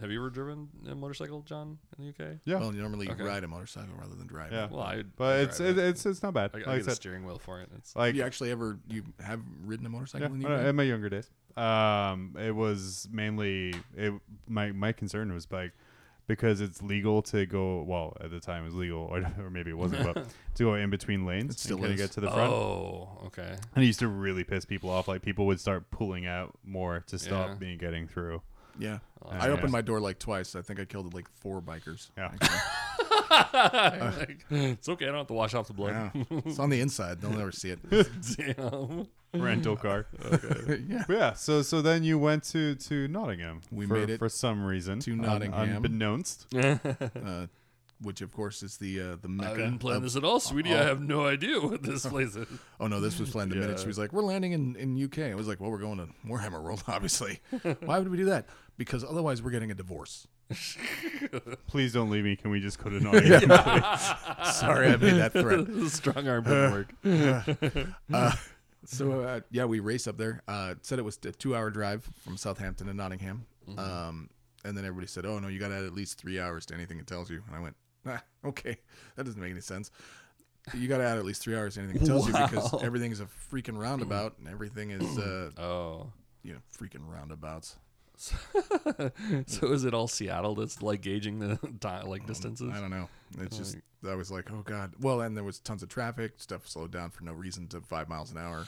Speaker 2: Have you ever driven a motorcycle, John, in the UK?
Speaker 7: Yeah.
Speaker 3: Well, you normally
Speaker 2: Okay.
Speaker 3: ride a motorcycle rather than drive.
Speaker 7: Yeah.
Speaker 2: Well, I would.
Speaker 7: But
Speaker 2: I'd
Speaker 7: it's
Speaker 2: drive
Speaker 7: it, it's it's not bad.
Speaker 2: I, I
Speaker 7: Like
Speaker 2: get
Speaker 7: I
Speaker 2: a
Speaker 7: said,
Speaker 2: steering wheel for it. It's
Speaker 7: like
Speaker 3: Have you actually ever you have ridden a motorcycle
Speaker 7: yeah,
Speaker 3: in the
Speaker 7: I know,
Speaker 3: UK?
Speaker 7: in my younger days, um, it was mainly it. My my concern was like because it's legal to go. Well, at the time it was legal, or, or maybe it wasn't, but to go in between lanes
Speaker 3: still
Speaker 7: and kinda
Speaker 3: is.
Speaker 7: get to the front.
Speaker 2: oh, okay.
Speaker 7: And it used to really piss people off. Like people would start pulling out more to stop
Speaker 2: Yeah.
Speaker 7: me getting through.
Speaker 3: yeah.
Speaker 7: Oh, yeah.
Speaker 3: I opened my door like twice. I think I killed like four bikers.
Speaker 7: Yeah.
Speaker 2: Like, it's okay. I don't have to wash off the blood.
Speaker 3: Yeah. it's on the inside. They'll never see it.
Speaker 2: Damn.
Speaker 7: rental car.
Speaker 3: yeah.
Speaker 7: yeah. So so then you went to to Nottingham.
Speaker 3: We
Speaker 7: for,
Speaker 3: made it
Speaker 7: for some reason
Speaker 3: to
Speaker 7: un-
Speaker 3: Nottingham.
Speaker 7: unbeknownst.
Speaker 3: Uh, which of course is the uh,
Speaker 2: I
Speaker 3: the mecca.
Speaker 2: didn't plan
Speaker 3: of-
Speaker 2: this at all, sweetie. I have no idea what this place is.
Speaker 3: Oh no, this was planned the minute she was like, "We're landing in in UK." I was like, "Well, we're going to Warhammer World, obviously. Why would we do that? Because otherwise, we're getting a divorce."
Speaker 1: Please don't leave me. Can we just go to naughty? yeah.
Speaker 3: Sorry, I made that threat.
Speaker 2: Strong arm didn't work.
Speaker 3: So uh, yeah, we race up there. Uh, it said it was a two-hour drive from Southampton to Nottingham,
Speaker 2: Mm-hmm.
Speaker 3: um, and then everybody said, "Oh no, you got to add at least three hours to anything it tells you." And I went, ah, "Okay, that doesn't make any sense. You got to add at least three hours to anything it tells you because everything is a freaking roundabout and everything is, uh,
Speaker 2: Oh.
Speaker 3: you know, freaking roundabouts."
Speaker 2: So is it all Seattle that's like gauging the di-
Speaker 1: Um,
Speaker 2: like distances?
Speaker 3: I don't know. It's just I was like, "Oh God." Well, and there was tons of traffic. Stuff slowed down for no reason to five miles an hour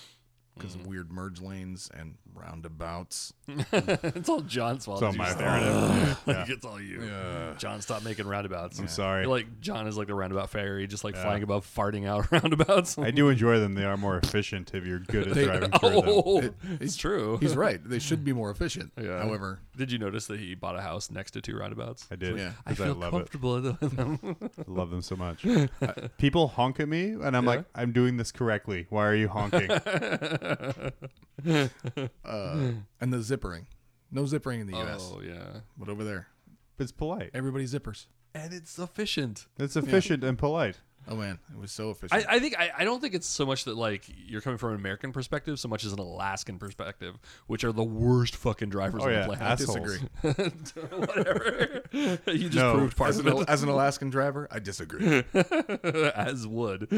Speaker 3: because
Speaker 2: Mm-hmm.
Speaker 3: of weird merge lanes and roundabouts.
Speaker 2: it's all John's fault.
Speaker 1: It's all
Speaker 2: You
Speaker 1: my
Speaker 2: just-
Speaker 1: fault.
Speaker 2: Like, It's all you. John, stop making roundabouts. I'm
Speaker 1: sorry.
Speaker 2: Like John is like the roundabout fairy, just like flying above, farting out roundabouts.
Speaker 1: I do enjoy them. They are more efficient if you're good at driving through them.
Speaker 2: oh, it's
Speaker 3: he's-
Speaker 2: true.
Speaker 3: He's right. They should be more efficient.
Speaker 2: Yeah.
Speaker 3: However,
Speaker 2: Did you notice that he bought a house next to two roundabouts?
Speaker 1: I did.
Speaker 3: Yeah.
Speaker 2: I
Speaker 1: Because I,
Speaker 2: feel
Speaker 1: love it.
Speaker 2: comfortable with them.
Speaker 1: I love them so much. People honk at me, and I'm like, I'm doing this correctly. Why are you honking?
Speaker 3: and the zippering. No zippering in the U.S.
Speaker 2: Oh yeah,
Speaker 3: But over there,
Speaker 1: it's polite.
Speaker 3: everybody zippers.
Speaker 2: and it's efficient.
Speaker 1: It's efficient and polite.
Speaker 3: Oh man, it was so efficient.
Speaker 2: I, I think I, I don't think it's so much that like you're coming from an American perspective, so much as an Alaskan perspective, which are the worst fucking drivers
Speaker 1: Oh,
Speaker 2: on
Speaker 1: yeah.
Speaker 2: the planet.
Speaker 1: Assholes.
Speaker 3: disagree.
Speaker 2: Whatever. you just
Speaker 1: No.
Speaker 2: proved part
Speaker 3: As
Speaker 2: of
Speaker 3: an,
Speaker 2: it
Speaker 3: as an Alaskan driver, I disagree.
Speaker 2: as would.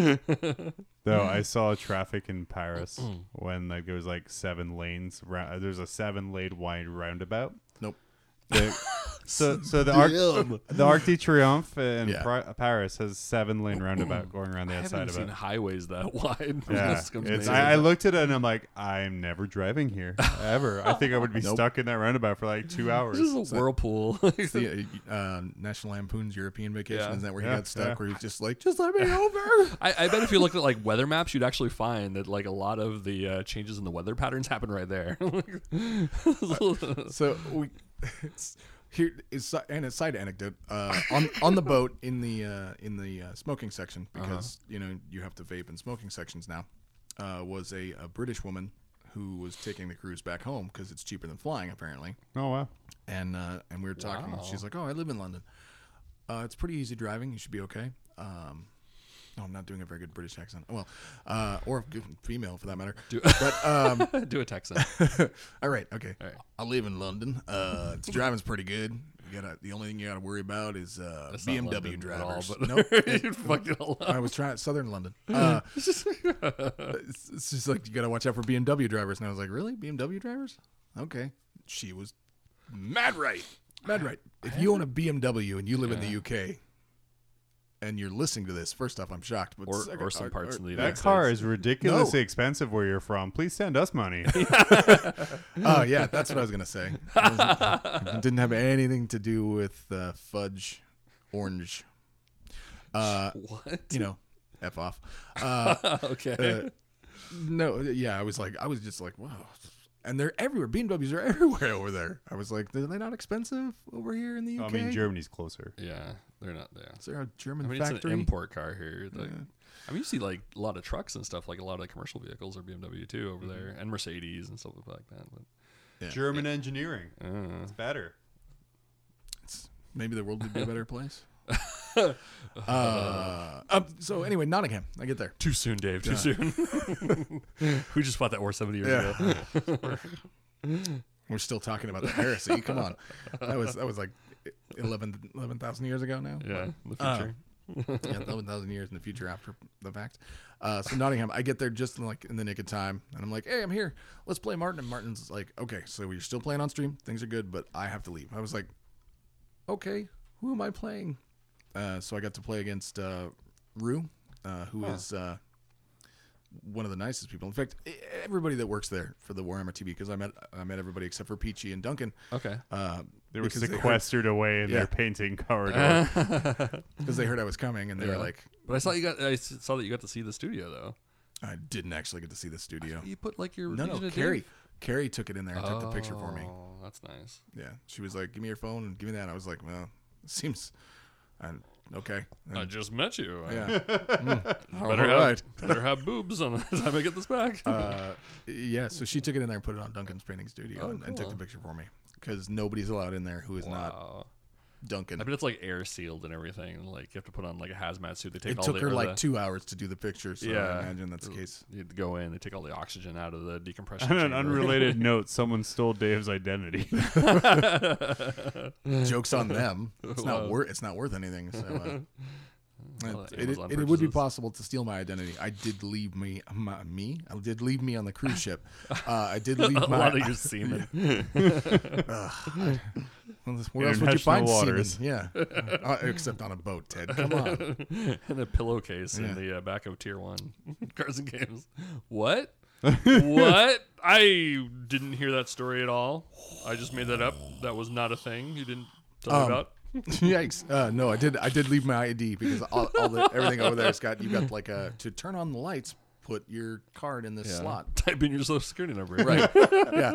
Speaker 1: Though I saw traffic in Paris
Speaker 2: Mm.
Speaker 1: when like there was like seven lanes. Ra- there's a seven lane wide roundabout.
Speaker 3: Nope.
Speaker 1: The- so so the Arc the Arc de Triomphe in
Speaker 3: Yeah.
Speaker 1: Pri- Paris has seven lane roundabout going around the
Speaker 2: I
Speaker 1: outside
Speaker 2: haven't
Speaker 1: of
Speaker 2: seen
Speaker 1: it.
Speaker 2: highways that wide.
Speaker 1: Yeah,
Speaker 2: This comes
Speaker 1: it's,
Speaker 2: amazing.
Speaker 1: I, I looked at it and I'm like, I'm never driving here ever. I think I would be stuck in that roundabout for like two hours.
Speaker 2: this is a whirlpool.
Speaker 3: It's the uh, uh, National Lampoon's European Vacation.
Speaker 2: Yeah.
Speaker 3: Isn't that where he
Speaker 1: Yeah,
Speaker 3: got stuck?
Speaker 1: yeah.
Speaker 3: Where he's just like, just let me over.
Speaker 2: I, I bet if you looked at like weather maps, you'd actually find that like a lot of the uh, changes in the weather patterns happen right there.
Speaker 3: so we it's- here is si- and a side anecdote uh, on on the boat in the uh, in the uh, smoking section because you know you have to vape in smoking sections now uh, was a, a British woman who was taking the cruise back home because it's cheaper than flying apparently
Speaker 1: oh wow.
Speaker 3: and uh, and we were talking. and She's like, "Oh, I live in London. Uh, it's pretty easy driving. You should be okay." Um, no, I'm not doing a very good British accent. Well, uh, or g- female for that matter. But um,
Speaker 2: Do a Texan.
Speaker 3: all right, okay. I live in London. Uh, it's driving's pretty good. You gotta. The only thing you gotta worry about is uh,
Speaker 2: not
Speaker 3: BMW
Speaker 2: London at all,
Speaker 3: drivers.
Speaker 2: but-
Speaker 3: Nope.
Speaker 2: you fucked it all up.
Speaker 3: I was trying Southern London. Uh, it's, it's just like you gotta watch out for BMW drivers. And I was like, really, BMW drivers? Okay. She was mad right, mad right. If you own a BMW and you live in the UK, and you're listening to this, first off, I'm shocked. But
Speaker 2: Or,
Speaker 3: second-
Speaker 2: or some parts in the
Speaker 1: That
Speaker 2: United
Speaker 1: car
Speaker 2: States.
Speaker 1: is ridiculously expensive where you're from. Please send us money.
Speaker 3: Oh yeah, that's what I was gonna say. I wasn't- didn't have anything to do with uh, fudge, orange. Uh,
Speaker 2: What?
Speaker 3: you know, f off. Uh,
Speaker 2: okay.
Speaker 3: uh, no, yeah, I was like, I was just like, wow. And they're everywhere. BMWs are everywhere over there. I was like, are they not expensive over here in the
Speaker 1: I
Speaker 3: UK?
Speaker 1: mean, Germany's closer.
Speaker 2: yeah, they're not there.
Speaker 3: Is there a German
Speaker 2: I mean, it's an
Speaker 3: factory?
Speaker 2: import car here. Like, I mean, you see like a lot of trucks and stuff. Like a lot of the commercial vehicles are BMW too
Speaker 3: Mm-hmm.
Speaker 2: over there, and Mercedes and stuff like that. But
Speaker 1: German engineering.
Speaker 2: Uh.
Speaker 1: It's better.
Speaker 3: It's- Maybe the world would be a better place. uh, um, so anyway, Nottingham. I get there.
Speaker 2: too soon, Dave. Too soon. we just fought that war seventy years ago.
Speaker 3: We're still talking about the heresy. Come on, that was that was like 11 11,000 years ago now.
Speaker 2: Yeah, in the
Speaker 3: Uh,
Speaker 2: future.
Speaker 3: yeah, eleven thousand years in the future after the fact. Uh, so Nottingham, I get there just in, like in the nick of time, and I'm like, "Hey, I'm here. Let's play Martin." And Martin's like, "Okay, so you're still playing on stream. Things are good, but I have to leave." I was like, "Okay, who am I playing?" Uh, so I got to play against uh, Rue, uh, who is uh, one of the nicest people. In fact, e- everybody that works there for the Warhammer TV, because I met I met everybody except for Peachy and Duncan.
Speaker 2: okay.
Speaker 3: Uh,
Speaker 1: They were
Speaker 3: because they heard-
Speaker 1: sequestered away in
Speaker 3: Yeah.
Speaker 1: their painting corridor.
Speaker 3: because they heard I was coming, and they
Speaker 2: Yeah.
Speaker 3: were like,
Speaker 2: But I saw you got. I s- saw that you got to see the studio though.
Speaker 3: "I didn't actually get to see the studio."
Speaker 2: You put like your
Speaker 3: No,
Speaker 2: Legion
Speaker 3: no,
Speaker 2: of
Speaker 3: Carrie.
Speaker 2: Doom-
Speaker 3: Carrie took it in there and took the picture for me.
Speaker 2: Oh, that's nice.
Speaker 3: Yeah, she was like, "Give me your phone and give me that." I was like, "Well, seems, and okay." And-
Speaker 2: I just met you. I
Speaker 3: yeah,
Speaker 2: better
Speaker 3: all
Speaker 2: have better have boobs on the time I get this back.
Speaker 3: uh, yeah. So she took it in there and
Speaker 2: Oh,
Speaker 3: put it on Duncan's painting studio and, and took the picture for me because nobody's allowed in there who is not
Speaker 2: wow.
Speaker 3: Duncan.
Speaker 2: I bet it's like air sealed and everything. Like you have to put on like a hazmat suit. They take
Speaker 3: it
Speaker 2: all
Speaker 3: took
Speaker 2: the,
Speaker 3: her
Speaker 2: or
Speaker 3: like
Speaker 2: the-
Speaker 3: two hours to do the picture, so
Speaker 2: Yeah.
Speaker 3: I imagine that's the case.
Speaker 2: You go in. They take all the oxygen out of the decompression.
Speaker 1: On an
Speaker 2: chamber.
Speaker 1: unrelated note, someone stole Dave's identity.
Speaker 3: Jokes on them. It's not worth. It's not worth anything. So, uh,
Speaker 2: Well,
Speaker 3: it, it,
Speaker 2: Amazon
Speaker 3: it would be
Speaker 2: purchases.
Speaker 3: possible to steal my identity. I did leave me my, me. I did leave me on the cruise ship. Uh, I did leave
Speaker 2: a
Speaker 3: my.
Speaker 2: lot of your semen.
Speaker 3: Well, Where else would you
Speaker 1: International
Speaker 3: find semen?
Speaker 1: waters.
Speaker 3: Yeah, uh, except on a boat, Ted. Come on.
Speaker 2: and a pillowcase
Speaker 3: Yeah.
Speaker 2: in the uh, back of tier one cards and games. What? what? I didn't hear that story at all. I just made that up. That was not a thing. You didn't tell me about.
Speaker 3: Yikes! Uh, no, I did. I did leave my ID because all, all the everything over there, Scott. You got like a to turn on the lights. Put your card in this slot.
Speaker 2: Type in your social security number. Right.
Speaker 3: Right. yeah.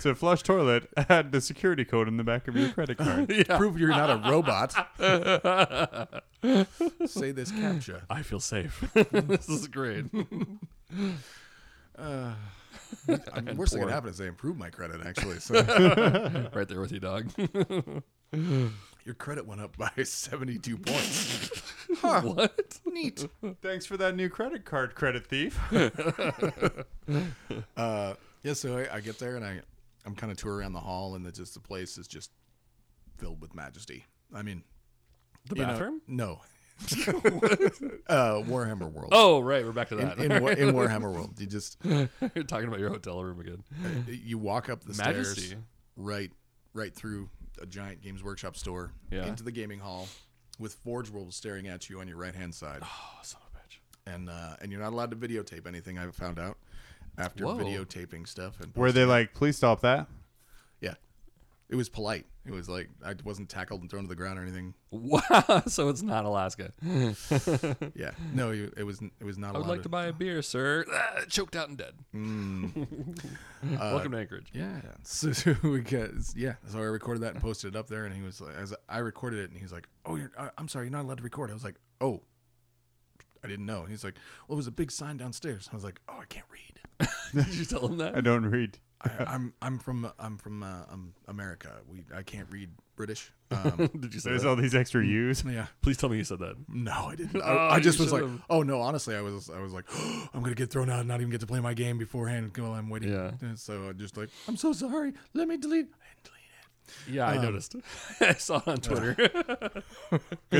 Speaker 1: so flush toilet had the security code in the back of your credit card.
Speaker 3: Prove you're not a robot. Say this captcha.
Speaker 2: I feel safe. this is great.
Speaker 3: I mean, worst thing that could happen is they improve my credit. Actually, so
Speaker 2: right there with you, dog.
Speaker 3: your credit went up by seventy-two points.
Speaker 2: what?
Speaker 3: Neat.
Speaker 1: Thanks for that new credit card, credit thief.
Speaker 3: Uh, yeah. So I, I get there and I, I'm kind of touring around the hall, and the, just the place is just filled with majesty. I mean,
Speaker 2: The
Speaker 3: you know-
Speaker 2: bathroom?
Speaker 3: no. uh, Warhammer World.
Speaker 2: Oh, right. We're back to
Speaker 3: In,
Speaker 2: that.
Speaker 3: in, War- in Warhammer World, you just
Speaker 2: You're talking about your hotel room again.
Speaker 3: you walk up the
Speaker 2: Majesty.
Speaker 3: stairs right right through a giant games workshop store
Speaker 2: Yeah.
Speaker 3: into the gaming hall with forge wolves staring at you on your right hand side
Speaker 2: Oh, son of a bitch.
Speaker 3: and uh, and you're not allowed to videotape anything i found out after
Speaker 2: Whoa.
Speaker 3: videotaping stuff and
Speaker 1: Were they like, please stop that?
Speaker 3: yeah it was polite it was like i wasn't tackled and thrown to the ground or anything
Speaker 2: Wow. So it's not Alaska.
Speaker 3: yeah no you- it was it was not
Speaker 2: I would
Speaker 3: allowed
Speaker 2: like to buy a beer, sir. Ah, choked out and dead. Welcome to Anchorage.
Speaker 3: Yeah. So, so we got yeah. So I recorded that and posted it up there, and he was like, as I recorded it, and he's like, "Oh, you're, I- I'm sorry, you're not allowed to record." I was like, "Oh, I didn't know." And he's like, "Well, it was a big sign downstairs." I was like, "Oh, I can't read.
Speaker 2: Did you tell him
Speaker 1: I
Speaker 2: that?
Speaker 1: don't read.
Speaker 3: I, I'm I'm from I'm from uh, um, America. We I can't read British." Um,
Speaker 2: Did you say
Speaker 1: There's
Speaker 2: that?
Speaker 1: all these extra U's.
Speaker 3: yeah.
Speaker 2: Please tell me you said that.
Speaker 3: No, I didn't. I,
Speaker 2: Oh,
Speaker 3: I just
Speaker 2: you
Speaker 3: was like,
Speaker 2: should've.
Speaker 3: "Oh no!" Honestly, I was I was like, "I'm gonna get thrown out, and not even get to play my game beforehand while I'm waiting."
Speaker 2: Yeah.
Speaker 3: And so I just like, "I'm so sorry. Let me delete." I didn't delete it.
Speaker 2: Yeah, I noticed. I saw it on Twitter.
Speaker 1: Good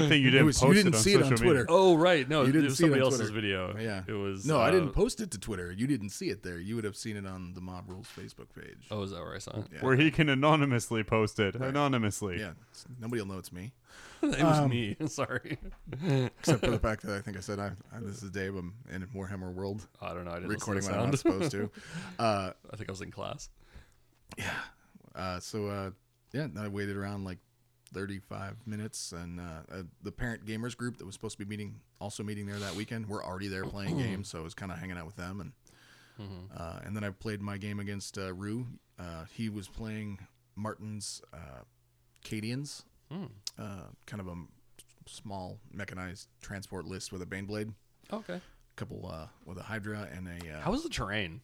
Speaker 1: thing you didn't
Speaker 3: was- you
Speaker 1: post
Speaker 3: didn't
Speaker 1: on
Speaker 3: see it on
Speaker 1: social media.
Speaker 3: Twitter.
Speaker 2: oh right, no,
Speaker 3: You didn't
Speaker 2: it was
Speaker 3: see it on
Speaker 2: somebody else's
Speaker 3: Twitter.
Speaker 2: video.
Speaker 3: Yeah.
Speaker 2: it was.
Speaker 3: No, I
Speaker 2: uh,
Speaker 3: didn't post it to Twitter. You didn't see it there. You would have seen it on the Mob Rules Facebook page.
Speaker 2: Oh, is that where I saw it?
Speaker 1: Where he can anonymously post it. Anonymously.
Speaker 3: Yeah. it's- Nobody will know it's me.
Speaker 2: it was me. Sorry,
Speaker 3: Except for the fact that I think I said, I, I, This is Dave. I'm in Warhammer World
Speaker 2: I don't know. I didn't
Speaker 3: recording
Speaker 2: recording
Speaker 3: when
Speaker 2: listen
Speaker 3: I'm not
Speaker 2: to sound.
Speaker 3: supposed to. Uh,
Speaker 2: I think I was in class.
Speaker 3: uh, so, uh, yeah, I waited around like 35 minutes. And uh, uh, the parent gamers group that was supposed to be meeting, also meeting there that weekend, were already there playing games. So I was kind of hanging out with them. And uh, and then I played my game against uh, Rue. Uh, he was playing Martin's uh, Cadians, uh, kind of a m- small mechanized transport list with a Baneblade, a
Speaker 2: okay,
Speaker 3: couple uh, with a Hydra, and a. Uh,
Speaker 2: how was the terrain?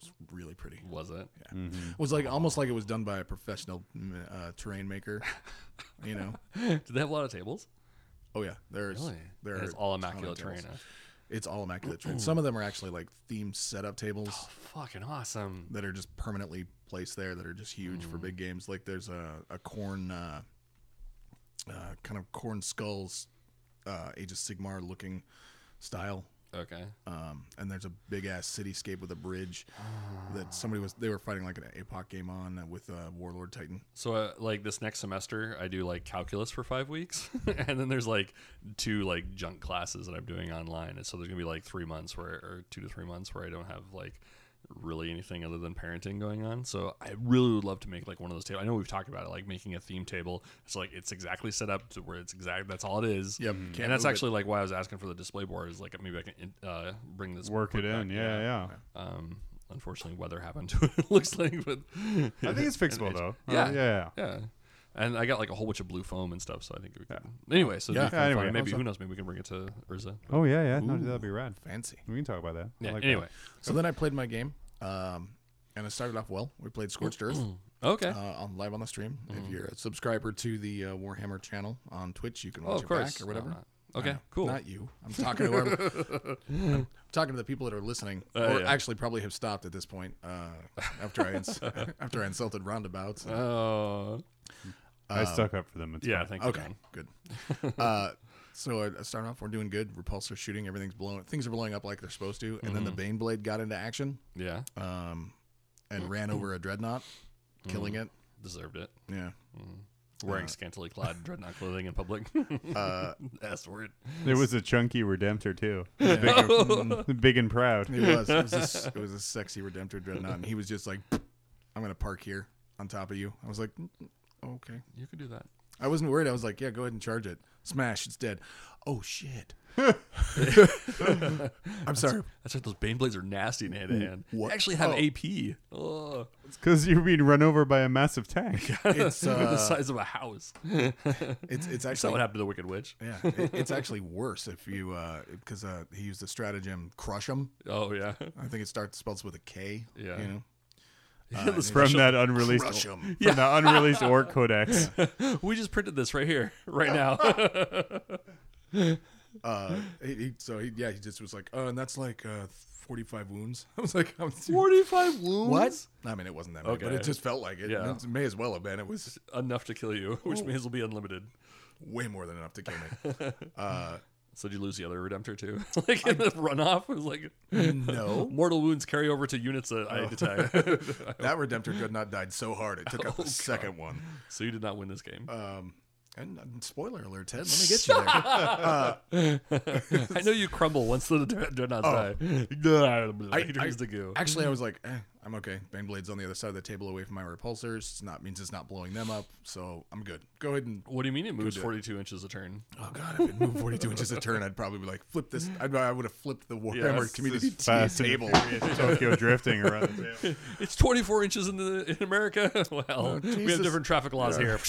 Speaker 3: was really pretty.
Speaker 2: Was it?
Speaker 3: Yeah. It was like almost like it was done by a professional mm, uh, terrain maker. You know?
Speaker 2: Did they have a lot of tables?
Speaker 3: Oh yeah, there's
Speaker 2: Really?
Speaker 3: there
Speaker 2: And
Speaker 3: are
Speaker 2: it's all
Speaker 3: a ton of
Speaker 2: immaculate
Speaker 3: tables.
Speaker 2: terrain. huh? Mm.
Speaker 3: It's all immaculate terrain. Some of them are actually like themed setup tables.
Speaker 2: Fucking awesome.
Speaker 3: that are just permanently placed there that are just huge for
Speaker 2: Mm.
Speaker 3: big games. Like there's a, a corn, uh, uh, kind of corn skulls, uh, Age of Sigmar looking style.
Speaker 2: Okay.
Speaker 3: Um, and there's a big ass cityscape with a bridge
Speaker 2: Ah.
Speaker 3: that somebody was, they were fighting like an APOC game on with uh, Warlord Titan.
Speaker 2: So, uh, like this next semester, I do like calculus for five weeks, and then there's like two like junk classes that I'm doing online, and so there's gonna be like three months where, or two to three months where I don't have like really anything other than parenting going on. So I really would love to make like one of those tables. I know we've talked about it, like making a theme table. It's like it's exactly set up to where it's exact. That's all it is.
Speaker 3: Yep,
Speaker 1: Mm-hmm.
Speaker 3: can't
Speaker 2: And that's
Speaker 3: move it.
Speaker 2: actually like why I was asking for the display board. Is like maybe I can uh, bring this
Speaker 1: Work it
Speaker 2: back.
Speaker 1: in. Yeah, yeah.
Speaker 2: Um, unfortunately, weather happened to it. it looks like, but
Speaker 1: I think it's fixable,
Speaker 2: it's-
Speaker 1: though.
Speaker 2: yeah.
Speaker 1: Uh, yeah.
Speaker 2: yeah. And I got like a whole bunch of blue foom and stuff, so I think we could. Anyway, so
Speaker 3: Yeah,
Speaker 2: yeah,
Speaker 1: anyway,
Speaker 2: anyway, maybe
Speaker 3: also-
Speaker 2: who knows? Maybe we can bring it to Urza.
Speaker 1: Oh, yeah, yeah. No, that'd be rad.
Speaker 3: Fancy.
Speaker 1: We can talk about that. I
Speaker 2: Yeah,
Speaker 1: like that.
Speaker 2: anyway, Mm-hmm.
Speaker 3: So then I played my game, um, and I started off well. We played Scorched Earth.
Speaker 2: Okay.
Speaker 3: uh, on live on the stream.
Speaker 2: Mm-hmm.
Speaker 3: If you're a subscriber to the uh, Warhammer channel on Twitch, you can
Speaker 2: oh,
Speaker 3: watch
Speaker 2: of
Speaker 3: it
Speaker 2: course.
Speaker 3: back or whatever.
Speaker 2: Uh, okay.
Speaker 3: No,
Speaker 2: Cool.
Speaker 3: Not you. I'm talking to whoever. I'm talking to the people that are listening, or
Speaker 2: Oh, yeah.
Speaker 3: actually probably have stopped at this point uh, after I ins- after I insulted roundabouts.
Speaker 2: Oh.
Speaker 1: I stuck up for them. It's
Speaker 2: yeah.
Speaker 1: fine.
Speaker 2: Thank you.
Speaker 3: okay,
Speaker 2: John.
Speaker 3: good. Uh, so uh, starting off, we're doing good. Repulsor shooting, everything's blowing. Things are blowing up like they're supposed to, and
Speaker 2: Mm-hmm.
Speaker 3: then the Bane blade got into action
Speaker 2: Yeah.
Speaker 3: um, and ran over a dreadnought, killing
Speaker 2: Mm.
Speaker 3: it.
Speaker 2: Deserved it.
Speaker 3: Yeah. uh,
Speaker 2: Wearing scantily clad dreadnought clothing in public. That's word.
Speaker 1: There was a chunky Redemptor too. Big, big and proud.
Speaker 3: It was. It was, a, s- it was a sexy Redemptor dreadnought, and he was just like, "I'm gonna park here on top of you." I was like, "Mm, mm, "Okay."
Speaker 2: You could do that.
Speaker 3: I wasn't worried. I was like, "Yeah, go ahead and charge it. Smash! It's dead." Oh shit! I'm sorry.
Speaker 2: That's right. Those Bane blades are nasty in hand to hand. They
Speaker 3: What?
Speaker 2: actually have
Speaker 3: Oh.
Speaker 2: AP. Oh,
Speaker 1: It's because you're being run over by a massive tank.
Speaker 3: It's
Speaker 2: the
Speaker 3: uh,
Speaker 2: size of a house.
Speaker 3: it's it's
Speaker 2: That's not
Speaker 3: actually
Speaker 2: what happened to the Wicked Witch.
Speaker 3: yeah. It, it's actually worse if you because uh, he used the stratagem crush him.
Speaker 2: Oh yeah,
Speaker 3: I think it starts spells with a K.
Speaker 2: Yeah.
Speaker 3: You know.
Speaker 2: The
Speaker 1: From
Speaker 2: special-
Speaker 1: that unreleased,
Speaker 3: Crush
Speaker 1: from
Speaker 3: 'em.
Speaker 1: the unreleased orc codex.
Speaker 2: we just printed this right here, right now.
Speaker 3: Uh, he, he- so he, yeah, he just was like, "Oh, and that's like uh, 45 wounds." I was like, I'm
Speaker 2: Forty-five wounds.
Speaker 3: What? I mean, it wasn't that many, but
Speaker 2: Okay.
Speaker 3: it just felt like it.
Speaker 2: Yeah.
Speaker 3: It may as well have been. It was
Speaker 2: Enough to kill you, which means it'll be unlimited.
Speaker 3: way more than enough to kill me. Uh,
Speaker 2: So did you lose the other Redemptor too? like in the runoff, it was like
Speaker 3: no,
Speaker 2: mortal wounds carry over to units that I
Speaker 3: Oh.
Speaker 2: attack.
Speaker 3: that Redemptor could not died so hard it took out the
Speaker 2: Oh,
Speaker 3: second one.
Speaker 2: so you did not win this game.
Speaker 3: And, uh, spoiler alert, Ted, let me get you there.
Speaker 2: I know you crumble once the dread- dreadnoughts die.
Speaker 3: Oh, I-
Speaker 2: he turns
Speaker 3: I-
Speaker 2: to goo.
Speaker 3: Actually, I was like, eh, I'm okay. Baneblade's on the other side of the table, away from my repulsors. It's not means it's not blowing them up, so I'm good. Go ahead and.
Speaker 2: what do you mean it moves
Speaker 3: do it.
Speaker 2: forty-two inches a turn?
Speaker 3: Oh God, if it moved 42 inches a turn, I'd probably be like, flip this. I'd, I would have flipped the Warhammer
Speaker 2: this
Speaker 3: community
Speaker 1: is fast and
Speaker 3: table.
Speaker 1: Tokyo drifting around the table.
Speaker 2: It's 24 inches in the in America. Well, we
Speaker 3: Oh, Jesus.
Speaker 2: have different traffic laws here.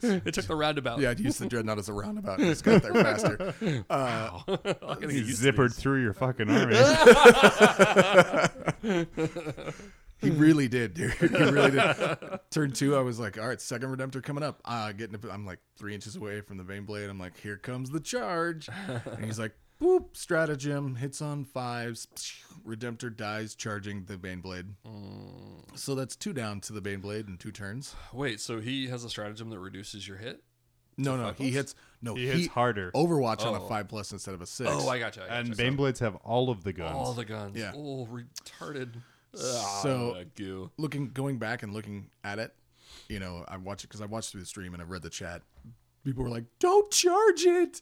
Speaker 2: it took the roundabout.
Speaker 3: Yeah, I'd use the dreadnought as a roundabout and just got there faster.
Speaker 2: I gotta get
Speaker 1: You
Speaker 2: used to
Speaker 1: zippered
Speaker 2: these.
Speaker 1: through your fucking army.
Speaker 3: He really did, dude. He really did. Turn two, I was like, all right, second Redemptor coming up. Uh, getting, a- I'm like three inches away from the Bane Blade. I'm like, here comes the charge. And he's like, boop, stratagem, hits on fives. Redemptor dies charging the Bane Blade.
Speaker 2: Mm.
Speaker 3: So that's two down to the Bane Blade in two turns.
Speaker 2: Wait, so he has a stratagem that reduces your hit?
Speaker 3: No, no, he hits. No,
Speaker 1: He hits harder.
Speaker 3: Overwatch on a five plus instead of a six.
Speaker 2: Oh, I gotcha. I gotcha.
Speaker 1: And Baneblades have all of the guns.
Speaker 2: all the guns.
Speaker 3: Yeah.
Speaker 2: Oh, retarded.
Speaker 3: So-
Speaker 2: Ah, goo.
Speaker 3: looking going back and looking at it you know i watch it because i watched through the stream and i read the chat people were like don't charge it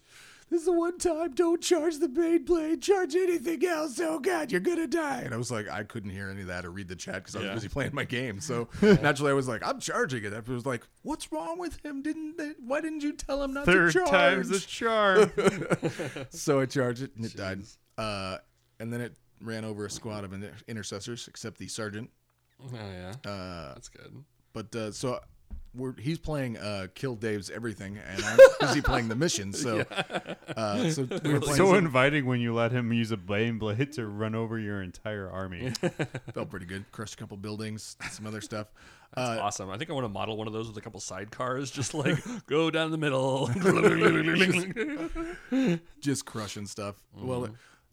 Speaker 3: this is the one time don't charge the blade blade charge anything else oh god you're gonna die and i was like i couldn't hear any of that or read the chat because i was
Speaker 2: Yeah.
Speaker 3: busy playing my game so naturally i was like i'm charging it i was like what's wrong with him didn't they, why didn't you tell him not
Speaker 1: Third
Speaker 3: to charge
Speaker 1: time's a charm.
Speaker 3: so I charged it and it died. Uh, and then it ran over a squad of inter- intercessors, except the sergeant.
Speaker 2: Oh yeah.
Speaker 3: Uh,
Speaker 2: That's good.
Speaker 3: But uh, so we're, he's playing uh, Kill Dave's everything, and I'm busy playing the mission. So, uh, so we were playing.
Speaker 1: so inviting when you let him use a blade blade to run over your entire army.
Speaker 3: felt pretty good. Crushed a couple buildings, some other stuff. Uh,
Speaker 2: awesome. I think I want to model one of those with a couple sidecars, just like go down the middle.
Speaker 3: just crushing stuff.
Speaker 2: Mm-hmm.
Speaker 3: Well,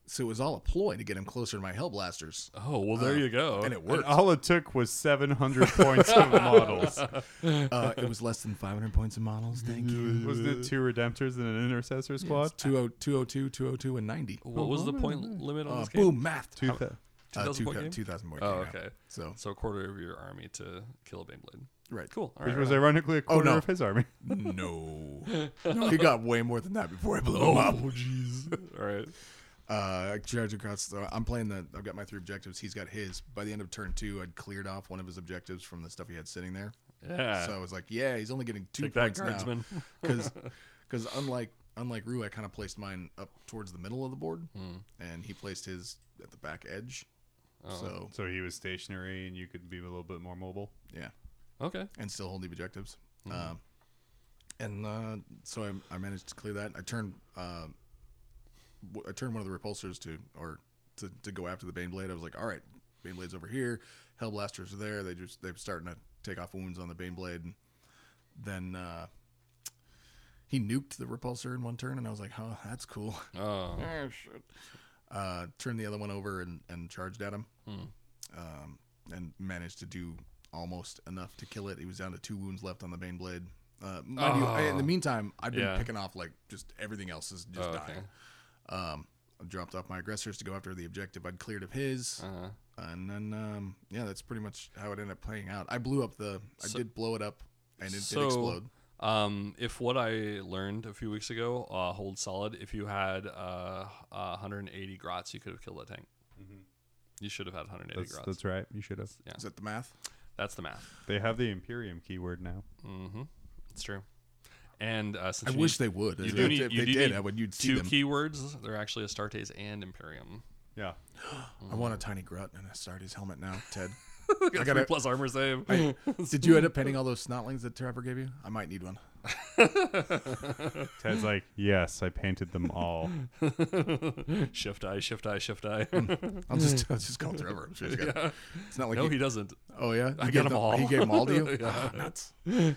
Speaker 3: so it was all a ploy to get him closer to my Hellblasters,
Speaker 2: oh uh, well, there you go.
Speaker 3: Uh, and it
Speaker 1: And
Speaker 3: worked.
Speaker 1: all it took was 700 points of models.
Speaker 3: Uh, it was less than 500 points in models. Thank you. oh,
Speaker 1: Wasn't it two Redemptors and an Intercessor squad?
Speaker 3: 20- 202, 202, and 90.
Speaker 2: what was the point limit on
Speaker 3: Uh,
Speaker 2: this game?
Speaker 3: boom, math.
Speaker 1: Two thou-
Speaker 3: Uh,
Speaker 2: 2000 point game?
Speaker 3: 2000 point
Speaker 2: Oh,
Speaker 3: game, yeah.
Speaker 2: okay.
Speaker 3: So,
Speaker 2: So a quarter of your army to kill a Baneblade.
Speaker 3: right.
Speaker 2: Cool. All
Speaker 1: which
Speaker 2: right,
Speaker 1: was
Speaker 2: right on.
Speaker 1: ironically a quarter
Speaker 3: no.
Speaker 1: of his army.
Speaker 3: No. he got way more than that before I blew him up.
Speaker 2: Oh jeez. All right.
Speaker 3: Uh, Judge across. So I'm playing the. I've got my three objectives. He's got his. By the end of turn two, I'd cleared off one of his objectives from the stuff he had sitting there.
Speaker 2: Yeah.
Speaker 3: So I was like, yeah, he's only getting two
Speaker 2: Uh, Take that,
Speaker 3: points now.
Speaker 2: guardsman.
Speaker 3: Because, because unlike unlike Rue, I kind of placed mine up towards the middle of the board,
Speaker 2: Hmm.
Speaker 3: and he placed his at the back edge.
Speaker 2: Oh.
Speaker 3: So
Speaker 1: So he was stationary and you could be a little bit more mobile.
Speaker 3: yeah.
Speaker 2: Okay.
Speaker 3: and still hold the objectives.
Speaker 2: Hmm.
Speaker 3: Um, and uh, so I, I managed to clear that. I turned um w- I turned one of the repulsors to or to, to go after the Bane Blade. I was like, all right, Baneblade's over here. Hellblasters are there. They just they're starting to take off wounds on the Baneblade. And then uh, he nuked the repulsor in one turn, and I was like, "Oh, that's cool."
Speaker 2: Oh,
Speaker 3: Oh, shit. Uh, turned the other one over and, and charged at him.
Speaker 2: Hmm.
Speaker 3: Um, and managed to do almost enough to kill it. He was down to two wounds left on the Bane Blade. Uh, mind you, I- in the meantime, I've been
Speaker 2: Oh. Yeah.
Speaker 3: picking off like just everything else is just
Speaker 2: Oh, okay.
Speaker 3: dying. Um, I dropped off my aggressors to go after the objective I'd cleared of his.
Speaker 2: uh,
Speaker 3: And then, um, yeah, that's pretty much how it ended up playing out. I blew up the, I did blow it up and it did explode.
Speaker 2: Um, if what I learned a few weeks ago uh, holds solid, if you had uh, uh, 180 grots, you could have killed that tank. You should have had 180
Speaker 1: That's,
Speaker 2: grots. That's,
Speaker 1: that's right. You should have.
Speaker 3: Is that the math?
Speaker 2: the math.
Speaker 1: They have the Imperium keyword now.
Speaker 2: It's true. And uh, since
Speaker 3: I
Speaker 2: you
Speaker 3: wish
Speaker 2: need,
Speaker 3: they would.
Speaker 2: you
Speaker 3: If
Speaker 2: do
Speaker 3: they-
Speaker 2: need,
Speaker 3: if
Speaker 2: you
Speaker 3: they
Speaker 2: do
Speaker 3: did,
Speaker 2: need
Speaker 3: I would, you'd see
Speaker 2: two
Speaker 3: them.
Speaker 2: keywords. They're actually Astartes and Imperium.
Speaker 1: Yeah.
Speaker 3: I want a tiny grut and I start his helmet now, Ted.
Speaker 2: I got
Speaker 3: gotta-
Speaker 2: three plus armor save.
Speaker 3: Did you end up painting all those snotlings that Trevor gave you? I might need one.
Speaker 1: Ted's like, yes, I painted them all.
Speaker 2: shift I, shift I, shift I.
Speaker 3: I'll just I'll just call Trevor. I'm sure he's got It's not like
Speaker 2: no,
Speaker 3: he,
Speaker 2: he doesn't.
Speaker 3: oh yeah,
Speaker 2: I got
Speaker 3: He gave
Speaker 2: them all.
Speaker 3: He gave them all to you.
Speaker 2: Yeah.
Speaker 3: Ah, nuts. Um,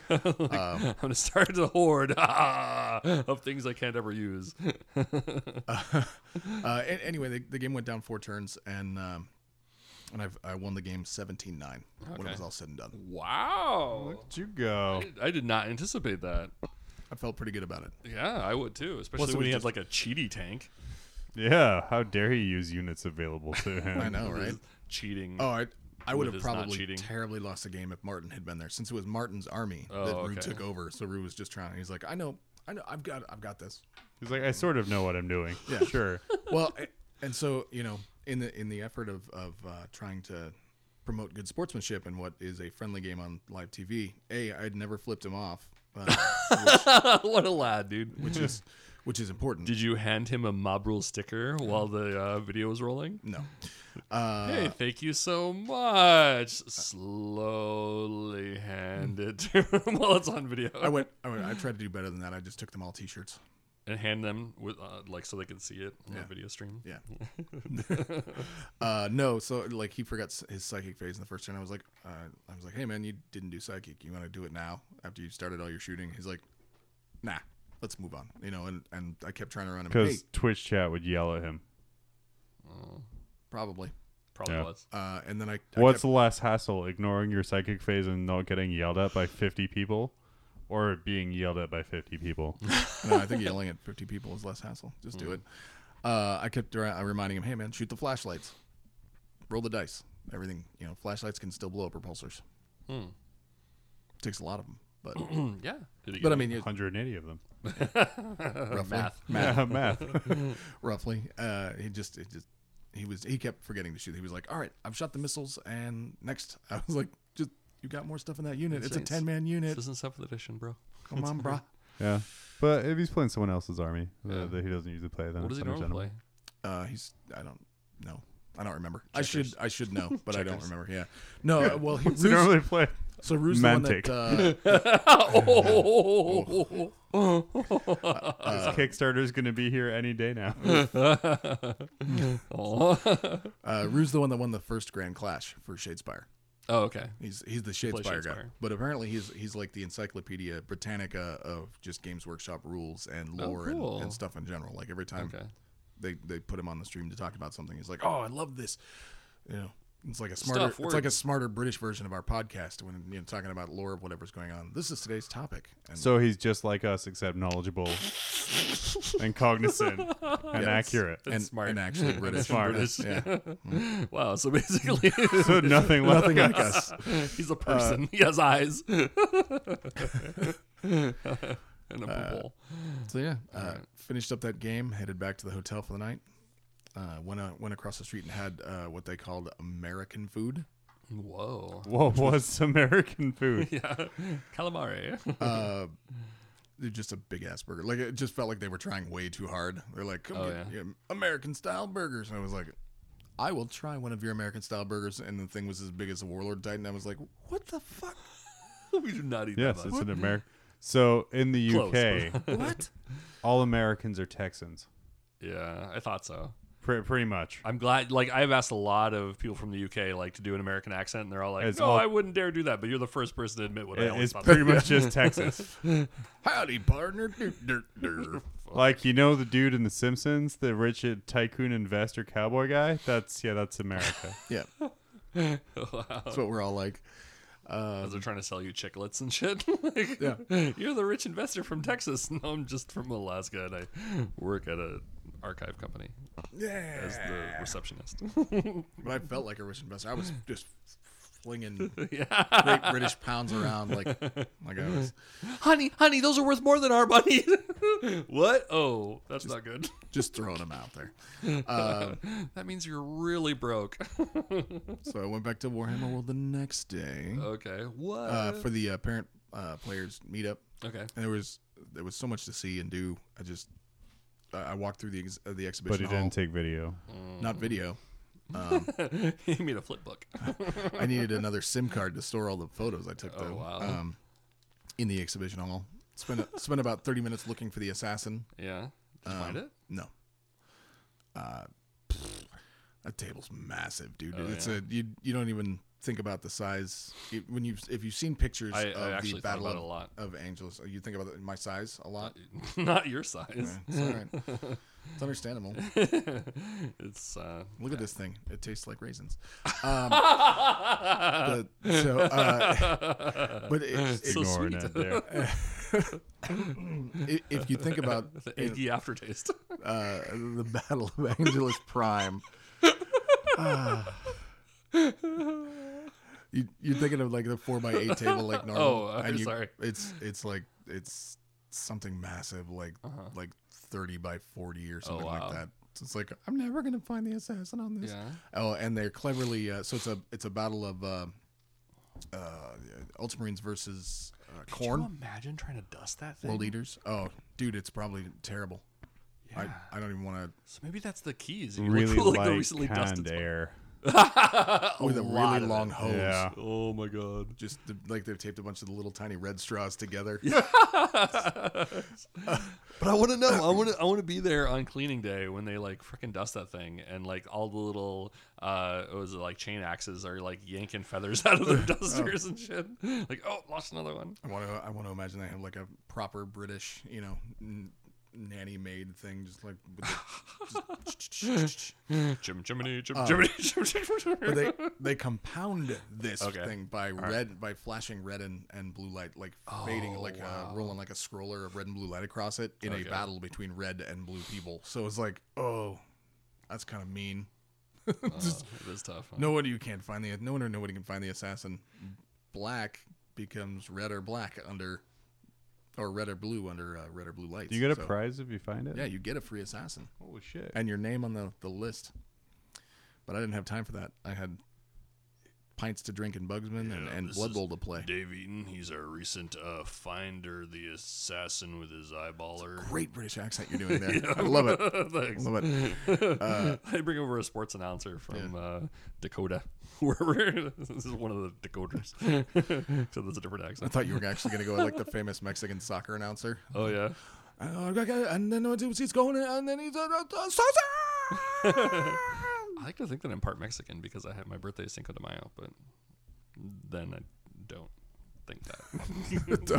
Speaker 2: I'm gonna start the horde ah, of things I can't ever use.
Speaker 3: Uh, a- anyway, the, the game went down four turns, and um, and I've, I won the game 17-9 when it
Speaker 2: Okay.
Speaker 3: was all said and done.
Speaker 2: Wow,
Speaker 1: Did you go?
Speaker 2: I did not anticipate that.
Speaker 3: I felt pretty good about it.
Speaker 2: Yeah, I would too, especially
Speaker 3: Plus it
Speaker 2: when
Speaker 3: was
Speaker 2: he had
Speaker 3: just-
Speaker 2: like a cheaty tank.
Speaker 1: Yeah. How dare he use units available to him?
Speaker 3: I know, right?
Speaker 2: Cheating.
Speaker 3: Oh, I I would
Speaker 2: With
Speaker 3: have
Speaker 2: his not
Speaker 3: probably
Speaker 2: cheating.
Speaker 3: terribly lost the game if Martin had been there, since it was Martin's army
Speaker 2: Oh,
Speaker 3: that Rue
Speaker 2: okay.
Speaker 3: took over. So Rue was just trying. He's like, I know, I know, I've got, I've got this.
Speaker 1: He's like, I sort of know what I'm doing.
Speaker 3: Yeah.
Speaker 1: Sure.
Speaker 3: well, a- and so you know, in the in the effort of of uh, trying to promote good sportsmanship and what is a friendly game on live TV, a I'd never flipped him off, uh,
Speaker 2: what a lad, dude!
Speaker 3: which is which is important.
Speaker 2: Did you hand him a mob rule sticker while the uh, video was rolling?
Speaker 3: no, uh,
Speaker 2: hey, thank you so much. Slowly hand it to him while it's on video.
Speaker 3: I went, I went. I tried to do better than that. I just took them all T-shirts.
Speaker 2: and hand them with uh, like so they can see it on
Speaker 3: Yeah.
Speaker 2: the video stream.
Speaker 3: Yeah. uh, no, so like he forgot s- his psychic phase in the first turn. I was like, uh, I was like, hey man, you didn't do psychic. You want to do it now after you started all your shooting? He's like, nah, let's move on. You know, and and I kept trying to run him. Hey,
Speaker 1: Because Twitch chat would yell at him.
Speaker 3: probably.
Speaker 2: Probably
Speaker 1: Yeah.
Speaker 2: was.
Speaker 3: Uh, and then I, I
Speaker 1: What's less hassle, ignoring your psychic phase and not getting yelled at by 50 people, or being yelled at by 50 people?
Speaker 3: no, I think yelling at 50 people is less hassle. Just
Speaker 2: Hmm.
Speaker 3: do it. Uh, I kept ra- reminding him, hey, man, shoot the flashlights. Roll the dice. Everything, you know, flashlights can still blow up repulsors.
Speaker 2: Hmm.
Speaker 3: Takes a lot of them, but,
Speaker 2: Mm, yeah. Did he
Speaker 3: but
Speaker 2: get
Speaker 3: I mean, you-
Speaker 1: 180 of them.
Speaker 3: roughly.
Speaker 2: math.
Speaker 1: Yeah, math.
Speaker 3: Roughly. Uh, he just, it just, he was, he kept forgetting to shoot. He was like, all right, I've shot the missiles, and next. I was like, just, you got more stuff in that unit. It's a
Speaker 2: It's-
Speaker 3: 10 man
Speaker 2: This
Speaker 3: unit.
Speaker 2: isn't seventh edition, bro.
Speaker 3: Come on, brah.
Speaker 1: Yeah. But if he's playing someone else's army uh,
Speaker 2: Yeah.
Speaker 1: that he doesn't usually play, then
Speaker 2: What does
Speaker 1: it's
Speaker 2: he normally
Speaker 1: understandable.
Speaker 2: play?
Speaker 3: Uh, he's I don't know. I don't remember. I should I should know, but I don't remember. Yeah. No. uh, Well, he,
Speaker 1: Does he
Speaker 3: Rue's-
Speaker 1: normally play?
Speaker 3: so Rue's the one that uh,
Speaker 2: Oh, Uh,
Speaker 1: His Kickstarter's going to be here any day now.
Speaker 3: uh, Rue's the one that won the first Grand Clash for Shadespire.
Speaker 2: Oh, okay.
Speaker 3: He's he's the Shadespire guy.
Speaker 2: Shadespire.
Speaker 3: But apparently he's he's like the Encyclopedia Britannica of just Games Workshop rules and lore and-
Speaker 2: Oh, cool.
Speaker 3: and, stuff in general. Like every time
Speaker 2: Okay.
Speaker 3: they they put him on the stream to talk about something, he's like, oh, I love this. You know. It's like a smarter,
Speaker 2: Stuff,
Speaker 3: it's like a
Speaker 2: words.
Speaker 3: smarter British version of our podcast when you know talking about lore of whatever's going on. This is today's topic, and
Speaker 1: so he's just like us, except knowledgeable and cognizant and accurate.
Speaker 3: and,
Speaker 2: smart.
Speaker 3: and actually British.
Speaker 1: smart.
Speaker 3: British, Yeah.
Speaker 2: Wow. So basically,
Speaker 1: So nothing left.
Speaker 3: Nothing like us. Uh,
Speaker 2: he's a person. he has eyes and
Speaker 3: Uh,
Speaker 2: a pupil.
Speaker 3: So yeah, uh, finished up that game, headed back to the hotel for the night. Uh, went uh, went across the street and had uh, what they called American food.
Speaker 2: Whoa.
Speaker 1: What was American food?
Speaker 2: Yeah. Calamari.
Speaker 3: They're just a big ass burger. Like it just felt like they were trying way too hard. They're like, Come
Speaker 2: Oh,
Speaker 3: get yeah, American style burgers, and I was like, I will try one of your American style burgers. And the thing was as big as the Warlord Titan. I was like, What the fuck?
Speaker 2: we do not eat
Speaker 1: Yes,
Speaker 2: that.
Speaker 1: it's
Speaker 2: much.
Speaker 1: an American. So in the
Speaker 2: Close,
Speaker 1: UK,
Speaker 3: What?
Speaker 1: all Americans are Texans.
Speaker 2: Yeah, I thought so.
Speaker 1: Pre- pretty much.
Speaker 2: I'm glad. Like I've asked a lot of people from the UK like to do an American accent, and they're all like,
Speaker 1: It's
Speaker 2: "No,
Speaker 1: all-
Speaker 2: I wouldn't dare do that." But you're the first person to admit what I
Speaker 1: It-
Speaker 2: always
Speaker 1: it's
Speaker 2: thought.
Speaker 1: pretty much just Texas.
Speaker 3: Howdy, partner. Dur, dur, dur.
Speaker 1: like you know the dude in The Simpsons, the rich tycoon investor cowboy guy. That's yeah, that's America.
Speaker 3: Yeah. That's what we're all like.
Speaker 2: As they're trying to sell you chiclets and shit. like,
Speaker 3: Yeah.
Speaker 2: You're the rich investor from Texas, and I'm just from Alaska, and I work at a archive company
Speaker 3: Yeah.
Speaker 2: as the receptionist.
Speaker 3: But I felt like a rich investor. I was just flinging
Speaker 2: yeah,
Speaker 3: great British pounds around like like I was
Speaker 2: honey, honey, those are worth more than our money. what? Oh, that's not good.
Speaker 3: just throwing them out there.
Speaker 2: that means you're really broke.
Speaker 3: So I went back to Warhammer World the next day
Speaker 2: okay, what?
Speaker 3: uh, for the uh, parent uh, players meetup,
Speaker 2: okay,
Speaker 3: and there was there was so much to see and do. I just I I walked through the ex- uh, the exhibition
Speaker 1: but he
Speaker 3: hall.
Speaker 1: didn't take video.
Speaker 3: not
Speaker 2: Mm.
Speaker 3: video.
Speaker 2: he made a flip book.
Speaker 3: I needed another SIM card to store all the photos I took. Though,
Speaker 2: Oh, wow.
Speaker 3: um, in the exhibition hall, spent spent about thirty minutes looking for the assassin.
Speaker 2: yeah, did you find it?
Speaker 3: No. Uh, pfft, that table's massive, dude.
Speaker 2: Oh,
Speaker 3: it's a you. You don't even think about the size It- when you if you've seen pictures
Speaker 2: I- I
Speaker 3: of the
Speaker 2: actually thought
Speaker 3: Battle
Speaker 2: about
Speaker 3: of,
Speaker 2: it a lot. Uh,
Speaker 3: of Angeles. You think about my size a lot.
Speaker 2: not your size.
Speaker 3: It's all right. It's understandable.
Speaker 2: It's uh,
Speaker 3: Look at this thing. It tastes like raisins. Um, the- so, uh, but it, it,
Speaker 2: so
Speaker 1: Ignoring
Speaker 2: sweet.
Speaker 1: it there.
Speaker 3: i- if you think about
Speaker 2: the eggy aftertaste.
Speaker 3: uh, the Battle of Angeles Prime. Ah. you, you're thinking of like the four by eight table, like normal.
Speaker 2: Oh, I'm
Speaker 3: and you-
Speaker 2: sorry.
Speaker 3: It's it's like it's something massive, like like thirty by forty or something
Speaker 2: Uh-huh. Oh, wow.
Speaker 3: like that. So it's like I'm never gonna find the assassin on this.
Speaker 2: Yeah.
Speaker 3: Oh, and they're cleverly uh, so it's a it's a battle of uh, uh, Ultramarines versus uh, Corn
Speaker 2: imagine trying to dust that
Speaker 3: World Eaters. Oh, dude, it's probably terrible. I, I don't even want to
Speaker 2: So maybe that's the keys. You
Speaker 1: really
Speaker 2: look
Speaker 1: light
Speaker 2: like the recently
Speaker 1: canned
Speaker 2: dusted.
Speaker 1: air.
Speaker 3: Oh, with a,
Speaker 2: lot
Speaker 3: really
Speaker 2: of
Speaker 3: long
Speaker 2: it.
Speaker 3: hose.
Speaker 1: Yeah.
Speaker 2: Oh my god.
Speaker 3: Just the, like they've taped a bunch of the little tiny red straws together.
Speaker 2: But I want to know. I want to. I want to be there on cleaning day when they like freaking dust that thing and like all the little uh, what was it like chain axes are like yanking feathers out of their dusters and shit. Like oh, lost another one.
Speaker 3: I want to. I want to imagine they have like a proper British, you know, n- nanny maid thing, just like. With the,
Speaker 2: Jim Jiminy, Jim Jiminy, Jim
Speaker 3: but
Speaker 2: Jiminy.
Speaker 3: they they compound this
Speaker 2: Okay.
Speaker 3: thing by red by flashing red and, and blue light, like fading like
Speaker 2: Oh,
Speaker 3: uh, rolling like a scroller of red and blue light across it in a battle between red and blue people. So it's like, oh, that's kind of mean.
Speaker 2: It is tough. huh?
Speaker 3: No wonder you can't find the no wonder nobody can find the assassin. Black becomes red or black under, or red or blue under uh, red or blue lights.
Speaker 1: Do you get a
Speaker 3: So,
Speaker 1: prize if you find it?
Speaker 3: Yeah, you get a free assassin
Speaker 1: Holy shit.
Speaker 3: and your name on the the list. But I didn't have time for that. I had pints to drink in Bugsman and, and
Speaker 2: this
Speaker 3: Blood
Speaker 2: is
Speaker 3: Bowl to play.
Speaker 2: Dave Eaton, he's our recent uh, finder, the assassin with his eyeballer.
Speaker 3: Great British accent you're doing there. I love it.
Speaker 2: Thanks.
Speaker 3: Love it.
Speaker 2: I bring over a sports announcer from uh, Dakota, wherever. this is one of the Dakoters. so that's a different
Speaker 3: I
Speaker 2: accent.
Speaker 3: thought you were actually going to go like the famous Mexican soccer announcer.
Speaker 2: Oh yeah,
Speaker 3: Uh, And then he's going, and then he's a uh, saucer.
Speaker 2: I like to think that I'm part Mexican because I had my birthday is Cinco de Mayo, but then I don't think that.
Speaker 3: It's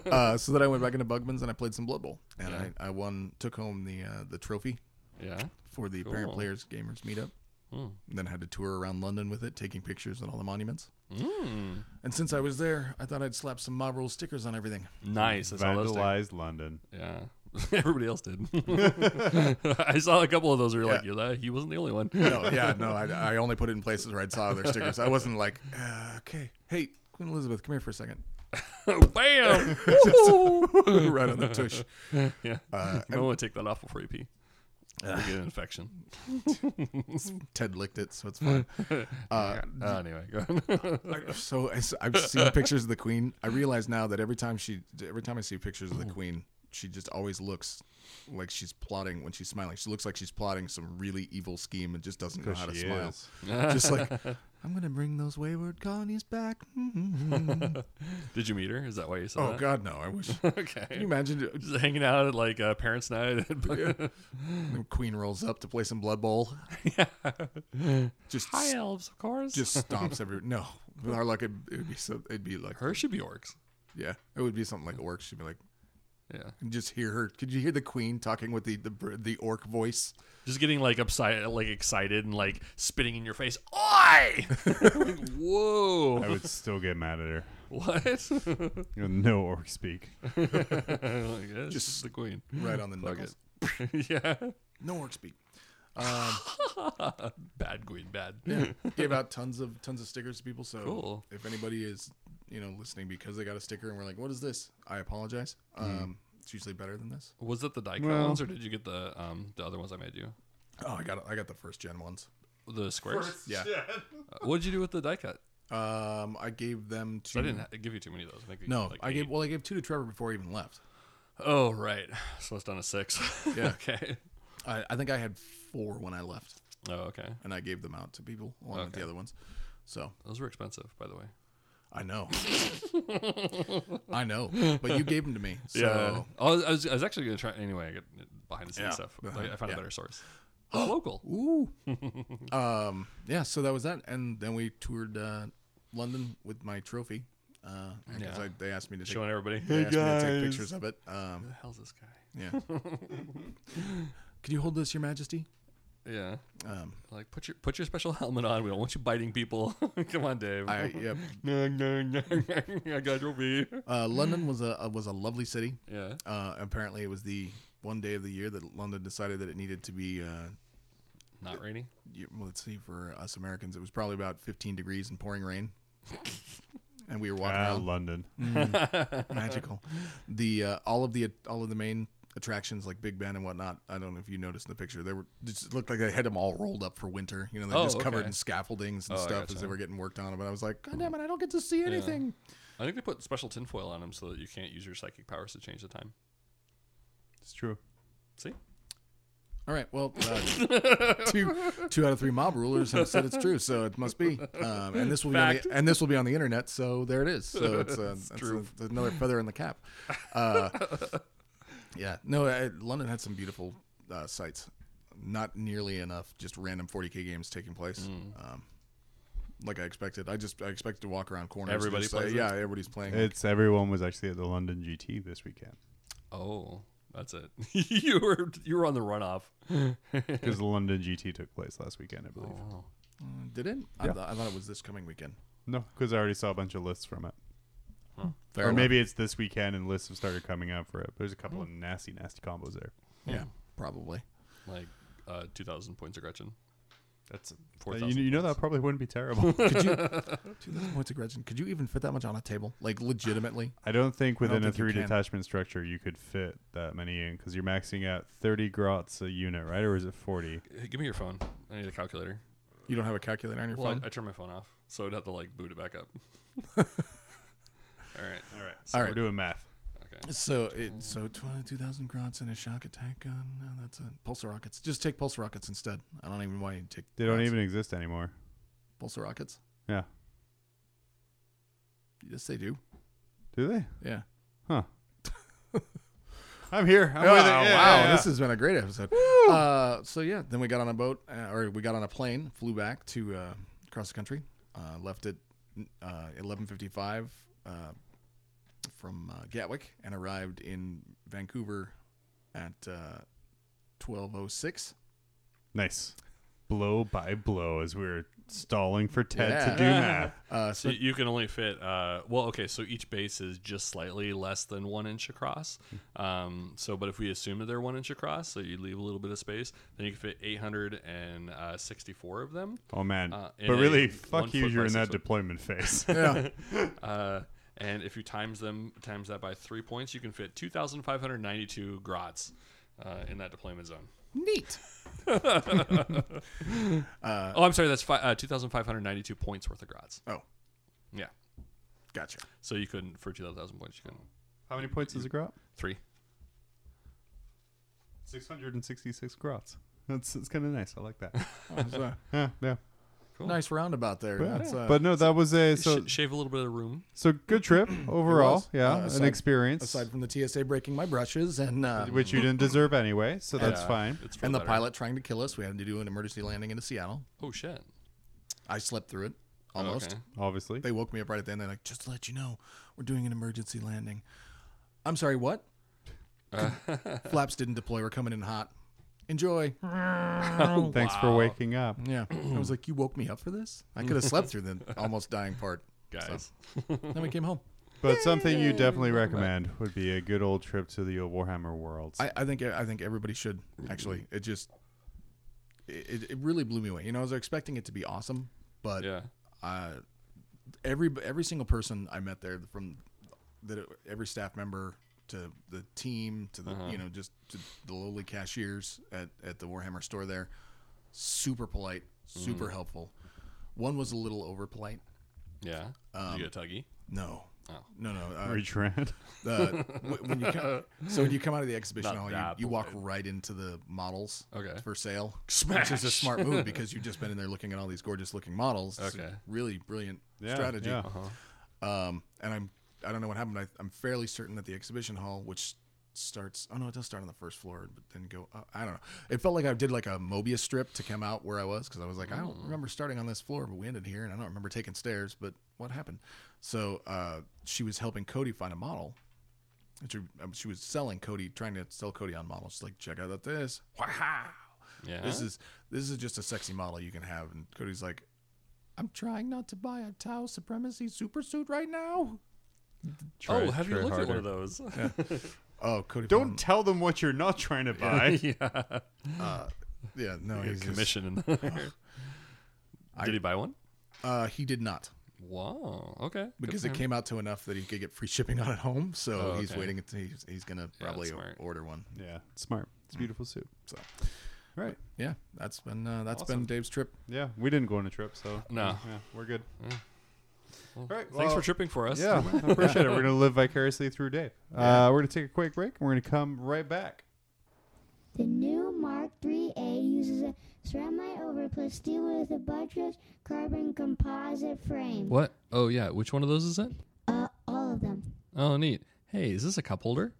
Speaker 3: okay. uh, so then I went back into Bugman's and I played some Blood Bowl, and I, I won, took home the uh, the trophy
Speaker 2: yeah,
Speaker 3: for the Parent
Speaker 2: Cool.
Speaker 3: Players Gamers Meetup. And then had to tour around London with it, taking pictures at all the monuments. And since I was there, I thought I'd slap some mob rule stickers on everything.
Speaker 2: nice. I saw those things.
Speaker 1: Vandalized London.
Speaker 2: Yeah. Everybody else did. I saw a couple of those. Where you're like,
Speaker 3: Yeah.
Speaker 2: you're that. He wasn't the only one.
Speaker 3: No, yeah, no, I, I only put it in places where I'd saw other stickers. I wasn't like, uh, okay, hey, Queen Elizabeth, come here for a second,
Speaker 2: Bam!
Speaker 3: right on the tush.
Speaker 2: yeah. I want to take that off before you pee. You get an infection.
Speaker 3: Ted licked it, so it's fine. Uh,
Speaker 2: Uh, anyway, go ahead.
Speaker 3: Mm. so as I've seen pictures of the Queen. I realize now that every time she, every time I see pictures of the Queen, she just always looks like she's plotting when she's smiling. She looks like she's plotting some really evil scheme and just doesn't know how to
Speaker 1: she
Speaker 3: smile.
Speaker 1: is.
Speaker 3: just like I'm gonna bring those wayward colonies back. Mm-hmm.
Speaker 2: Did you meet her? Is that why you said
Speaker 3: oh
Speaker 2: that?
Speaker 3: God, no! I wish.
Speaker 2: Okay.
Speaker 3: Can you imagine
Speaker 2: Just hanging out at like uh, parents' night.
Speaker 3: when Queen rolls up to play some Blood Bowl? Just
Speaker 2: Hi, elves, of course.
Speaker 3: just stomps every no. With our luck, it would be so. It'd be like
Speaker 2: her should be orcs.
Speaker 3: yeah, it would be something like orcs. She'd be like,
Speaker 2: Yeah.
Speaker 3: and just hear her. Could you hear the queen talking with the the, br- the orc voice?
Speaker 2: Just getting like upside, like excited and like spitting in your face. Oi! Like,
Speaker 1: I
Speaker 2: Whoa!
Speaker 1: would still get mad at her.
Speaker 2: What?
Speaker 1: You know, no orc speak.
Speaker 2: just the queen.
Speaker 3: Right on the knuckles.
Speaker 2: yeah.
Speaker 3: No orc speak.
Speaker 2: Bad queen, bad.
Speaker 3: Gave out tons of tons of stickers to people. So
Speaker 2: Cool.
Speaker 3: if anybody is you know listening because they got a sticker and we're like, what is this? I apologize.
Speaker 2: Mm.
Speaker 3: Um, it's usually better than this.
Speaker 2: Was it the Daikon
Speaker 1: Well-
Speaker 2: ones or did you get the um the other ones I made you?
Speaker 3: Oh, I got I got the first gen ones.
Speaker 2: The squares.
Speaker 3: Yeah.
Speaker 2: Uh, what did you do with the die cut?
Speaker 3: Um, I gave them to.
Speaker 2: I didn't ha- give you too many of those. I think we
Speaker 3: Hmm. No,
Speaker 2: like
Speaker 3: I
Speaker 2: eight.
Speaker 3: gave well, I gave two to Trevor before he even left.
Speaker 2: Oh right, so it's down to six.
Speaker 3: Yeah.
Speaker 2: okay.
Speaker 3: I, I think I had four when I left,
Speaker 2: Oh okay.
Speaker 3: and I gave them out to people along with the other ones. So
Speaker 2: Those were expensive, by the way.
Speaker 3: I know, I know, but you gave them to me. So
Speaker 2: Oh, I was, I was, I was actually going to try anyway. I got behind the scenes
Speaker 3: Yeah.
Speaker 2: stuff. I, I found
Speaker 3: Yeah.
Speaker 2: a better source. local.
Speaker 3: Ooh. um, yeah, so that was that. And then we toured uh, London with my trophy. Uh, because
Speaker 2: Yeah.
Speaker 3: I, they asked me to take,
Speaker 2: Showing everybody. Hey
Speaker 3: they asked me to take pictures of it. Um,
Speaker 2: the hell's this guy?
Speaker 3: yeah. Can you hold this, Your Majesty?
Speaker 2: Yeah.
Speaker 3: Um,
Speaker 2: Like put your put your special helmet on. We don't want you biting people. Come on, Dave.
Speaker 3: I, yep.
Speaker 2: No, no, no. I got your beat.
Speaker 3: Uh, London was a, a was a lovely city.
Speaker 2: Yeah.
Speaker 3: Uh, apparently, it was the one day of the year that London decided that it needed to be. Uh,
Speaker 2: Not raining.
Speaker 3: you- well, let's see, for us Americans, it was probably about 15 degrees and pouring rain. And we were walking
Speaker 1: Ah,
Speaker 3: around.
Speaker 1: London.
Speaker 3: magical. The uh, all of the all of the main attractions like Big Ben and whatnot. I don't know if you noticed in the picture. They were just looked like they had them all rolled up for winter. You know, they're
Speaker 2: Oh,
Speaker 3: just covered
Speaker 2: okay.
Speaker 3: in scaffoldings and
Speaker 2: Oh, I
Speaker 3: stuff as
Speaker 2: gotcha.
Speaker 3: they were getting worked on. But I was like, God damn it, I don't get to see anything.
Speaker 2: I think they put special tinfoil on them so that you can't use your psychic powers to change the time.
Speaker 1: It's true.
Speaker 2: See?
Speaker 3: All right, well, uh, two two out of three mob rulers have said it's true, so it must be. Um, and this will be on
Speaker 2: Fact.
Speaker 3: the, and this will be on the internet, so there it is. So it's, uh, it's
Speaker 2: true.
Speaker 3: a- another feather in the cap. Uh, yeah, no, I, London had some beautiful uh, sites. Not nearly enough, just random 40k games taking place.
Speaker 2: Mm.
Speaker 3: Um, like I expected, I just I expected to walk around corners. and
Speaker 2: Everybody
Speaker 3: just say,
Speaker 2: plays it?
Speaker 3: yeah, everybody's playing.
Speaker 1: It's everyone was actually at the London GT this weekend
Speaker 2: Oh, that's it. you were you were on the runoff.
Speaker 1: because the London GT took place last weekend, I believe.
Speaker 2: Wow.
Speaker 3: Did it? I, th- I thought it was this coming weekend.
Speaker 1: No, because I already saw a bunch of lists from it.
Speaker 3: Fair
Speaker 1: or
Speaker 3: enough.
Speaker 1: maybe it's this weekend and lists have started coming out for it. There's a
Speaker 3: Hmm.
Speaker 1: couple of nasty, nasty combos there.
Speaker 3: yeah, probably.
Speaker 2: Like uh, two thousand points of Gretchen.
Speaker 1: That's
Speaker 2: Four
Speaker 1: Uh,
Speaker 7: Uh,
Speaker 1: you,
Speaker 2: thousand
Speaker 1: you know that probably wouldn't be terrible.
Speaker 3: Could you, two thousand points of Gretchen? Could you even fit that much on a table? Like legitimately?
Speaker 1: I don't think within
Speaker 3: think
Speaker 1: a
Speaker 3: you
Speaker 1: three
Speaker 3: can.
Speaker 1: detachment structure you could fit that many in because you're maxing out 30 grots a unit, right? Or is it 40?
Speaker 2: Hey, give me your phone. I need a calculator.
Speaker 3: You don't have a calculator on your
Speaker 2: Well,
Speaker 3: phone?
Speaker 2: I, I turned my phone off, so I'd have to like boot it back up. All right. All right.
Speaker 1: So
Speaker 3: All
Speaker 1: We're
Speaker 3: right.
Speaker 1: doing math.
Speaker 2: Okay.
Speaker 3: so it so twenty two thousand grots and a shock attack gun. No, that's a pulsar rockets. Just take pulsar rockets instead. I don't even know why you take.
Speaker 1: They don't
Speaker 3: grots.
Speaker 1: even exist anymore.
Speaker 3: pulsar rockets.
Speaker 1: Yeah.
Speaker 3: Yes, they do.
Speaker 1: Do they?
Speaker 3: Yeah.
Speaker 1: Huh. I'm here. I'm
Speaker 3: Oh,
Speaker 1: with it.
Speaker 3: wow,
Speaker 1: Yeah, yeah, yeah.
Speaker 3: this has been a great episode. Uh, so yeah, then we got on a boat, uh, or we got on a plane, flew back to uh, across the country, uh, left at uh, eleven fifty five uh, from uh, Gatwick, and arrived in Vancouver at uh, twelve oh six.
Speaker 1: nice. Blow by blow as we were stalling for Ted
Speaker 3: Yeah.
Speaker 1: to do math.
Speaker 3: Uh,
Speaker 2: So
Speaker 3: so
Speaker 2: you can only fit. Uh, well, okay. So each base is just slightly less than one inch across. Um, so, but if we assume that they're one inch across, so you leave a little bit of space, then you can fit 864 uh, of them.
Speaker 1: Oh, man.
Speaker 2: Uh, in
Speaker 1: but
Speaker 2: a
Speaker 1: really,
Speaker 2: one
Speaker 1: fuck you.
Speaker 2: foot
Speaker 1: You're
Speaker 2: by
Speaker 1: in
Speaker 2: six
Speaker 1: that
Speaker 2: foot.
Speaker 1: deployment phase.
Speaker 3: yeah,
Speaker 2: Uh, and if you times them times that by three points, you can fit 2,592 grots uh, in that deployment zone.
Speaker 3: neat.
Speaker 2: oh, I'm sorry. That's fi- uh, 2,592 points worth of grots.
Speaker 3: Oh,
Speaker 2: Yeah.
Speaker 3: gotcha.
Speaker 2: So you couldn't for 2,000 points. You couldn't
Speaker 1: How many points does it grow up?
Speaker 2: three.
Speaker 1: 666 grots. That's, that's kind of nice. I like that.
Speaker 3: It's a
Speaker 1: yeah, yeah.
Speaker 3: Nice roundabout there.
Speaker 1: But,
Speaker 3: That's, uh,
Speaker 1: but no, that was a so
Speaker 2: Sh- shave a little bit of room.
Speaker 1: so good trip overall.
Speaker 3: was.
Speaker 1: Yeah,
Speaker 3: Uh,
Speaker 1: an
Speaker 3: aside-
Speaker 1: experience
Speaker 3: aside from the TSA breaking my brushes and uh,
Speaker 1: which you didn't deserve anyway, so that's
Speaker 3: Yeah.
Speaker 1: fine.
Speaker 2: It's for
Speaker 3: and the
Speaker 2: better.
Speaker 3: pilot trying to kill us, we had to do an emergency landing into Seattle.
Speaker 2: Oh shit.
Speaker 3: I slept through it almost.
Speaker 2: Okay.
Speaker 1: Obviously,
Speaker 3: They woke me up right at the end. They're like, "Just to let you know, we're doing an emergency landing." I'm sorry, what?
Speaker 2: Uh.
Speaker 3: Flaps didn't deploy. We're coming in hot. Enjoy.
Speaker 1: thanks for waking up.
Speaker 3: Yeah. I was like, you woke me up for this? I could have slept through the almost dying part.
Speaker 2: Guys.
Speaker 3: So, then we came home.
Speaker 1: But something you definitely recommend would be a good old trip to the old Warhammer world.
Speaker 3: I, I think I think everybody should actually. It just it, it- it really blew me away. You know, I was expecting it to be awesome, but
Speaker 2: Yeah.
Speaker 3: uh, every every single person I met there, from the, every staff member to the team to the
Speaker 2: Uh-huh.
Speaker 3: you know just to the lowly cashiers at at the Warhammer store there, super polite,
Speaker 2: Mm-hmm.
Speaker 3: super helpful. One was a little over polite.
Speaker 2: Yeah. Did you get a tuggy?
Speaker 3: No,
Speaker 2: Oh.
Speaker 3: no, no. Uh,
Speaker 1: Retrant.
Speaker 3: the wh- when you come, so when you come out of the exhibition
Speaker 2: Not
Speaker 3: hall, you,
Speaker 2: that
Speaker 3: you walk right into the models
Speaker 2: Okay.
Speaker 3: for sale, which is a smart move because you've just been in there looking at all these gorgeous looking models. It's a
Speaker 2: Okay.
Speaker 3: really brilliant
Speaker 1: Yeah,
Speaker 3: strategy.
Speaker 1: yeah.
Speaker 2: Uh-huh.
Speaker 3: Um, and I'm I don't know what happened. I, I'm fairly certain that the exhibition hall, which starts oh no, it does start on the first floor, but then go up. I don't know. It felt like I did like a Mobius strip to come out where I was because I was like I don't remember starting on this floor, but we ended here, and I don't remember taking stairs. But what happened? So uh, she was helping Cody find a model. And She, um, she was selling Cody, trying to sell Cody on models. She's like, check out this. Wow
Speaker 2: Yeah.
Speaker 3: this is this is just a sexy model you can have and cody's like i'm trying not to buy a tau supremacy super suit right now
Speaker 2: oh, have you looked at one of those?
Speaker 3: oh cody
Speaker 1: Don't tell them what you're not trying to buy.
Speaker 3: found- yeah no he's just-
Speaker 2: Commission in there. Did he buy one?
Speaker 3: uh he did not
Speaker 2: Wow. Okay.
Speaker 3: because it came out to enough that he could get free shipping on it home so
Speaker 2: Oh,
Speaker 3: he's
Speaker 2: okay.
Speaker 3: waiting until he's, he's gonna probably
Speaker 2: smart.
Speaker 3: order one
Speaker 1: yeah, smart. It's a beautiful suit.
Speaker 3: so
Speaker 1: Right.
Speaker 3: yeah that's been uh, that's been dave's trip
Speaker 1: Yeah, we didn't go on a trip, so
Speaker 2: No. Mm.
Speaker 1: yeah, we're good. All right,
Speaker 2: Thanks
Speaker 1: well-
Speaker 2: for tripping for us.
Speaker 1: Yeah, I appreciate it. We're gonna live vicariously through Dave. Uh, we're gonna take a quick break, and we're gonna come right back.
Speaker 8: The new Mark IIIA uses a ceramide over plastic with a buttress carbon composite frame.
Speaker 2: What? Oh yeah. Which one of those is it?
Speaker 8: Uh, all of them.
Speaker 2: Oh neat. Hey, is this a cup holder?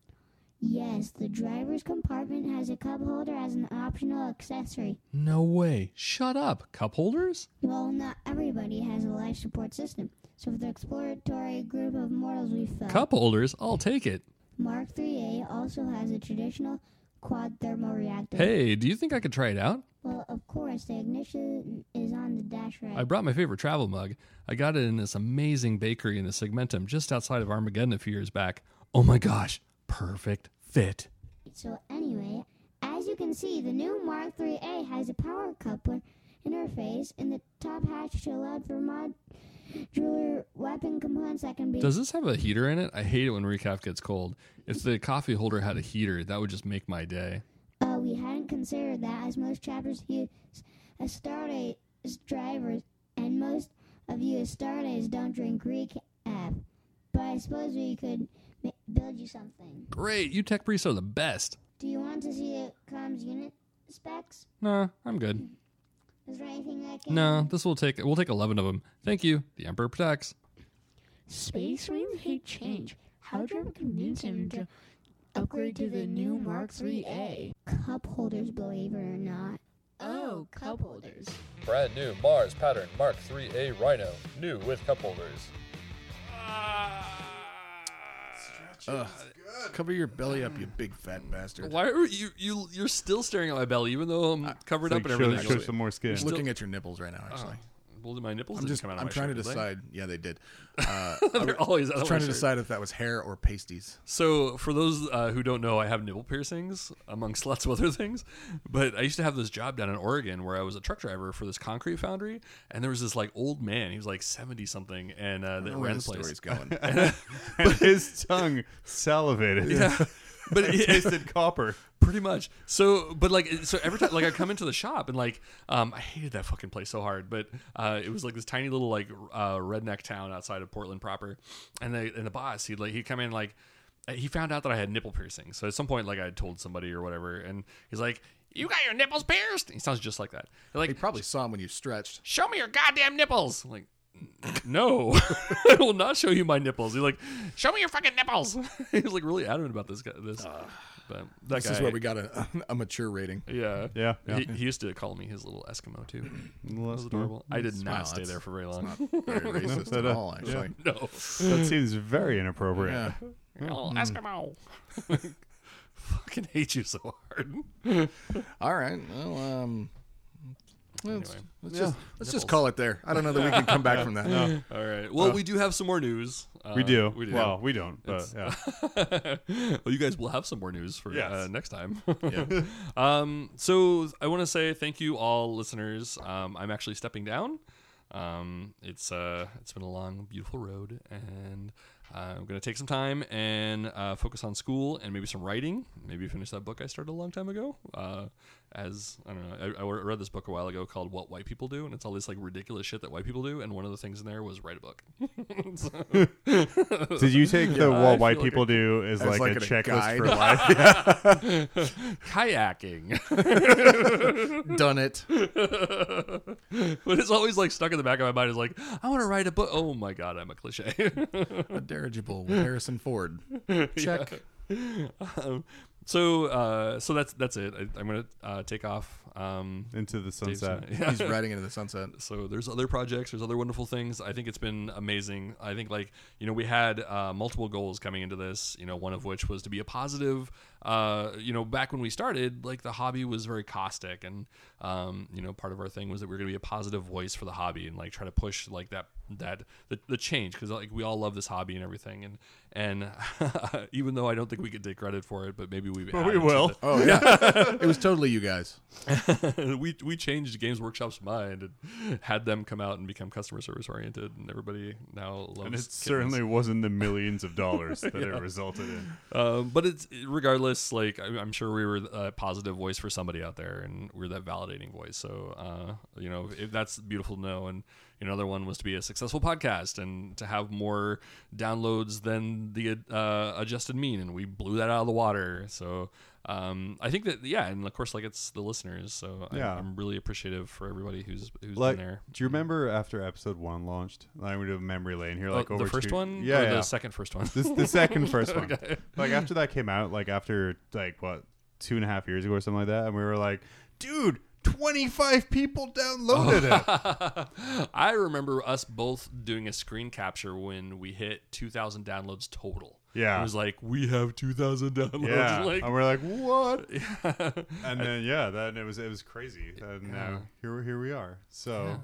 Speaker 8: Yes, the driver's compartment has a cup holder as an optional accessory.
Speaker 2: No way. Shut up. Cup holders?
Speaker 8: Well, not everybody has a life support system, so for the exploratory group of mortals we felt,
Speaker 2: Cup holders? I'll take it.
Speaker 8: Mark IIIA also has a traditional quad thermoreactor.
Speaker 2: Hey, do you think I could try it out?
Speaker 8: Well, of course, the ignition is on the dash right.
Speaker 2: I brought my favorite travel mug. I got it in this amazing bakery in the Segmentum just outside of Armageddon a few years back. Oh my gosh, perfect fit.
Speaker 8: So anyway, as you can see, the new Mark IIIA has a power coupler interface in the top hatch to allow for modular weapon components that can be.
Speaker 2: Does this have a heater in it? I hate it when recap gets cold. If the coffee holder had a heater, that would just make my day.
Speaker 8: uh, we hadn't considered that, as most chapters use a Stardate drivers, and most of you as Stardates don't drink Greek app. But I suppose we could ma- build you something.
Speaker 2: Great, you tech priests are the best.
Speaker 8: Do you want to see the comms unit specs?
Speaker 2: Nah, I'm good.
Speaker 8: Is there anything I can?
Speaker 2: No, this will take. We'll take eleven of them. Thank you. The Emperor protects.
Speaker 9: Space Marines hate change. How do you ever convince him to upgrade to the new Mark IIIA?
Speaker 8: Cup holders, believe it or not.
Speaker 9: Oh, cup holders.
Speaker 2: Brand new Mars pattern Mark 3A Rhino, new with cup holders. Ah.
Speaker 3: Uh, cover your belly up you big fat bastard
Speaker 2: Why are you you you're still staring at my belly even though I'm covered up
Speaker 1: Like,
Speaker 2: and
Speaker 1: show,
Speaker 2: everything?
Speaker 1: show some more skin.
Speaker 3: looking at your nipples right now actually
Speaker 2: Well, did my nipples
Speaker 3: i'm
Speaker 2: didn't
Speaker 3: just
Speaker 2: come out of
Speaker 3: i'm
Speaker 2: my
Speaker 3: trying
Speaker 2: shirt,
Speaker 3: to
Speaker 2: did they?
Speaker 3: decide yeah they did uh, I
Speaker 2: They're always out
Speaker 3: was
Speaker 2: of
Speaker 3: trying
Speaker 2: my
Speaker 3: to
Speaker 2: shirt.
Speaker 3: decide if that was hair or pasties
Speaker 2: So, for those uh, who don't know, I have nipple piercings, amongst lots of other things. But I used to have this job down in Oregon where I was a truck driver for this concrete foundry, and there was this like old man. He was like seventy something, and uh, that
Speaker 3: know where
Speaker 2: ran the
Speaker 3: this
Speaker 2: place.
Speaker 3: story's going.
Speaker 1: but his tongue salivated.
Speaker 2: Yeah, but it,
Speaker 1: Tasted copper.
Speaker 2: pretty much so but like so every time like i come into the shop and like um i hated that fucking place so hard but uh it was like this tiny little like uh redneck town outside of portland proper and they and the boss he'd like he'd come in like uh, he found out that I had nipple piercings. So at some point, like I had told somebody or whatever, and he's like, "You got your nipples pierced?" He sounds just like that. They're
Speaker 3: He
Speaker 2: like,
Speaker 3: probably saw him when you stretched.
Speaker 2: show me your goddamn nipples. I'm like, no, I will not show you my nipples. He's like, show me your fucking nipples. He's like really adamant about this guy. This, but that
Speaker 3: This
Speaker 2: guy,
Speaker 3: is where we got a, a mature rating.
Speaker 2: yeah,
Speaker 7: Yeah. Mm.
Speaker 2: He, he used to call me his little Eskimo too. That was adorable. I did not
Speaker 3: Wow,
Speaker 2: stay
Speaker 3: that's-
Speaker 2: there for very long.
Speaker 3: Very racist at all, actually.
Speaker 2: No,
Speaker 7: That seems very inappropriate.
Speaker 3: Yeah.
Speaker 7: Mm.
Speaker 2: You're a little Eskimo. Fucking hate you so hard.
Speaker 3: All right. Well, um, let's,
Speaker 2: Anyway.
Speaker 3: let's just let's just call it there. I don't know that we can come back from that.
Speaker 2: All right. Well, we do have some more news. Uh,
Speaker 7: Uh, We do.
Speaker 2: We do.
Speaker 7: Well, we don't. But
Speaker 2: It's-
Speaker 7: yeah.
Speaker 2: well, Oh, you guys will have some more news for uh,
Speaker 7: Yes.
Speaker 2: next time. um, so I want to say thank you all, listeners. Um, I'm actually stepping down. Um, it's uh, it's been a long, beautiful road, and uh, I'm gonna take some time and uh, focus on school and maybe some writing. Maybe finish that book I started a long time ago. Uh, as I don't know, I, I read this book a while ago called "What White People Do," and it's all this like ridiculous shit that white people do. And one of the things in there was write a book.
Speaker 7: Did you take the
Speaker 2: I
Speaker 7: what white
Speaker 2: feel like
Speaker 7: people do is
Speaker 3: As
Speaker 7: like,
Speaker 3: like
Speaker 7: a
Speaker 3: a
Speaker 7: checklist
Speaker 3: guide.
Speaker 7: for life?
Speaker 2: Kayaking.
Speaker 3: Done it.
Speaker 2: but it's always like stuck in the back of my mind. Is like, I want to write a book. Oh my god, I'm a cliche.
Speaker 3: A dirigible with Harrison Ford. Check.
Speaker 2: um, so, uh, so that's that's it. I, I'm gonna uh, take off. Um,
Speaker 7: Into the
Speaker 2: Dave's
Speaker 7: sunset.
Speaker 2: tonight. Yeah.
Speaker 3: He's riding into the sunset.
Speaker 2: So there's other projects, there's other wonderful things. I think it's been amazing. I think like you know we had uh, multiple goals coming into this. You know, one of which was to be a positive. Uh, you know, back when we started, like the hobby was very caustic, and um, you know, part of our thing was that we were going to be a positive voice for the hobby and like try to push like that that the, the change because like we all love this hobby and everything. And and even though I don't think we could take credit for it, but maybe we but
Speaker 7: we will.
Speaker 3: Oh yeah. it was totally you guys.
Speaker 2: we we changed Games Workshop's mind and had them come out and become customer service oriented, and everybody now loves.
Speaker 7: And it
Speaker 2: kittens.
Speaker 7: certainly wasn't the millions of dollars that it resulted in.
Speaker 2: um, but it's regardless. Like I- I'm sure we were a positive voice for somebody out there, and we're that validating voice. So uh, you know if that's beautiful to know. And another one was to be a successful podcast and to have more downloads than the uh, adjusted mean, and we blew that out of the water. So. Um, I think that yeah, and of course, like it's the listeners, so I'm,
Speaker 7: Yeah.
Speaker 2: I'm really appreciative for everybody who's who's
Speaker 7: Like,
Speaker 2: been there.
Speaker 7: do you remember after episode one launched? Like we do a memory lane here,
Speaker 2: Oh,
Speaker 7: like over
Speaker 2: the first
Speaker 7: two-
Speaker 2: one,
Speaker 7: yeah,
Speaker 2: or
Speaker 7: yeah.
Speaker 2: the second first one.
Speaker 7: This the second first one. Like after that came out, like after like what two and a half years ago or something like that, and we were like, dude, twenty five people downloaded it.
Speaker 2: I remember us both doing a screen capture when we hit 2,000 downloads total.
Speaker 7: Yeah.
Speaker 2: it was like we have 2,000 downloads.
Speaker 7: Yeah,
Speaker 2: like,
Speaker 7: and we're like, what? And then yeah, then it was it was crazy, and now here here we are. So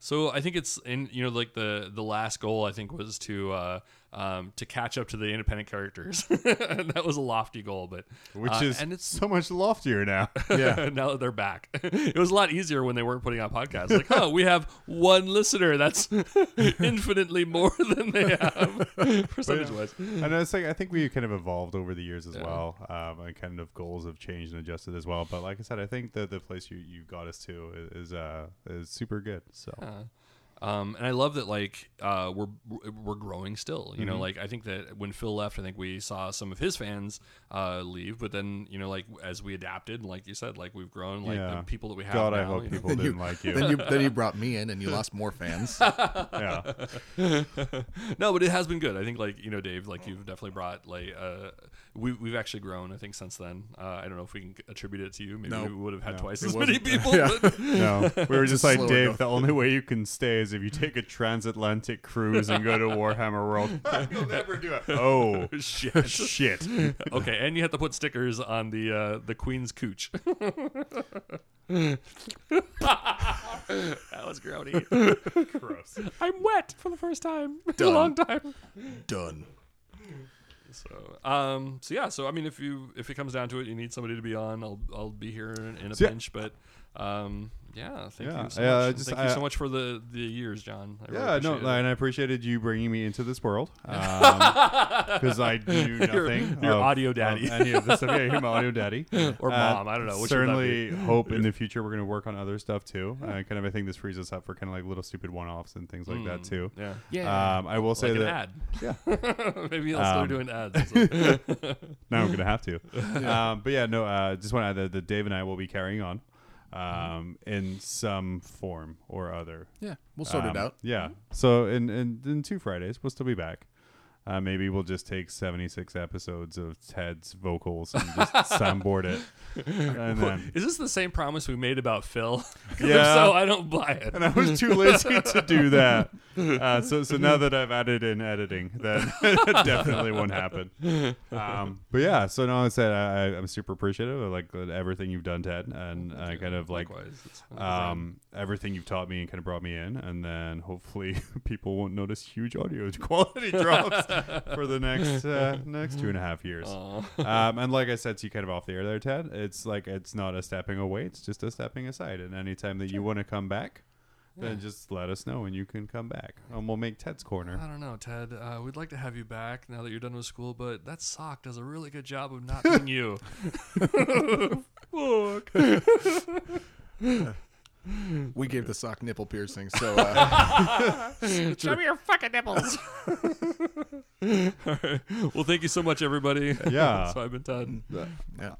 Speaker 2: So I think it's in you know like the the last goal I think was to uh, um, to catch up to the independent characters. and that was a lofty goal, but
Speaker 7: which
Speaker 2: uh,
Speaker 7: is
Speaker 2: and it's
Speaker 7: so much loftier now.
Speaker 2: now that they're back. It was a lot easier when they weren't putting out podcasts. Like, oh, we have one listener. That's infinitely more than they have percentage wise.
Speaker 7: and it's like I think we kind of evolved over the years as well, um, and kind of goals have changed and adjusted as well. But like I said, I think that the place you, you got us to i- is uh is super good. So
Speaker 2: Um, and I love that like uh, we're we're growing still. You know,
Speaker 7: Mm-hmm.
Speaker 2: like I think that when Phil left, I think we saw some of his fans uh, leave. But then you know, like as we adapted, like you said, like we've grown. Like
Speaker 7: Yeah.
Speaker 2: the people that we have.
Speaker 7: God, I
Speaker 2: now,
Speaker 7: hope
Speaker 2: you know.
Speaker 7: people
Speaker 3: Then you-
Speaker 7: didn't like you.
Speaker 3: Then you then you brought me in and you lost more fans.
Speaker 7: yeah,
Speaker 2: no, but it has been good. I think like you know, Dave, like you've definitely brought like uh, we we've actually grown. I think since then, uh, I don't know if we can attribute it to you. Maybe
Speaker 3: No.
Speaker 2: we would have had
Speaker 7: No.
Speaker 2: twice
Speaker 7: It
Speaker 2: as many
Speaker 3: wasn't-
Speaker 2: people. but-
Speaker 7: no, we were just
Speaker 3: Just
Speaker 7: like
Speaker 3: slower
Speaker 7: Dave.
Speaker 3: go.
Speaker 7: The only way you can stay is if you take a transatlantic cruise and go to Warhammer World. You'll never do it. Oh
Speaker 2: Shit.
Speaker 7: shit!
Speaker 2: okay, and you have to put stickers on the uh, the queen's cooch. that was grody.
Speaker 7: Gross.
Speaker 2: I'm wet for the first time in a
Speaker 3: Done.
Speaker 2: long time.
Speaker 3: Done.
Speaker 2: So, um, so yeah. So I mean, if you if it comes down to it, you need somebody to be on. I'll I'll be here in, in a
Speaker 7: So, yeah.
Speaker 2: pinch, but Um, yeah, thank
Speaker 7: Yeah,
Speaker 2: you so
Speaker 7: yeah, I
Speaker 2: much. And
Speaker 7: just-
Speaker 2: thank you
Speaker 7: I-
Speaker 2: so much for the, the years, John. I really
Speaker 7: Yeah, no,
Speaker 2: appreciate it.
Speaker 7: and I appreciated you bringing me into this world because I knew
Speaker 2: Your-
Speaker 7: nothing.
Speaker 2: your
Speaker 7: of-
Speaker 2: audio
Speaker 7: of
Speaker 2: daddy.
Speaker 7: any of this stuff. Yeah, you're my audio daddy Uh,
Speaker 2: Or mom, I don't know, which would that
Speaker 7: certainly, hope in the future we're going to work on other stuff too. Uh, kind of, I think this frees us up for kind of like little stupid one-offs and things like that too.
Speaker 2: Mm. yeah.
Speaker 7: Um, I will say
Speaker 2: Like an
Speaker 7: that
Speaker 2: ad. Yeah. Maybe I'll start
Speaker 7: Um,
Speaker 2: doing ads. or something.
Speaker 7: now I'm gonna have to. Um, but yeah, no. Uh, just want to add that, that Dave and I will be carrying on
Speaker 2: Mm-hmm.
Speaker 7: um, in some form or other.
Speaker 3: Yeah, we'll sort
Speaker 7: Um,
Speaker 3: it out. Mm-hmm.
Speaker 7: Yeah. So in, in in two Fridays, we'll still be back. Uh, maybe we'll just take 76 episodes of Ted's vocals and just soundboard it. And then
Speaker 2: Is this the same promise we made about Phil? 'Cause if
Speaker 7: Yeah.
Speaker 2: so I don't buy it.
Speaker 7: and I was too lazy to do that. Uh, so so now that I've added in editing, that definitely won't happen. Um, but yeah, so no, I said I, I- I'm super appreciative of like everything you've done, Ted, and uh, kind of like
Speaker 2: Likewise, it's been a
Speaker 7: um, everything you've taught me and kind of brought me in. And then hopefully people won't notice huge audio quality drops for the next uh, next two and a half years. Um, and like I said to you kind of off the air there, Ted, it's like it's not a stepping away, it's just a stepping aside. And anytime that you want to come back, then just let us know and you can come back. And we'll make Ted's
Speaker 2: I
Speaker 7: corner.
Speaker 2: don't know, Ted. Uh, we'd like to have you back now that you're done with school, but that sock does a really good job of not being you. Fuck.
Speaker 3: We gave the sock nipple piercing, so uh,
Speaker 10: Show me your fucking nipples.
Speaker 2: All right. Well, thank you so much, everybody.
Speaker 7: Yeah.
Speaker 2: so I've been Todd.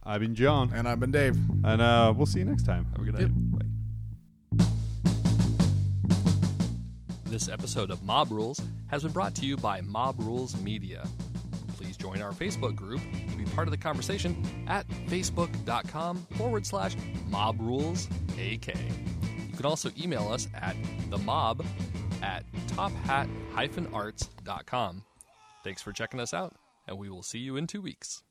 Speaker 7: I've been John,
Speaker 3: and I've been Dave.
Speaker 7: and uh, we'll see you next time.
Speaker 2: Have a good night. This episode of Mob Rules has been brought to you by Mob Rules Media. Please join our Facebook group to be part of the conversation at facebook.com forward slash mob rules AK. You can also email us at the mob at tophat arts.com. Thanks for checking us out, and we will see you in two weeks.